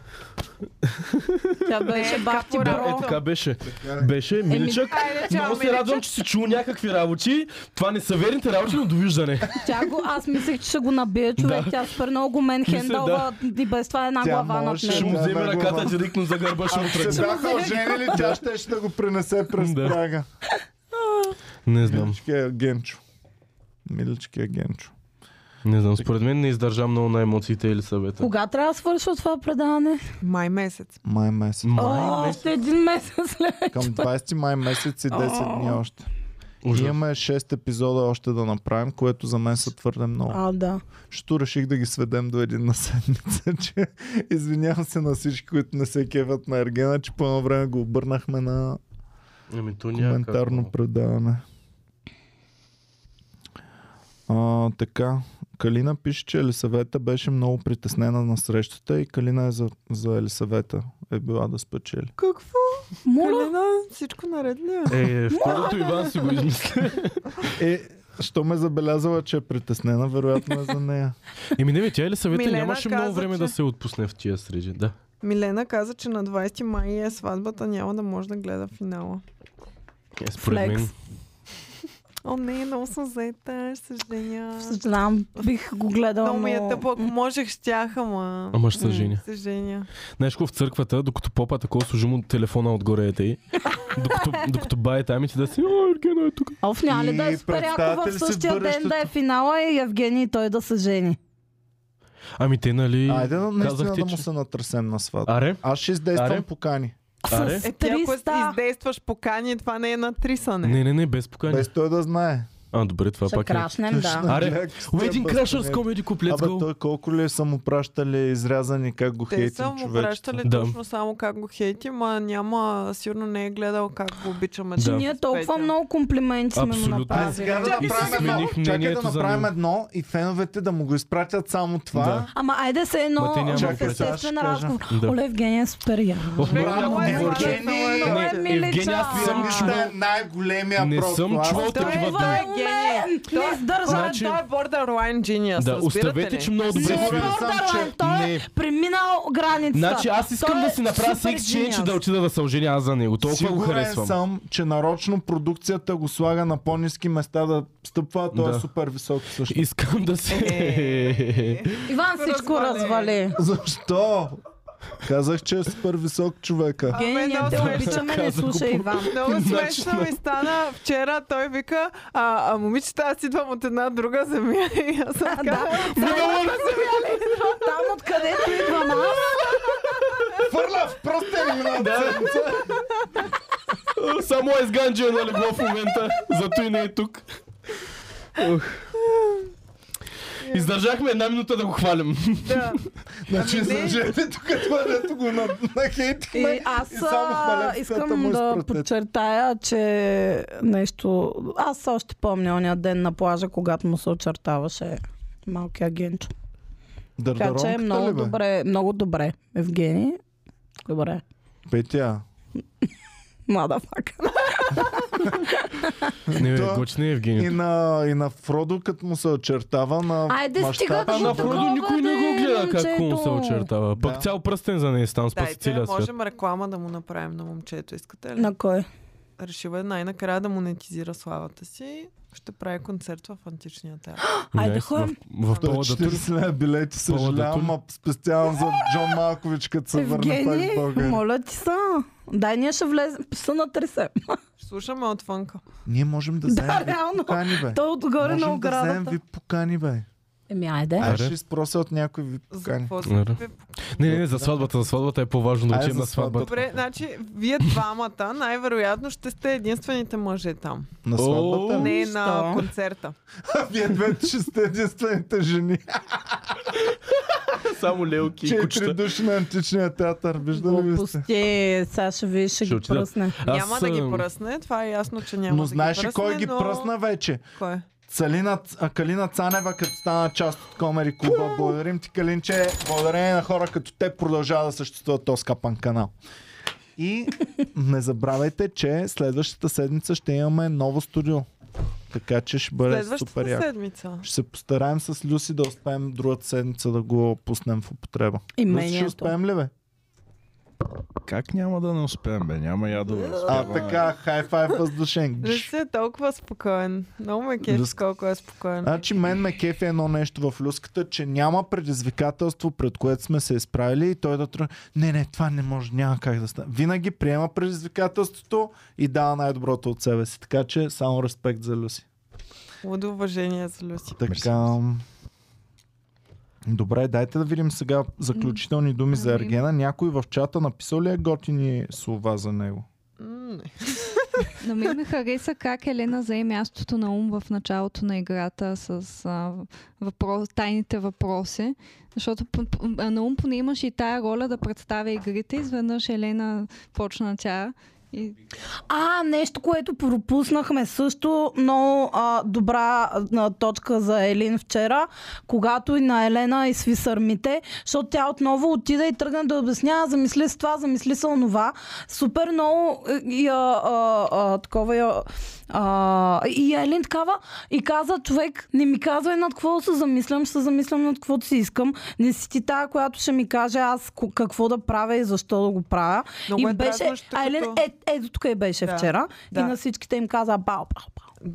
Тя беше бах ти
да, е
бро.
така е. беше. Беше Миличък. Много се радвам, че си чул някакви работи. Това не са верните работи, но довиждане.
Тя го, аз мислех, че ще го набие човек.
Да.
Тя спер много мен
Мисля,
хендълва и без това една
Тя
глава над
можеше
Ще
него.
му
Да,
вземе
да,
ръката
глава.
директно за гърба, ще му
Ако се
тръгне.
бяха оженили, тя ще ще да го пренесе през
Да.
прага.
Не знам.
Миличкия генчо. Миличкия генчо.
Не знам, според мен не издържа много на емоциите или съвета.
Кога трябва да свършва това предаване?
Май месец.
Май месец.
О,
Май,
още един месец след.
Към 20 май месец и 10 дни още.
ужас.
Имаме 6 епизода още да направим, което за мен са твърде много.
А, да.
Що реших да ги сведем до един на седмица, че извинявам се на всички, които не се кеват на Ергена, че по едно време го обърнахме на
Ами то няма как,
коментарно
но.
предаване. А, така, Калина пише, че Елисавета беше много притеснена на срещата и Калина е за, за Елисавета. Е била да спечели.
Какво?
Моля,
Елена, всичко наред ли е?
Е, второто Иван си го измисли.
Е, що ме забелязала, че е притеснена, вероятно е за нея.
Еми не, бе, тя или съвета
Милена
нямаше
каза,
много време
че-
да се отпусне в тия среди. Да.
Милена каза, че на 20 май е сватбата, няма да може да гледа финала.
Е, според мен.
Флекс.
О, не, много съм заета, ще се женя.
знам, бих го гледала,
Много ми е
но...
тъпо, ако можех, щяха, ма.
Ама ще се женя.
Се женя.
Знаеш какво в църквата, докато попа такова служи му телефона отгоре е тъй. Докато, докато бае там и ти да си, о, Ергена е тук.
Оф, няма ли да
И
е супер яко
представяте ли
в
си
същия ден
бъдещето?
да е финала и Евгений и той да се жени?
Ами те, нали,
Айде да наистина
казахте,
да му
че...
се натресем на сватба.
Аре,
Аз ще издействам
Аре?
покани.
Аре?
С
Е, ти ако
300
издействаш покани, това не е натрисане.
не, не, не, без покани.
Без той да знае.
А, добре, това
ще
пак е.
крашнем, да.
Аре,
Гледай, как сте
Wedding Crashers
бастунете.
Comedy Club, let's
Абе,
go.
той колко ли е, са му пращали изрязани, как го
Те
хейтим
са му
човечето.
пращали
Да.
точно само как го хейти, ма няма, сигурно не е гледал как го обичаме.
Да.
Че ние толкова много комплименти сме му
Абсолютно.
Ай,
направили.
сега да
И си
направим едно.
смених
Чакай да
мнението за
направим
него.
едно и феновете да му го изпратят само това.
Ама айде се едно
Ма те няма
в
Чакай, сега
естествен
ще кажа.
разговор.
Да.
Оле, Евгений е супер яко.
Ох, много
Браво,
яко
е,
говорче.
Евгений!
Много е
Не,
миличък.
Евгений, аз съм
А,
Пианиста е най-големия
Не
просто.
съм
Аз-
чувал такива
Той
думи.
е гений.
Не издържа.
Значи-
Той е borderline genius,
Да,
разбирате
оставете,
ли?
че много добре
Сигурен
свири.
съм,
Бордерлайн,
че-
той е
не.
преминал границата.
Значи аз искам
Той
да
е
си направя
супер
секс ченч
гениус.
да отида да се оженя аз за него. Толкова го
Сигурен
харесвам.
съм, че нарочно продукцията го слага на по-низки места да стъпва, а той
Да.
е супер висок също.
Искам да се...
Иван всичко
Развали.
развали.
Защо? Казах, че е супер висок човека.
Гений, ние
много
те
смешно.
обичаме, не
Каза го
слушай
по-
Иван.
Много
Значи-
смешно ми стана. Вчера той вика, а, а момичета, аз идвам от една друга земя. И аз съм така,
Там там откъдето идвам аз.
Е,
Фърля в пръстен минал ценца.
Само е сганджия на легло в момента, зато и не е тук. Ух. Издържахме една минута да го хвалим.
да.
Значи,
Ами не.
сложете тук това, дето го на, на
И аз а, искам
е
да подчертая, че нещо... Аз още помня ония ден на плажа, когато му се очертаваше малкия генчо. Така че е много добре, много добре, Евгений. Добре.
Петя,
Млада фака.
Не, бе,
Да.
гочни
и
Евгений.
на, и на Фродо, като му се очертава на
Айде, стига да
А на
го
Фродо никой не го гледа как му се очертава.
Да.
Пък цял пръстен за нея стан спаси
Дайте,
целия свят.
можем реклама да му направим на момчето, искате ли?
На кой?
решила е най-накрая да монетизира славата си. Ще прави концерт в античния театър.
Айде,
Не,
ходим.
В, в
Той
Павла Датур.
40 лева билети, съжалявам,
Датур.
ма специално за Джон Малкович, като се върне пак в
Евгений,
България.
моля ти са. Дай ние ще влезем. Пса на тресе.
Слушаме отвънка.
Ние можем да
Да,
вземем ви
реално.
покани, бе.
Той е отгоре на
Можем да вземем
оградата.
ви покани, бе.
Еми, айде.
Аз
Аре.
ще изпрося от някой ви
За
покани.
какво се
Добре.
ви-
Не, не, не, за сватбата. За сватбата е по-важно да
Айде
отидем
за
на сватбата.
Добре, значи вие двамата най-вероятно ще сте единствените мъже там.
На сватбата?
О,
Не на
Що?
концерта.
Вие двете ще сте единствените жени.
Само лелки
Четири души на античния театър. Виждали ли сте?
Глупости, сега ще видиш, ще
Ще
ги
отида.
пръсне.
Аз,
няма да ги
ам,
пръсне, това е ясно, че няма
Но
да
знаеш ли
ги пръсне,
кой ги
но...
пръсна вече?
Кой? е?
Калина, а, Калина Цанева, като стана част от Комери Клуба. Благодарим ти, Калинче. Благодарение на хора като те продължава да съществува този капан канал. И не забравяйте, че следващата седмица ще имаме ново студио. Така че ще бъде супер
Следващата
яко.
седмица.
Ще се постараем с Люси да успеем другата седмица да го пуснем в употреба. Люси ще
Имението.
успеем ли бе?
Как няма да не успеем, бе? Няма ядове.
А, така, хай-фай въздушен.
Не си е толкова спокоен. Много ме кеш
Люск-
колко е спокоен.
Значи мен ме кефи едно нещо в люската, че няма предизвикателство, пред което сме се изправили и той да тръгне. Не, не, това не може, няма как да стане. Винаги приема предизвикателството и дава най-доброто от себе си. Така че само респект за Люси.
Лудо уважение за Люси.
Така. Добре, дайте да видим сега заключителни думи за
Ами.
Ергена. Някой в чата написал ли е готини слова за него?
М, не.
На мен ми хареса как Елена зае мястото на ум в началото на играта с а, въпрос, тайните въпроси. Защото п- п- а, на ум поне имаше и тая роля да представя игрите. Изведнъж Елена почна тя. И...
А, нещо, което пропуснахме също, но а, добра а, точка за Елин вчера, когато и на Елена и сви сърмите, защото тя отново отида и тръгна да обяснява, замисли с това, замисли с онова. Супер много е, я, а, а, такова я, а, и Елин такава и каза, човек, не ми казвай над какво да се замислям, ще се замислям над каквото си искам. Не си ти тая, която ще ми каже аз ко- какво да правя и защо да го правя.
Много
и
е
беше,
дразнещо,
а Елен,
като-
е, ето тук е беше
Да,
да, вчера. Да. И
да.
на всичките им каза бал, бал, бал.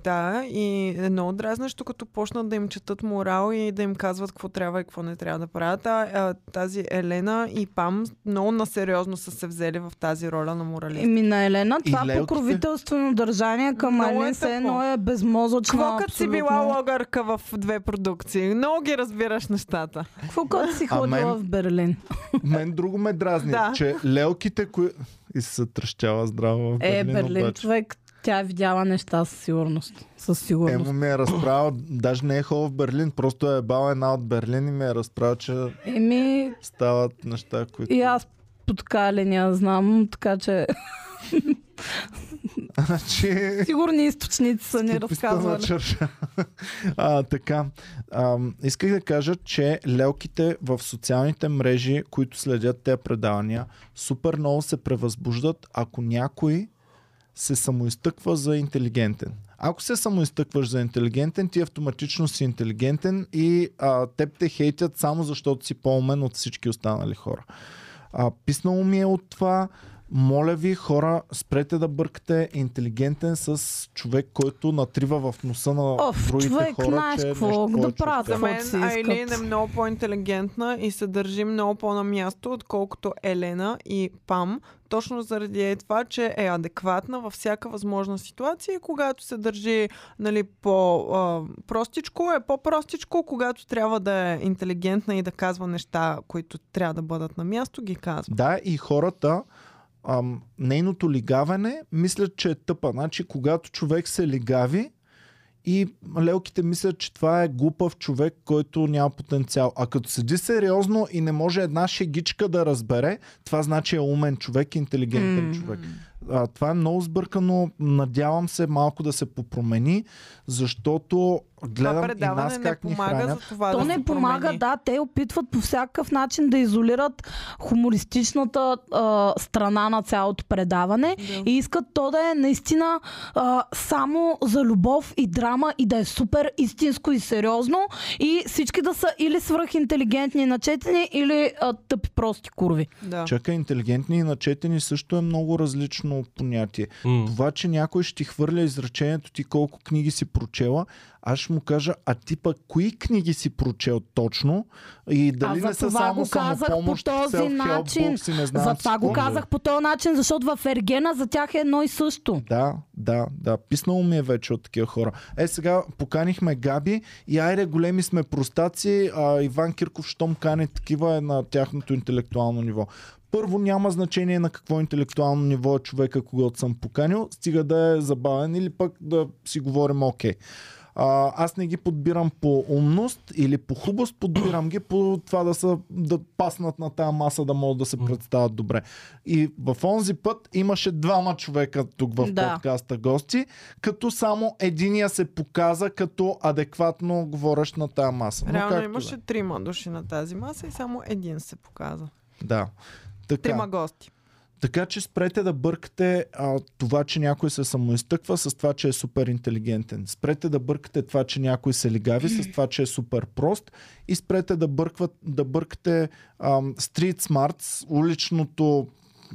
Да, и е много дразнещо, като почнат да им четат морал и да им казват какво трябва и какво не трябва да правят. А, а, тази Елена и Пам много насериозно са се взели в тази роля на моралист.
Еми на Елена,
И
това
лелките.
покровителствено държание към
Много е
Елен се
тъпо.
едно е безмозъчно.
Какво като си била
абсолютно.
логърка в две продукции? Много ги разбираш нещата.
Какво като си
А
ходила
мен-
в Берлин?
Мен друго ме дразни,
Да.
че лелките, кои... И се тръщава здраво в
Е,
Берлин,
Берлин,
обаче.
човек, тя е видяла неща със сигурност. Със
Е,
сигурност.
му ми е разправил, даже не е ходил в Берлин, просто е бал една от Берлин и ми е разправил, че
Еми,
стават неща, които...
и аз по така линия знам, така че
Значи...
сигурни източници са ни
Скъписта на
значи.
разказвали.
черша. а, така. А, исках да кажа, че лелките в социалните мрежи, които следят тези предавания, супер много се превъзбуждат, ако някой се самоизтъква за интелигентен. Ако се самоизтъкваш за интелигентен, ти автоматично си интелигентен и а, теб те хейтят само защото си по-умен от всички останали хора. А, писнало ми е от това. Моля ви, хора, спрете да бъркате интелигентен с човек, който натрива в носа на
Оф,
другите
човек,
хора,
знаеш
че е
какво
нещо
да
повече от
правят,
тях.
За мен
Каквото си искат.
Айлин е много по-интелигентна и се държи много по-на място, отколкото Елена и Пам. Точно заради е това, че е адекватна във всяка възможна ситуация и когато се държи нали, по-простичко, е по-простичко, когато трябва да е интелигентна и да казва неща, които трябва да бъдат на място, ги казва.
Да, и хората, ам, нейното лигаване, мислят, че е тъпа. Значи, когато човек се лигави, и лелките мислят, че това е глупав човек, който няма потенциал. А като седи сериозно и не може една шегичка да разбере, това значи е умен човек, интелигентен
М.
човек. А, това е много сбъркано. Надявам се малко да се попромени, защото гледам
това
и
предаване
нас
не
как ни
помага
хранят.
за това
То
да
не
се
помага,
промени.
да, те опитват по всякакъв начин да изолират хумористичната а, страна на цялото предаване
Да.
и искат то да е наистина а, само за любов и драма и да е супер истинско и сериозно и всички да са или свръхинтелигентни и начетени, или а, тъпи прости курви.
Да.
Чакай, интелигентни е и начетени също е много различно понятие.
М.
Това, че някой ще ти хвърля изречението ти колко книги си прочела, аз ще му кажа, а ти пък кои книги си прочел точно и дали
за
не са
това
само
го казах по
самопомощ,
този
self-help
начин.
books и не знам
За това го
всичко.
казах по този начин, защото в Ергена за тях е едно и също.
Да, да, да. Писнало ми е вече от такива хора. Е, сега поканихме Габи и айде, големи сме простаци. А, Иван Кирков, щом кани такива е на тяхното интелектуално ниво. Първо, няма значение на какво интелектуално ниво е човека, когато съм поканил, стига да е забавен или пък да си говорим окей. А, аз не ги подбирам по умност или по хубост, подбирам ги по това да, са, да паснат на тая маса, да могат да се представят добре. И в онзи път имаше двама човека тук в
Да.
подкаста гости, като само единия се показа като адекватно говорещ на тая маса. Но
Реално
както
имаше
Да.
трима души на тази маса и само един се показа.
да.
Трима
Така,
гости.
така че спрете да бъркате а, това, че някой се самоизтъква с това, че е супер интелигентен. Спрете да бъркате това, че някой се лигави с това, че е супер прост. И спрете да, бъркват, да бъркате ам, street smarts, уличното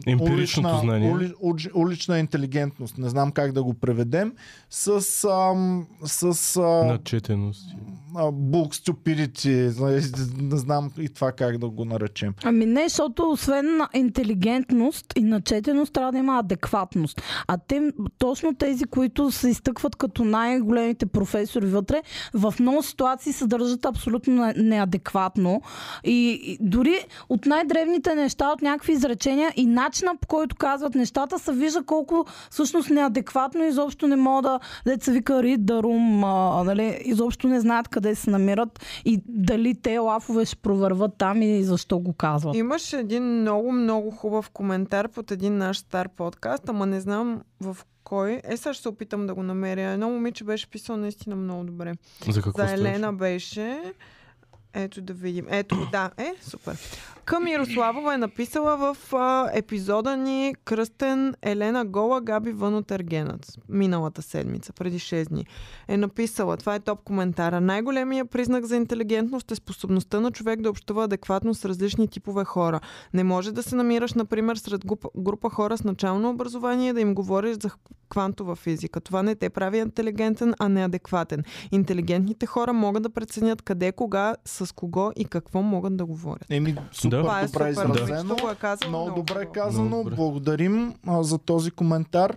Емпиричното
улична,
знание.
Ули, ули, улична интелигентност, не знам как да го преведем, с, ам, с а,
Начетеност.
а, book stupidity, зна- не знам и това как да го наречем.
Ами не, защото освен на интелигентност и начетеност, трябва да има адекватност. А те, точно тези, които се изтъкват като най-големите професори вътре, в много ситуации се държат абсолютно не- неадекватно. И, и дори от най-древните неща, от някакви изречения и начина по който казват нещата, се вижда колко всъщност неадекватно изобщо не мога да, деца вика read the room, а, нали, изобщо не знаят къде се намират и дали те лафове ще провърват там и защо го казват.
Имаше един много-много хубав коментар под един наш стар подкаст, ама не знам в кой. Е, сега ще се опитам да го намеря. Едно момиче беше писал наистина много добре.
За какво
За
стоиш?
Елена беше. Ето да видим. Ето, го, да, е, супер. Към Ярославова е написала в а, епизода ни Кръстен Елена Гола Габи вън от Ергенът. Миналата седмица, преди 6 дни. Е написала, това е топ коментара. Най-големият признак за интелигентност е способността на човек да общува адекватно с различни типове хора. Не може да се намираш, например, сред група, група хора с начално образование и да им говориш за квантова физика. Това не те прави интелигентен, а не адекватен. Интелигентните хора могат да преценят къде, кога, с кого и какво могат да говорят.
Еми, супер
Това
Това е
добре
супер.
изразено.
Да. Го е казал,
Много добре
хубаво.
казано.
Много добре.
Благодарим а, за този коментар.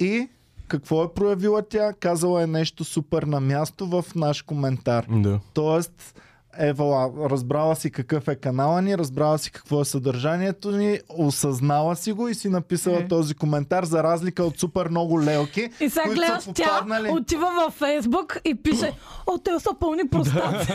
И какво е проявила тя? Казала е нещо супер на място в наш коментар.
Да.
Тоест, Евала, разбрала си какъв е канала ни, разбрала си какво е съдържанието ни, осъзнала си го и си написала
Е.
този коментар, за разлика от супер много лелки,
И сега
които
гледаш
са
тя,
попаднали...
отива във Фейсбук и пише О, те са пълни простаци.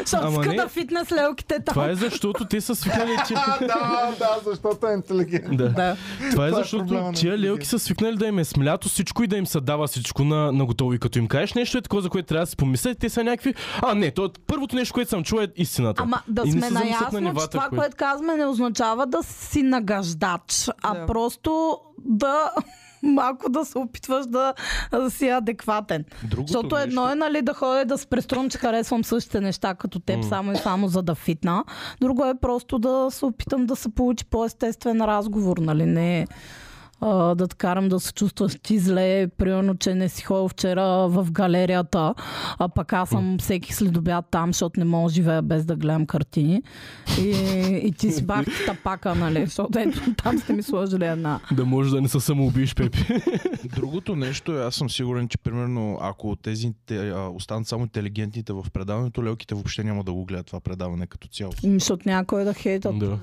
Защото
Ама
иска
не.
да фитнес лелките там.
Това е защото те са свикнали, че...
А, да, да, защото е интелигентен.
Да.
Да.
Това е
Това е
защото
проблема на
тия лелки
другия.
са свикнали да им е смлято всичко и да им се дава всичко на, на готово. И като им кажеш нещо е такова, за което трябва да си помислят, те са някакви... А, не, то е първото нещо, което съм чул е истината.
Ама да
и не
сме
се замислят
наясно,
на
че
нивата,
това,
които-
което казваме, не означава да си нагаждач, а
Да.
просто да малко да се опитваш да, да си адекватен.
Другото
Защото едно е нали, да ходя да се преструн, че харесвам същите неща като теб,
М.
само и само за да фитна. Друго е просто да се опитам да се получи по-естествен разговор, нали? Не а, да те карам да се чувстваш ти зле, примерно, че не си ходил вчера в галерията, а пък аз съм всеки следобяд там, защото не мога да живея без да гледам картини. И, и ти си бах ти тапака, нали? Защото ето там сте ми сложили една.
Да може да не се самоубиеш, Пепи.
Другото нещо е, аз съм сигурен, че примерно ако от тези те, а, останат само интелигентните в предаването, лелките въобще няма да го гледат това предаване като цяло.
М, Ами, Защото някой е да хейтат.
да.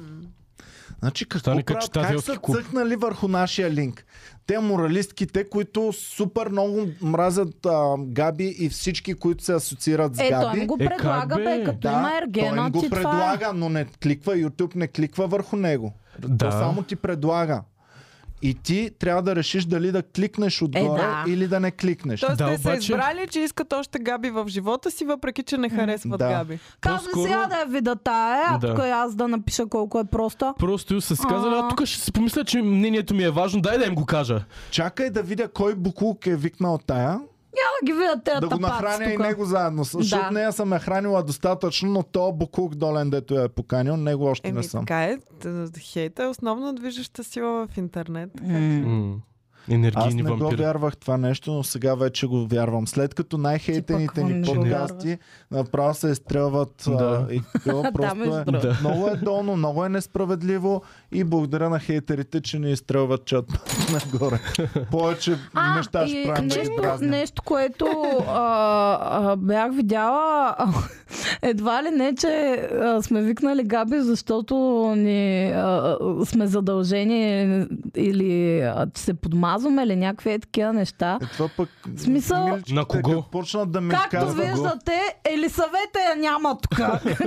Значи какво
Стане
Стане
като
правят? Как
читателски
са
клуб.
цъкнали върху нашия линк? Те моралистките, които супер много мразят а, Габи и всички, които се асоциират с
Е, той
Габи.
им го
Е,
предлага,
как бе?
бе, като
Да,
има
той
ергена,
им го
ти това е.
предлага, но не кликва, YouTube не кликва върху него.
Да.
То само ти предлага. И ти трябва да решиш дали да кликнеш отгоре
Е, да.
или да не кликнеш.
Тоест,
Да,
те са
обаче-
избрали, че искат още Габи в живота си, въпреки че не харесват
Да.
Габи.
Казвай
По-скоро-
сега да я вида тая, а
Да.
тук аз да напиша колко е проста.
Просто са си казали, а
А.
тук ще си помисля, че мнението ми е важно, дай да им го кажа.
Чакай да видя кой буклук е викнал тая,
Да ги видят те
да го нахраня и него заедно. Защото
Да.
нея съм я хранила достатъчно, но то буклук долен, дето я е поканил, него още не
Еми,
съм.
така е. Т- Хейта е основна движеща сила в интернет.
М.
Аз
Енергийни
не го
вампири.
вярвах това нещо, но сега вече го вярвам. След като най-хейтените
Ти пък
ни
не го
подкасти направо се изстрелват да.
Да.
а, и такова просто
между
е,
другото.
да. много е долно, много е несправедливо и благодаря на хейтерите, че ни изстрелват чат нагоре. Повече
А,
неща ще
и е
правим да ги
нещо,
дразня.
нещо, което а, а, бях видяла, а, едва ли не, че а, сме викнали Габи, защото ни, а, а, сме задължени или а, че се подмазваме или някакви е такива неща.
Е, това пък...
В смисъл-
миличките,
На кого?
като Почнат да ми
Както
казват...
виждате, Елисавета я няма тук.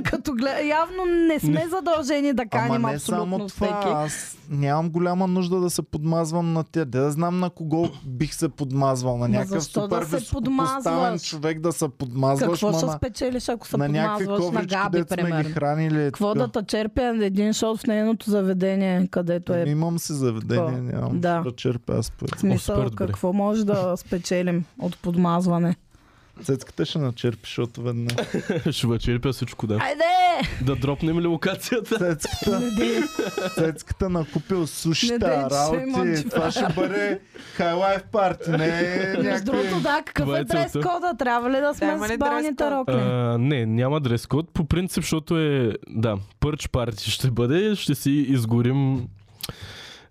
като гледа, явно не сме задължени да
Ама
каним
не само
абсолютно
това,
всеки.
аз нямам голяма нужда да се подмазвам на тя. Да знам на кого бих се подмазвал. На
Ма
някакъв
защо
супер
да се
високопоставен
подмазваш?
човек да се подмазваш,
Какво ще
ма
спечелиш, ако се
на, на някакви
подмазваш на
коврички,
Габи,
дето сме
примерно?
ги хранили.
Какво да те черпя един шот в нейното заведение, където е
Ами Имам си заведение,
Какво?
нямам
Да.
да. да черпя аз пари.
в смисъл,
Оспърт, бре.
какво може да спечелим от подмазване.
Цецката ще начерпиш от веднъж.
Ще вечерпя всичко, да.
Айде!
Да дропнем ли локацията?
Цецката, цецката накупил
Не дей,
сушита,
че имам
работи.
чувство.
Това ще бъде хайлайф парти, не е
Между
някакви...
другото, да, какъв
Това е
е дрес
целта.
кода? Трябва ли да сме
има ли
с балните
дрес код?
рокли?
А, не, няма дрес код. По принцип, защото е... Да, пърч парти ще бъде. Ще си изгорим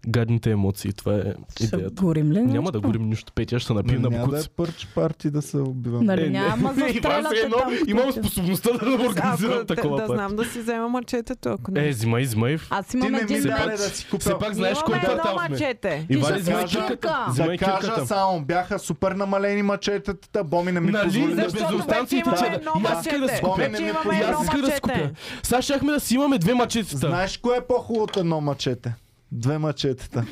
гадните емоции. Това е
Ще
идеята.
горим ли?
Няма да горим нищо. Петя ще напием на
Ама няма да е
букуци.
пърч парти да се убивам.
Е,
Нали няма
Иван,
застреляте
все е едно
там.
Имам
където.
способността да организирам
Ако да,
такова
да
парти.
знам да си взема мачетето, ако не.
Е, взимай, взимай.
Аз
Ти
имам
не ми
един
даде
меч.
да си купя.
Все пак знаеш
Имаме
кой
едно
квартал сме.
мачете.
И
Иван,
за
взимай
кирка.
кирката.
да
Взимай
кажа
кирката.
само, бяха супер намалени мачетата, Боми не ми
Нали,
позволи да
за
си
Защото без-
безостанциите,
вече
че
имаме
да...
едно
И аз исках да
мачете.
си
Боми
купя.
не
Вече
ми
имаме
И
позволи.
едно
аз исках да си купя.
мачете.
Сега щяхме да си имаме две мачетата.
Знаеш кое е по-хубаво от едно мачете? Две мачетата.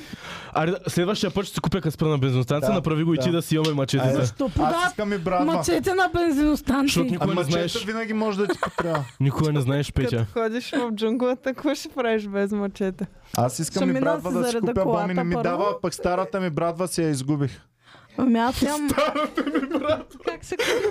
Аре, следващия път ще си купя Каспра на бензиностанция,
Да,
направи го и
да.
ти да си имаме мачетата.
Айде.
Защо
Аз
подават
искам и брадва.
мъчете на
Защото
бензиностанции?
никога
А
не
мачета
знаеш,
винаги може да ти потрябва.
никога не знаеш, Петя.
Като ходиш в джунглата, какво ще правиш без мачете?
Аз
Ще
искам и
мина
брадва
си
да си
зареда
купя, Боми не ми
колата първо.
дава, а пък старата ми брадва си я изгубих.
Ами аз имам...
Как се казва?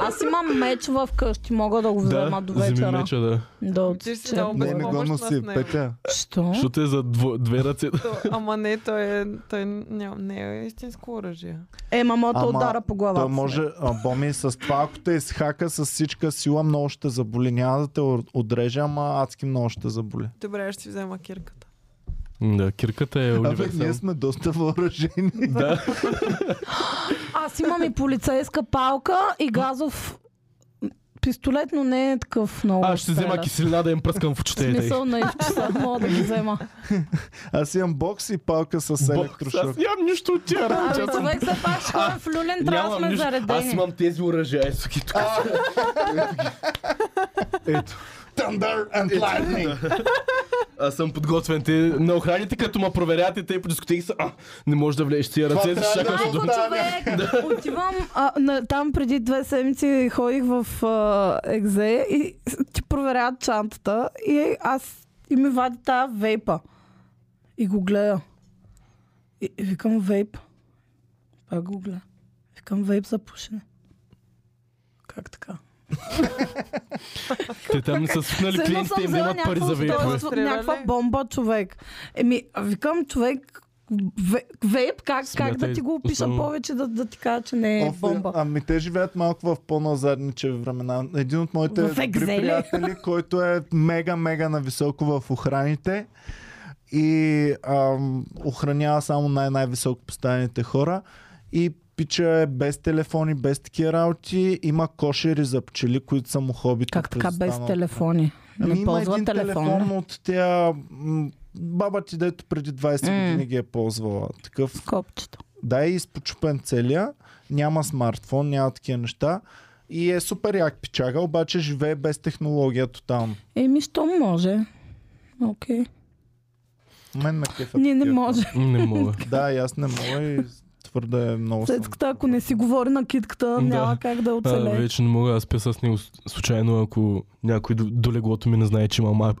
Аз имам меч в къщи, мога да го взема
Да,
до
вземи
вечера.
меча, да.
Да, от...
Ти си много
Не, не го
Помощ на
носи,
снега.
Петя.
Що?
Защото е за дво- две ръце.
То, ама не, той, е, той ня, не е истинско оръжие.
Е, мама,
Ама
то удара по главата.
Той може, а, Боми, с това, ако те изхака с всичка сила, много ще заболи. Няма да те ур- одреже, ама адски много ще заболи.
Добре, аз ще си взема кирката.
М, Да, кирката е
Абе, ние
универсална.
сме доста въоръжени.
Да,
Аз имам и полицейска палка и газов пистолет, но не е такъв много.
аз ще взема
стрелящ.
киселина да им пръскам в очите. ей, тъй.
Смисъл на изчиса, мога да ги взема.
Аз имам бокс и палка с
Бог, аз
електрошок.
нямам нищо от тия
Ами
работи.
човек се пак ще ходим в люлен, трябва да
Нямам
сме
нищо. Аз
заредени.
имам тези оръжия. Ето ги тук.
Thunder and lightning.
Аз съм подготвен. Те на охраните, като ма проверят и те по дискотеки са. А, не може да влезеш с тия ръце,
Това трябва да
защото
го
чакаш
Майко
до...
човек, отивам а, на, там преди две седмици ходих в а, Екзе и с- ти проверяват чантата и аз и ми вади тази вейпа. И го гледа. И, и викам вейп. Пак го гледа. Викам вейп за пушене. Как така?
Те там не са свикнали
Все едно
Нали клиентите
съм
им
взела
вземат пари
някакво
за вейпове.
устройство,
Стреляли?
Някаква бомба, човек. Еми, а викам, човек, ве- вейп, как, как да
Смятай,
ти го опиша
само-
повече, да, да ти кажа, че не е
Оф,
бомба.
Ами те живеят малко в по-назадничеви времена. Един от моите
В
добри
Екзели.
приятели, който е мега-мега нависоко в охраните и ам, охранява само най-най-високо поставените хора и пича е без телефони, без такива работи. Има кошери за пчели, които са му хобито.
Как
през
така без
останалото
телефони?
Ами
Не
има един
ползва
телефон,
телефон. ли?
от тя... м, Баба ти, дето преди 20
М.
години ги е ползвала. Такъв,
С копчето.
да е изпочупен целия, няма смартфон, няма такива неща. И е супер як пичага, обаче живее без технология тотално.
Еми, що може? Окей.
Мен ме кефа.
Ние не
такива хора.
може.
Не мога.
Да, и аз не мога и твърде много съм.
Цецката, ако не си говори на китката, няма
Да.
как да
А,
оцелее.
вече не мога да спя с него с- случайно, ако някой до, до леглото ми не знае, че имам ай-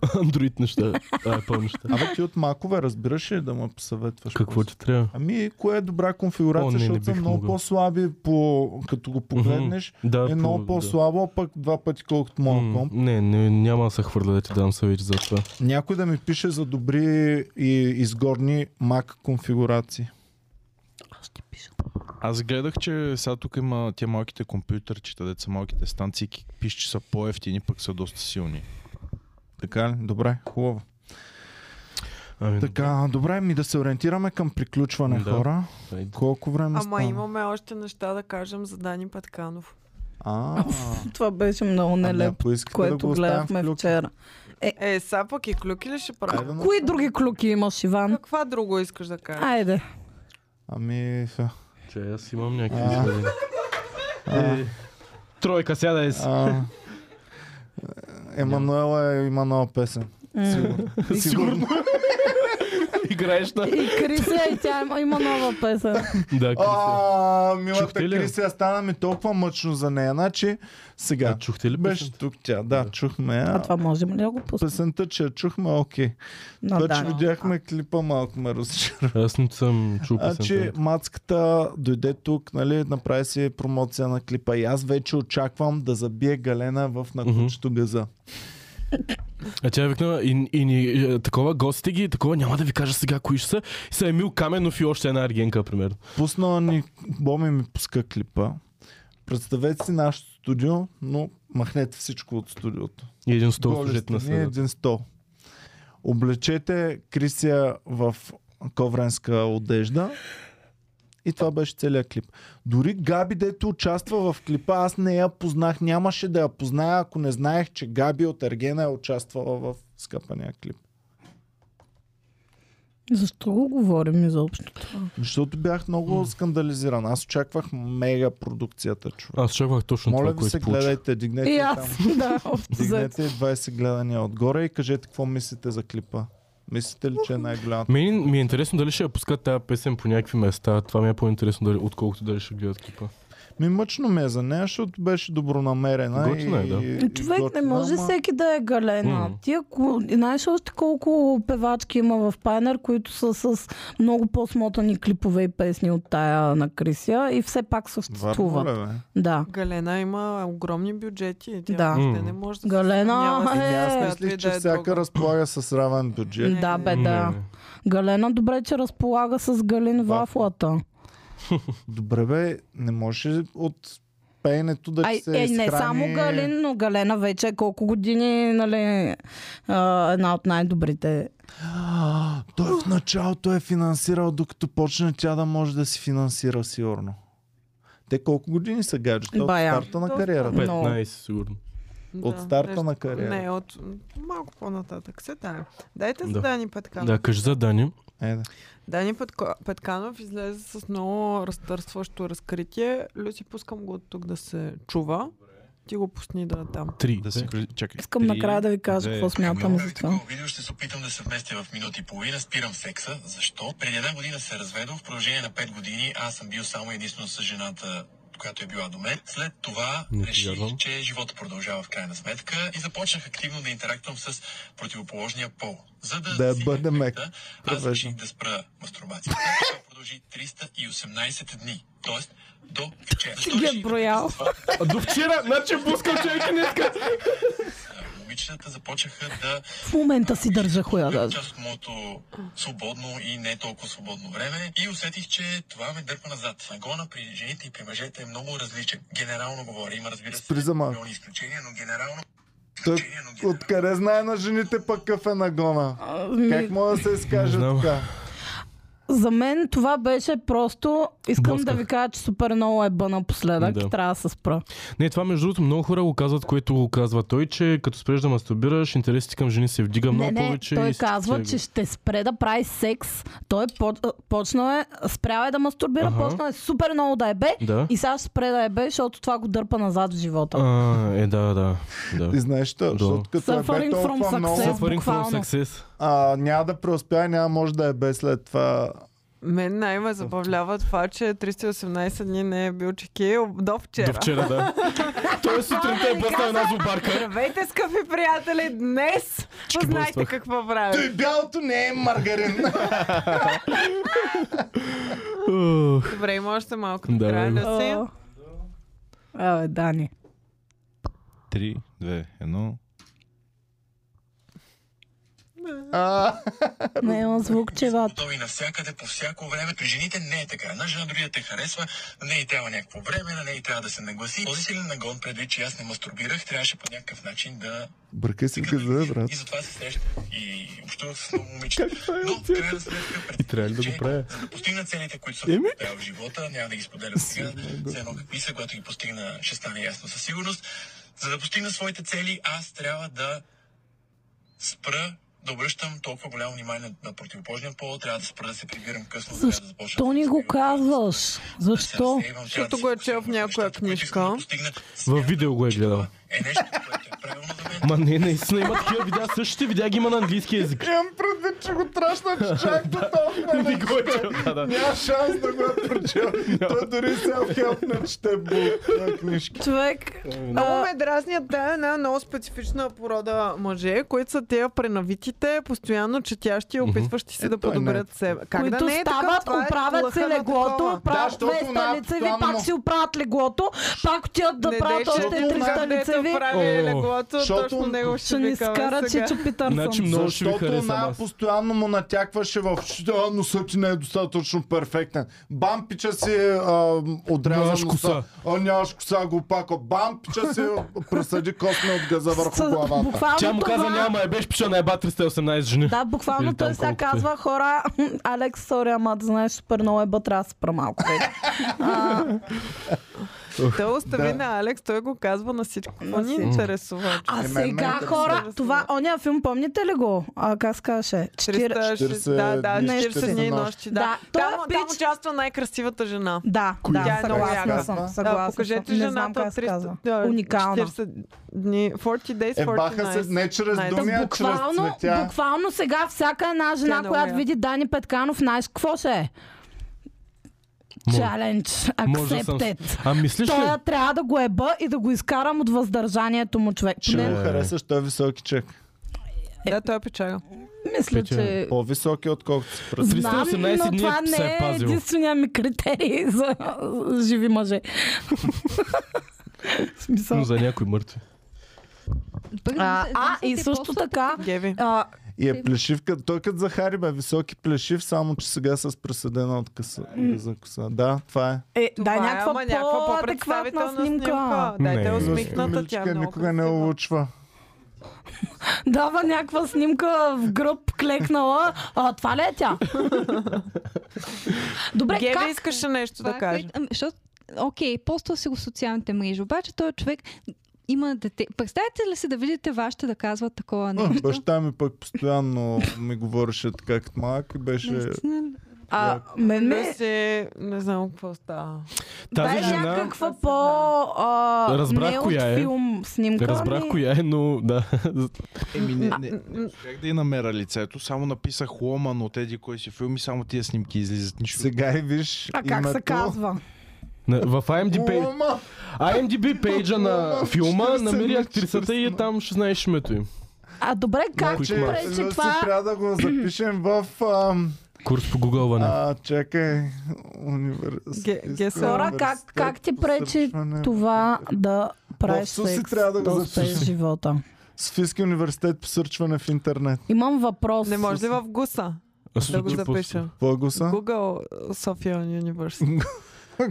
Android неща, Apple неща.
Абе ти от макове разбираш ли да ме посъветваш?
Какво
после?
ти трябва?
Ами, кое е добра конфигурация,
О, не, не
защото са
бих
много
могъл.
по-слаби, по... като го погледнеш.
Мгм. Да,
е
по-
много
да.
по-слабо, пък два пъти колкото моят
М,
комп.
Не, не, няма да се хвърля да ти дам съвет за това.
Някой да ми пише за добри и изгорни Mac конфигурации.
Аз гледах, че сега тук има тия малките компютърчета, деца малките станции, ки- пише, че са по-ефтини, пък са доста силни.
Така ли? Добре, хубаво.
Ами,
Така, добре, ми да се ориентираме към приключване,
Да.
хора.
айде.
Колко време
Ама
стана?
имаме още неща да кажем за Дани Петканов.
А,
Това беше много
а не,
нелепо,
Ами, ако искате да
нали, което
го оставим
гледахме
в клюк.
вчера.
Е, са пък и клюки ли ще
Айде,
правим?
но-
Кои други клюки имаш, Иван?
Каква друго искаш да кажеш?
Айде.
Ами, фа.
Че аз имам някакви
А.
изгледи.
А.
Е, Тройка, е сядай си.
А, Емануела е- има нова песен. Сигурно. Сигурно.
Играеш на...
И Крисия, и тя има, има нова песен.
Е,
Да, Крисия.
А, милата
Чухте ли я?
Крисия стана ми толкова мъчно за нея. Значи, сега.
А, Чухте ли беше?
Беше тук тя. Да, чухме. я.
А това можем ли да го пуснем?
Песента, че я чухме, окей.
На
Това, че
Дани.
видяхме клипа, малко ме разочара.
Аз не съм чул
Значи,
песента.
мацката дойде тук, нали, направи си промоция на клипа и аз вече очаквам да забие Галена в накучето газа.
А тя викна и, и, ни, е, такова гостите ги, такова няма да ви кажа сега кои ще са. И са Емил Каменов и още една аргенка, примерно.
Пуснала ни, Боми ми пуска клипа. Представете си нашето студио, но махнете всичко от студиото.
И един стол
Голи
сюжет на
стени,
следа.
един стол. Облечете Крисия в ковренска одежда. И това беше целият клип. Дори Габи, дето участва в клипа, аз не я познах. Нямаше да я позная, ако не знаех, че Габи от Ергена е участвала в скъпания клип.
Защо го говорим изобщо?
Защото бях много скандализиран. Аз очаквах мега продукцията, човек.
Аз чаквах точно
Моля
това,
ви
което
се,
получи.
гледайте, дигнете
И
там.
аз, да, общо взето.
Дигнете 20 гледания отгоре и кажете какво мислите за клипа. Мислите ли, че е най-голямата?
Мен ми е интересно дали ще я пускат тази песен по някакви места. Това ми е по-интересно, дали, отколкото дали ще гледат клипа.
Ми мъчно ме е за нея, защото беше добронамерена.
Готина е,
и,
да.
и, и
Човек не
готина,
може
ама-
всеки да е галена.
М.
Ти ако... и Знаеш още колко певачки има в Пайнер, които са с много по-смотани клипове и песни от тая на Крисия и все пак
Варно
съществуват.
ли, бе?
Да.
Галена има огромни бюджети. Тя
Да.
въобще
М.
не може да се
Галена
сравнява с
е-
Еми, Ами аз
която
мислих,
и
че
да е
всяка
друга.
разполага с равен бюджет.
Е, Да, бе,
е? Не,
да.
не.
Галена добре, че разполага с Галин вафлата.
Добре, бе, не може от пеенето да
Ай,
ти се
е, не
изхрани-
само Галин, но Галена вече е колко години, нали, а, една от най-добрите.
А, Той в началото е финансирал, докато почне тя да може да си финансира, сигурно. Те колко години са гаджета? От
Бая.
старта на кариерата.
Много.
15, сигурно.
От старта на кариера.
Не, от малко по-нататък. Се тая. Дайте за
Да.
Дани Петканов.
Да, кажи за Дани.
Е, да.
Дани Петко- Петканов излезе с много разтърсващо разкритие. Люси, пускам го от тук да се чува. Ти го пусни да е там.
Три.
Да се кли- чакай.
Искам накрая да ви кажа
две,
какво смятам
едно.
за това.
Видео ще се опитам да съвместя в минути и половина. Спирам секса. Защо? Преди една година се разведох. В продължение на 5 години аз съм бил само единствено с жената, която е била до мен. След това
Не ти
реших,
вярвам.
че живота продължава в крайна сметка и започнах активно да интерактувам с противоположния пол. За да,
Да
си
бъде мек.
ефекта, Аз
Превеждам.
реших да спра мастурбацията. Това продължи 318 дни. Тоест, до вчера. Защо
ги е
реших да
броял.
прекъсна това?
А до вчера, значи пускам човека не иска.
Момичетата започнаха да
В момента си държа хуя даже.
част от моето свободно и не толкова свободно време и усетих, че това ме дърпа назад. Нагона при жените и при мъжете е много различен. Генерално говоря, има разбира се
Спри за малко.
милиони изключения, но генерално...
Той
изключения, но генерално-
откъде знае на жените пък какъв е нагона? Как мога да се изкаже
Не знам.
така?
За мен това беше просто... Искам
Блъсках.
да ви кажа, че супер много е бъна последък
Да.
и трябва да се спра.
Не, това между другото много хора го казват, което го казва той, че като спреш да мастурбираш, интересите към жени се вдига
Не,
много
не,
повече.
той
и си
казва,
тя
че
го-
ще спре да прави секс. Той по- почнал е, спрял е да мастурбира,
Аха.
почнал е супер много да е бе
Да.
и сега ще спре да е бе, защото това го дърпа назад в живота.
А, е, да, да. да.
И знаеш, що? защото като е бе
Suffering from
толкова много...
success.
Suffering from
е буквално.
success.
а, няма да преуспя и няма може да е без след това.
Мен най-ме забавлява това, че 318 дни не е бил чеки до вчера.
До вчера, да. Той сутринта е бъсна една зубарка.
Здравейте, скъпи приятели! Днес познайте
блъснах.
какво правим.
Той бялото не е маргарин.
Ух.
Добре, има още малко до
Да,
края
бе.
да си.
Е, Абе, Дани.
Три, две, едно.
А,
Не има звук, че ват.
готови навсякъде, по всяко време. При жените не е така. Една жена дори да те харесва, на нея й трябва някакво време, на нея й трябва да се нагласи. Този силен нагон, предвид, че аз не мастурбирах, трябваше по някакъв начин да
Бъркай си къде, брат.
и затова се срещах и общувах с много момичета. Но в крайна сметка
е И трябва ли да го
че,
правя?
За да постигна целите, които съм
Еми?
поставил в живота, няма да ги споделям сега. Все едно какви са, когато ги постигна, ще стане ясно със сигурност. За да постигна своите цели, аз трябва да спра да обръщам толкова голямо внимание на, на противоположния пол, трябва да спра да се прибирам късно, трябва да започна.
Защо
да
ни
се
го
развивам.
казваш? Защо?
Сега имам, трябва да
Защото
се
го е
фокусирам
чел в
върху
някоя
нещата, които искам
книжка.
да постигна.
Във видео го е гледал.
Е нещо, което е правилно за мен.
Ма не, наистина има такива видеа. Същите видеа ги има на английски язик.
Е,
Имам предвид, че го трашна, че чак до толкова не
е
го чел.
е,
Да, да.
Няма шанс да го е прочел. Той дори self-help не чете бу на книжки.
Човек,
Много ме дразнят тая една много специфична порода мъже, които са тия пренавитите, постоянно четящи и опитващи се да
той не е
подобрят себе. Как
които
да не е така?
стават,
Това е
оправят
лъха
се
на
леглото,
такова.
Да,
оправят
защото
200
она
лицеви,
постоянно
пак
му-
си оправят леглото, пак отиват да
не
правят
дей,
още
защото там,
300
дето
лицеви.
прави
О.
леглото,
Защото
точно него ще
Ще ни
викаме
скара
сега.
Чичо Питърсън.
Значи много ще ви
Защото
харесам
она
аз.
постоянно му натякваше в очите, а носът ти не е достатъчно перфектен. Бам, пича си е, а, отряза
Нямаш
носа.
коса.
А, нямаш коса, го пако. Бам, пича си пресъди косми от газа
С-
върху главата.
буквално
Тя му каза
това-
няма, е беше пиша на еба 318 жени.
Да, буквално
Или
той
там
сега
колкото е.
казва хора, Алекс, сори, ама да знаеш, супер много еба, трябва да спра малко. вече».
Е,
А,
Той остави
Да.
на Алекс, той го казва на всичко. Какво
На
ни
всичко.
интересува?
а
Е, мен ме
сега
интересува.
хора, това, ония филм, помните ли го? А, как се казваше? 40...
300,
40
да, да,
дни,
40 дни
40
и нощи, да.
Да, той
Там,
е
там
пич.
участва най-красивата жена.
Да,
Тя
да,
е много
съгласна
яка.
съм.
Да,
Съгласна
да, покажете
съм. Не знам
жената
как
от
се
300,
казва.
да,
Уникална.
40 дни, 40 days, 40
Е, баха се
nights.
не чрез
Най-
Ами
думи, а чрез
Буквално,
цветя.
буквално сега всяка една
Тя е
жена,
много
която
яка.
види Дани Петканов, знаеш какво ще е?
Може.
Чалендж,
Може да съм...
accepted.
А мислиш ли?
Той е- трябва да го еба и да го изкарам от въздържанието му, човек.
Ще
Поне,
му харесаш, той е високи чек.
Да, той е печага.
мисля,
Петя,
че...
По-високи, отколкото си представя.
Знам,
318
но
дни
това
се е
не е
пазил.
единствения ми критерий за живи мъже. В
Но
смисъл.
за някой мъртви.
А,
значи
а, и
е
също така,
Геви.
а,
И е плешив, като- той като Захари бе високи плешив, само че сега с присъдена от къса, за коса. Да, това е.
е,
Това
да, някаква
ама някаква
по-адекватна
по-представителна
снимка.
Да,
Не,
тя е
не.
усмихната, тя
Миличка
е много
никога не
красива.
улучва.
Дава някаква снимка в гръб, клекнала. А, това ли е тя? Добре,
Геви
как?
искаше нещо да каже.
Ами, защото, окей, поства си го в социалните мрежи, обаче той е човек има дете. Представете ли си да видите вашите да казват такова
А,
нещо?
Баща ми пък постоянно ми говореше така като малък и беше...
Наистина ли?
А, мен
Не
ме...
си, не знам какво става.
Тази
Тази
жена...
някаква по... А,
Разбрах
не
коя
от
е.
филм снимка.
Разбрах
ами-
коя е, но да.
Еми, не, не,
м, м.
не успях да и намеря лицето, само написах Ломан от еди кой си филми, само тия снимки излизат. Нищо.
Сега и виж
А как
името...
се казва?
На- В IMDb,
Лома!
IMDb пейджа на филма
40,
намери актрисата и е
40,
там ще знаеш името им.
А добре, как
Някой
Значи,
ма.
добре, че
Люси,
това...
трябва да го запишем в... ам,
Курс по гугълване.
А, чакай, университет.
Ге- ГСО.
Хора, как, как ти пречи това да правиш
Просто си
секс?
трябва да го
успееш
запишеш.
живота.
Софийски университет по сърчване в интернет.
Имам въпрос.
Не може ли в ГУСА да го запиша?
Благоса.
Google uh, Sofia University.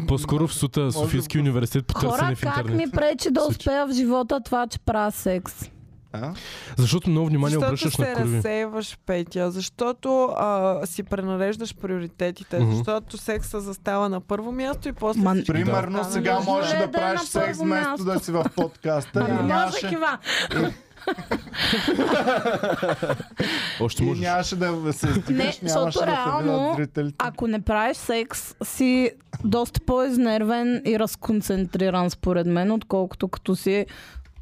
По-скоро в Сута, Софийски университет по
Хора,
търсене в
как ми
интернет.
пречи да
Случи.
успея в живота това, че правя секс?
А?
Защото много внимание
защото
обръщаш
се
на курви.
разсейваш, Петя, защото а, си пренареждаш приоритетите,
Мгм.
защото секса застава на първо място и после...
Ма-
всичко
Примерно
останало.
сега
Може
можеш
да е
да
да е
правиш
на
секс
първо
вместо
място.
да си в подкаста.
Ами
и
може
нямаше,
кива.
Още
и
можеш.
нямаше да се издигаш,
Не,
нямаше
защото
да те
реално,
видят зрителите.
Ако не правиш секс, си доста по-изнервен и разконцентриран, според мен, отколкото като си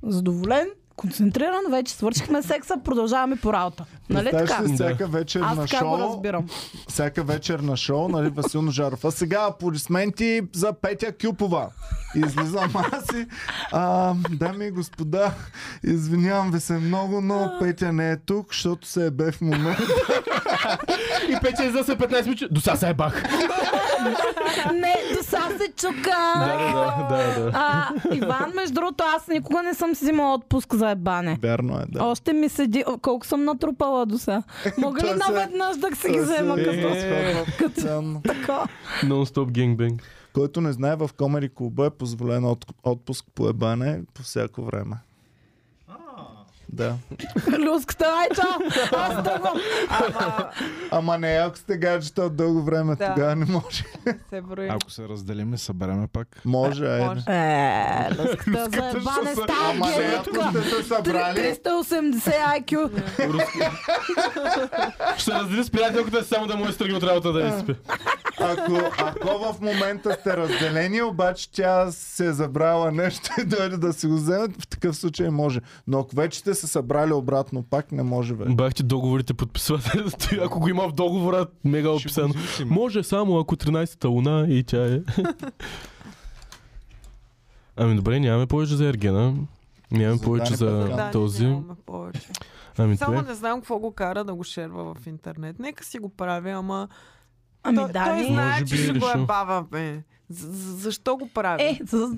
задоволен, концентриран, вече свършихме секса, продължаваме по работа. Нали
Представяш
така?
Ли, всяка вечер
Аз
на
така го
шоу,
разбирам.
всяка вечер на шоу, нали, Васил Ножаров. А сега аплодисменти за Петя Кюпова. Излизам аз и... А, дами и господа, извинявам ви се много, но Петя не е тук, защото се е бе в момента.
И пече излиза след 15 минути. До сега се е бах.
Не, до сега се чука.
да, да, да.
А, Иван, между другото, аз никога не съм си взимала отпуск за ебане.
Вярно е, да.
Още ми седи, О, колко съм натрупала до сега. Мога ли
Той се-
наведнъж да си
Той
ги
се
взема
е
като
разхвърлял постоянно.
така?
Non-stop gangbang.
Който не знае, в Комери клуба е позволен от, отпуск по ебане по всяко време. Да.
Люската, ай, чао! Аз тръгвам.
Ама
Ама не, ако сте гаджета от дълго време,
Да.
тогава не може.
се брои.
Ако се разделим и събереме пак.
Може, айде.
Е, люската, за ебане, става
Ама не, ако
генетка.
сте се събрали,
380 IQ.
Ще раздели с приятелката си, само да му е стръгне от работа да изспи.
ако, ако в момента сте разделени, обаче тя се е забрала нещо и дойде да си го вземе, в такъв случай може. Но ако вече сте се събрали обратно, пак не може вече.
Бах ти договорите подписвате. Ако го има в договора, мега описано. Може само ако 13-та луна и тя е. Ами добре, нямаме повече за Ергена. Нямаме
За
повече
Дани
за
Петров.
този.
Нямаме повече.
Ами
Само
това.
не знам какво го кара да го шерва в интернет. Нека си го прави, ама
Ами
той, той
Дани,
знае,
Може
че
би е
ще го
решил.
е баба, бе. З- з- Защо го прави?
е, за-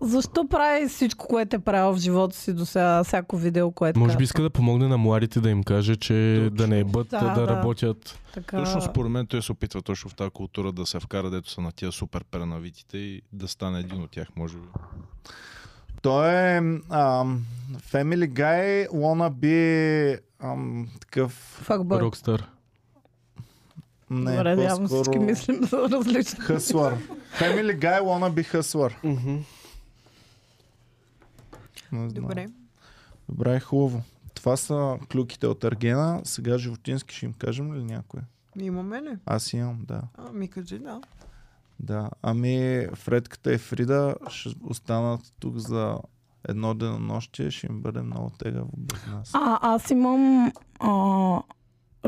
защо прави всичко, което е правил в живота си до сега, всяко видео, което
Може би
казва?
иска да помогне на младите да им каже, че да не ебат,
Да,
да,
да.
да работят.
така...
Точно според мен той се опитва точно в тази култура да се вкара, дето са на тия супер пренавитите и да стане един от тях, може би.
Той е ам, Family Guy, wannabe ам, такъв...
Факбър.
Рокстар.
Не,
Добре, явно
по-скоро...
всички мислим за различно.
Хъслър. Family Guy, wannabe hustler. Не знам.
Добре.
Добре, хубаво. Това са клюките от Аргена. Сега животински ще им кажем ли някой?
Имаме ли?
Аз имам, да.
А, ми кажи, да.
Да, ами Фредката и Фрида ще останат тук за едно денонощие, ще им бъде много тегаво без нас.
А, аз имам а,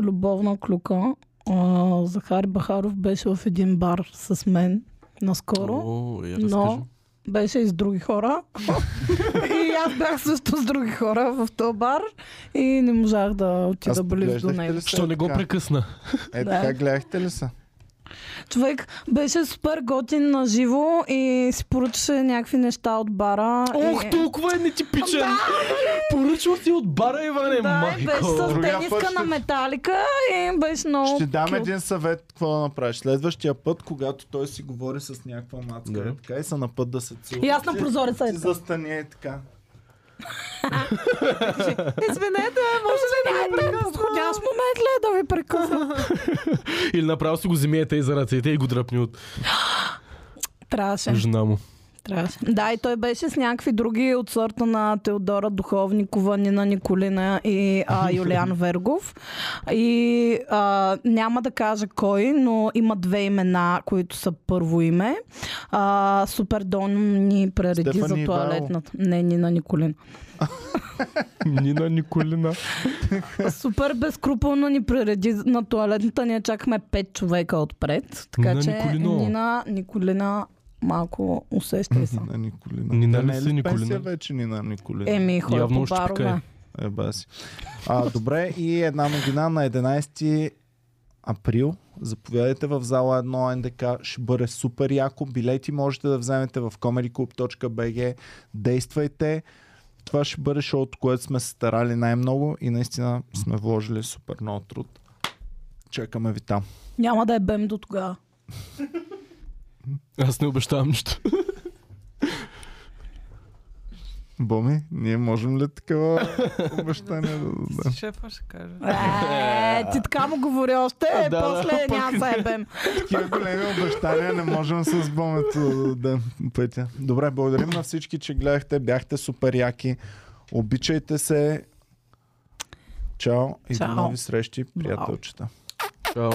любовна клюка. А, Захари Бахаров беше в един бар с мен наскоро.
О, я
Но-
разкажи.
Беше и с други хора. и аз бях също с други хора в този бар. И не можах да отида близо до
поглеждахте
него.
ли се
Що не го
така?
прекъсна?
Е,
Да.
така гледахте ли са?
Човек беше супер готин на живо и си поръчаше някакви неща от бара.
Ох,
и...
толкова е нетипичен! Поръчва си от бара, Иване,
Да, и беше
е, майко!
с
Другия път
тениска
ще-
на металика и беше много...
Ще дам
кют.
един съвет какво да направиш. Следващия път, когато той си говори с някаква мацка,
Да.
е така и са на път да се целуват.
И аз на прозореца е
Ти
така.
застани е така.
Извинете, може ли да го прекъсна?
Подходящ момент ли е да ви прекъсна?
Или направо си го вземете и за ръцете и го дръпни от
Трябваше.
жена му.
Трябваше. Да, и той беше с някакви други от сорта на Теодора Духовникова, Нина Николина и а, Юлиан Вергов. И а, няма да кажа кой, но има две имена, които са първо име. А, супер Дон ни пререди
Стефани
за
Ивайло.
туалетната. Не, Нина Николина.
Нина Николина.
Супер безкруполно ни пререди на туалетната. Ние чакахме пет човека отпред. Така
Нина
че
Николино.
Нина Николина малко усещай се.
На Николина.
Нина
Тя
ли
не е
си,
ли в
Николина?
пенсия вече Нина Николина?
Еми, хора
Явно
по
още пика
барове.
Е, баси. А, добре, и една новина на 11 април. Заповядайте в зала 1 НДК. Ще бъде супер яко. Билети можете да вземете в comedyclub.bg. Действайте. Това ще бъде шоуто, което сме се старали най-много и наистина сме вложили супер много труд. Чакаме ви там.
Няма да е бем до тогава.
Аз не обещавам нищо.
Боми, ние можем ли такава обещание да дадем?
Шефа ще каже.
Е, ти така му говори още, е,
да,
после
пък
няма да е бем.
Такива големи обещания не можем с бомето да дадем пътя. Добре, благодарим на всички, че гледахте. Бяхте супер яки. Обичайте се. Чао и до
Чао.
нови срещи, приятелчета.
Чао.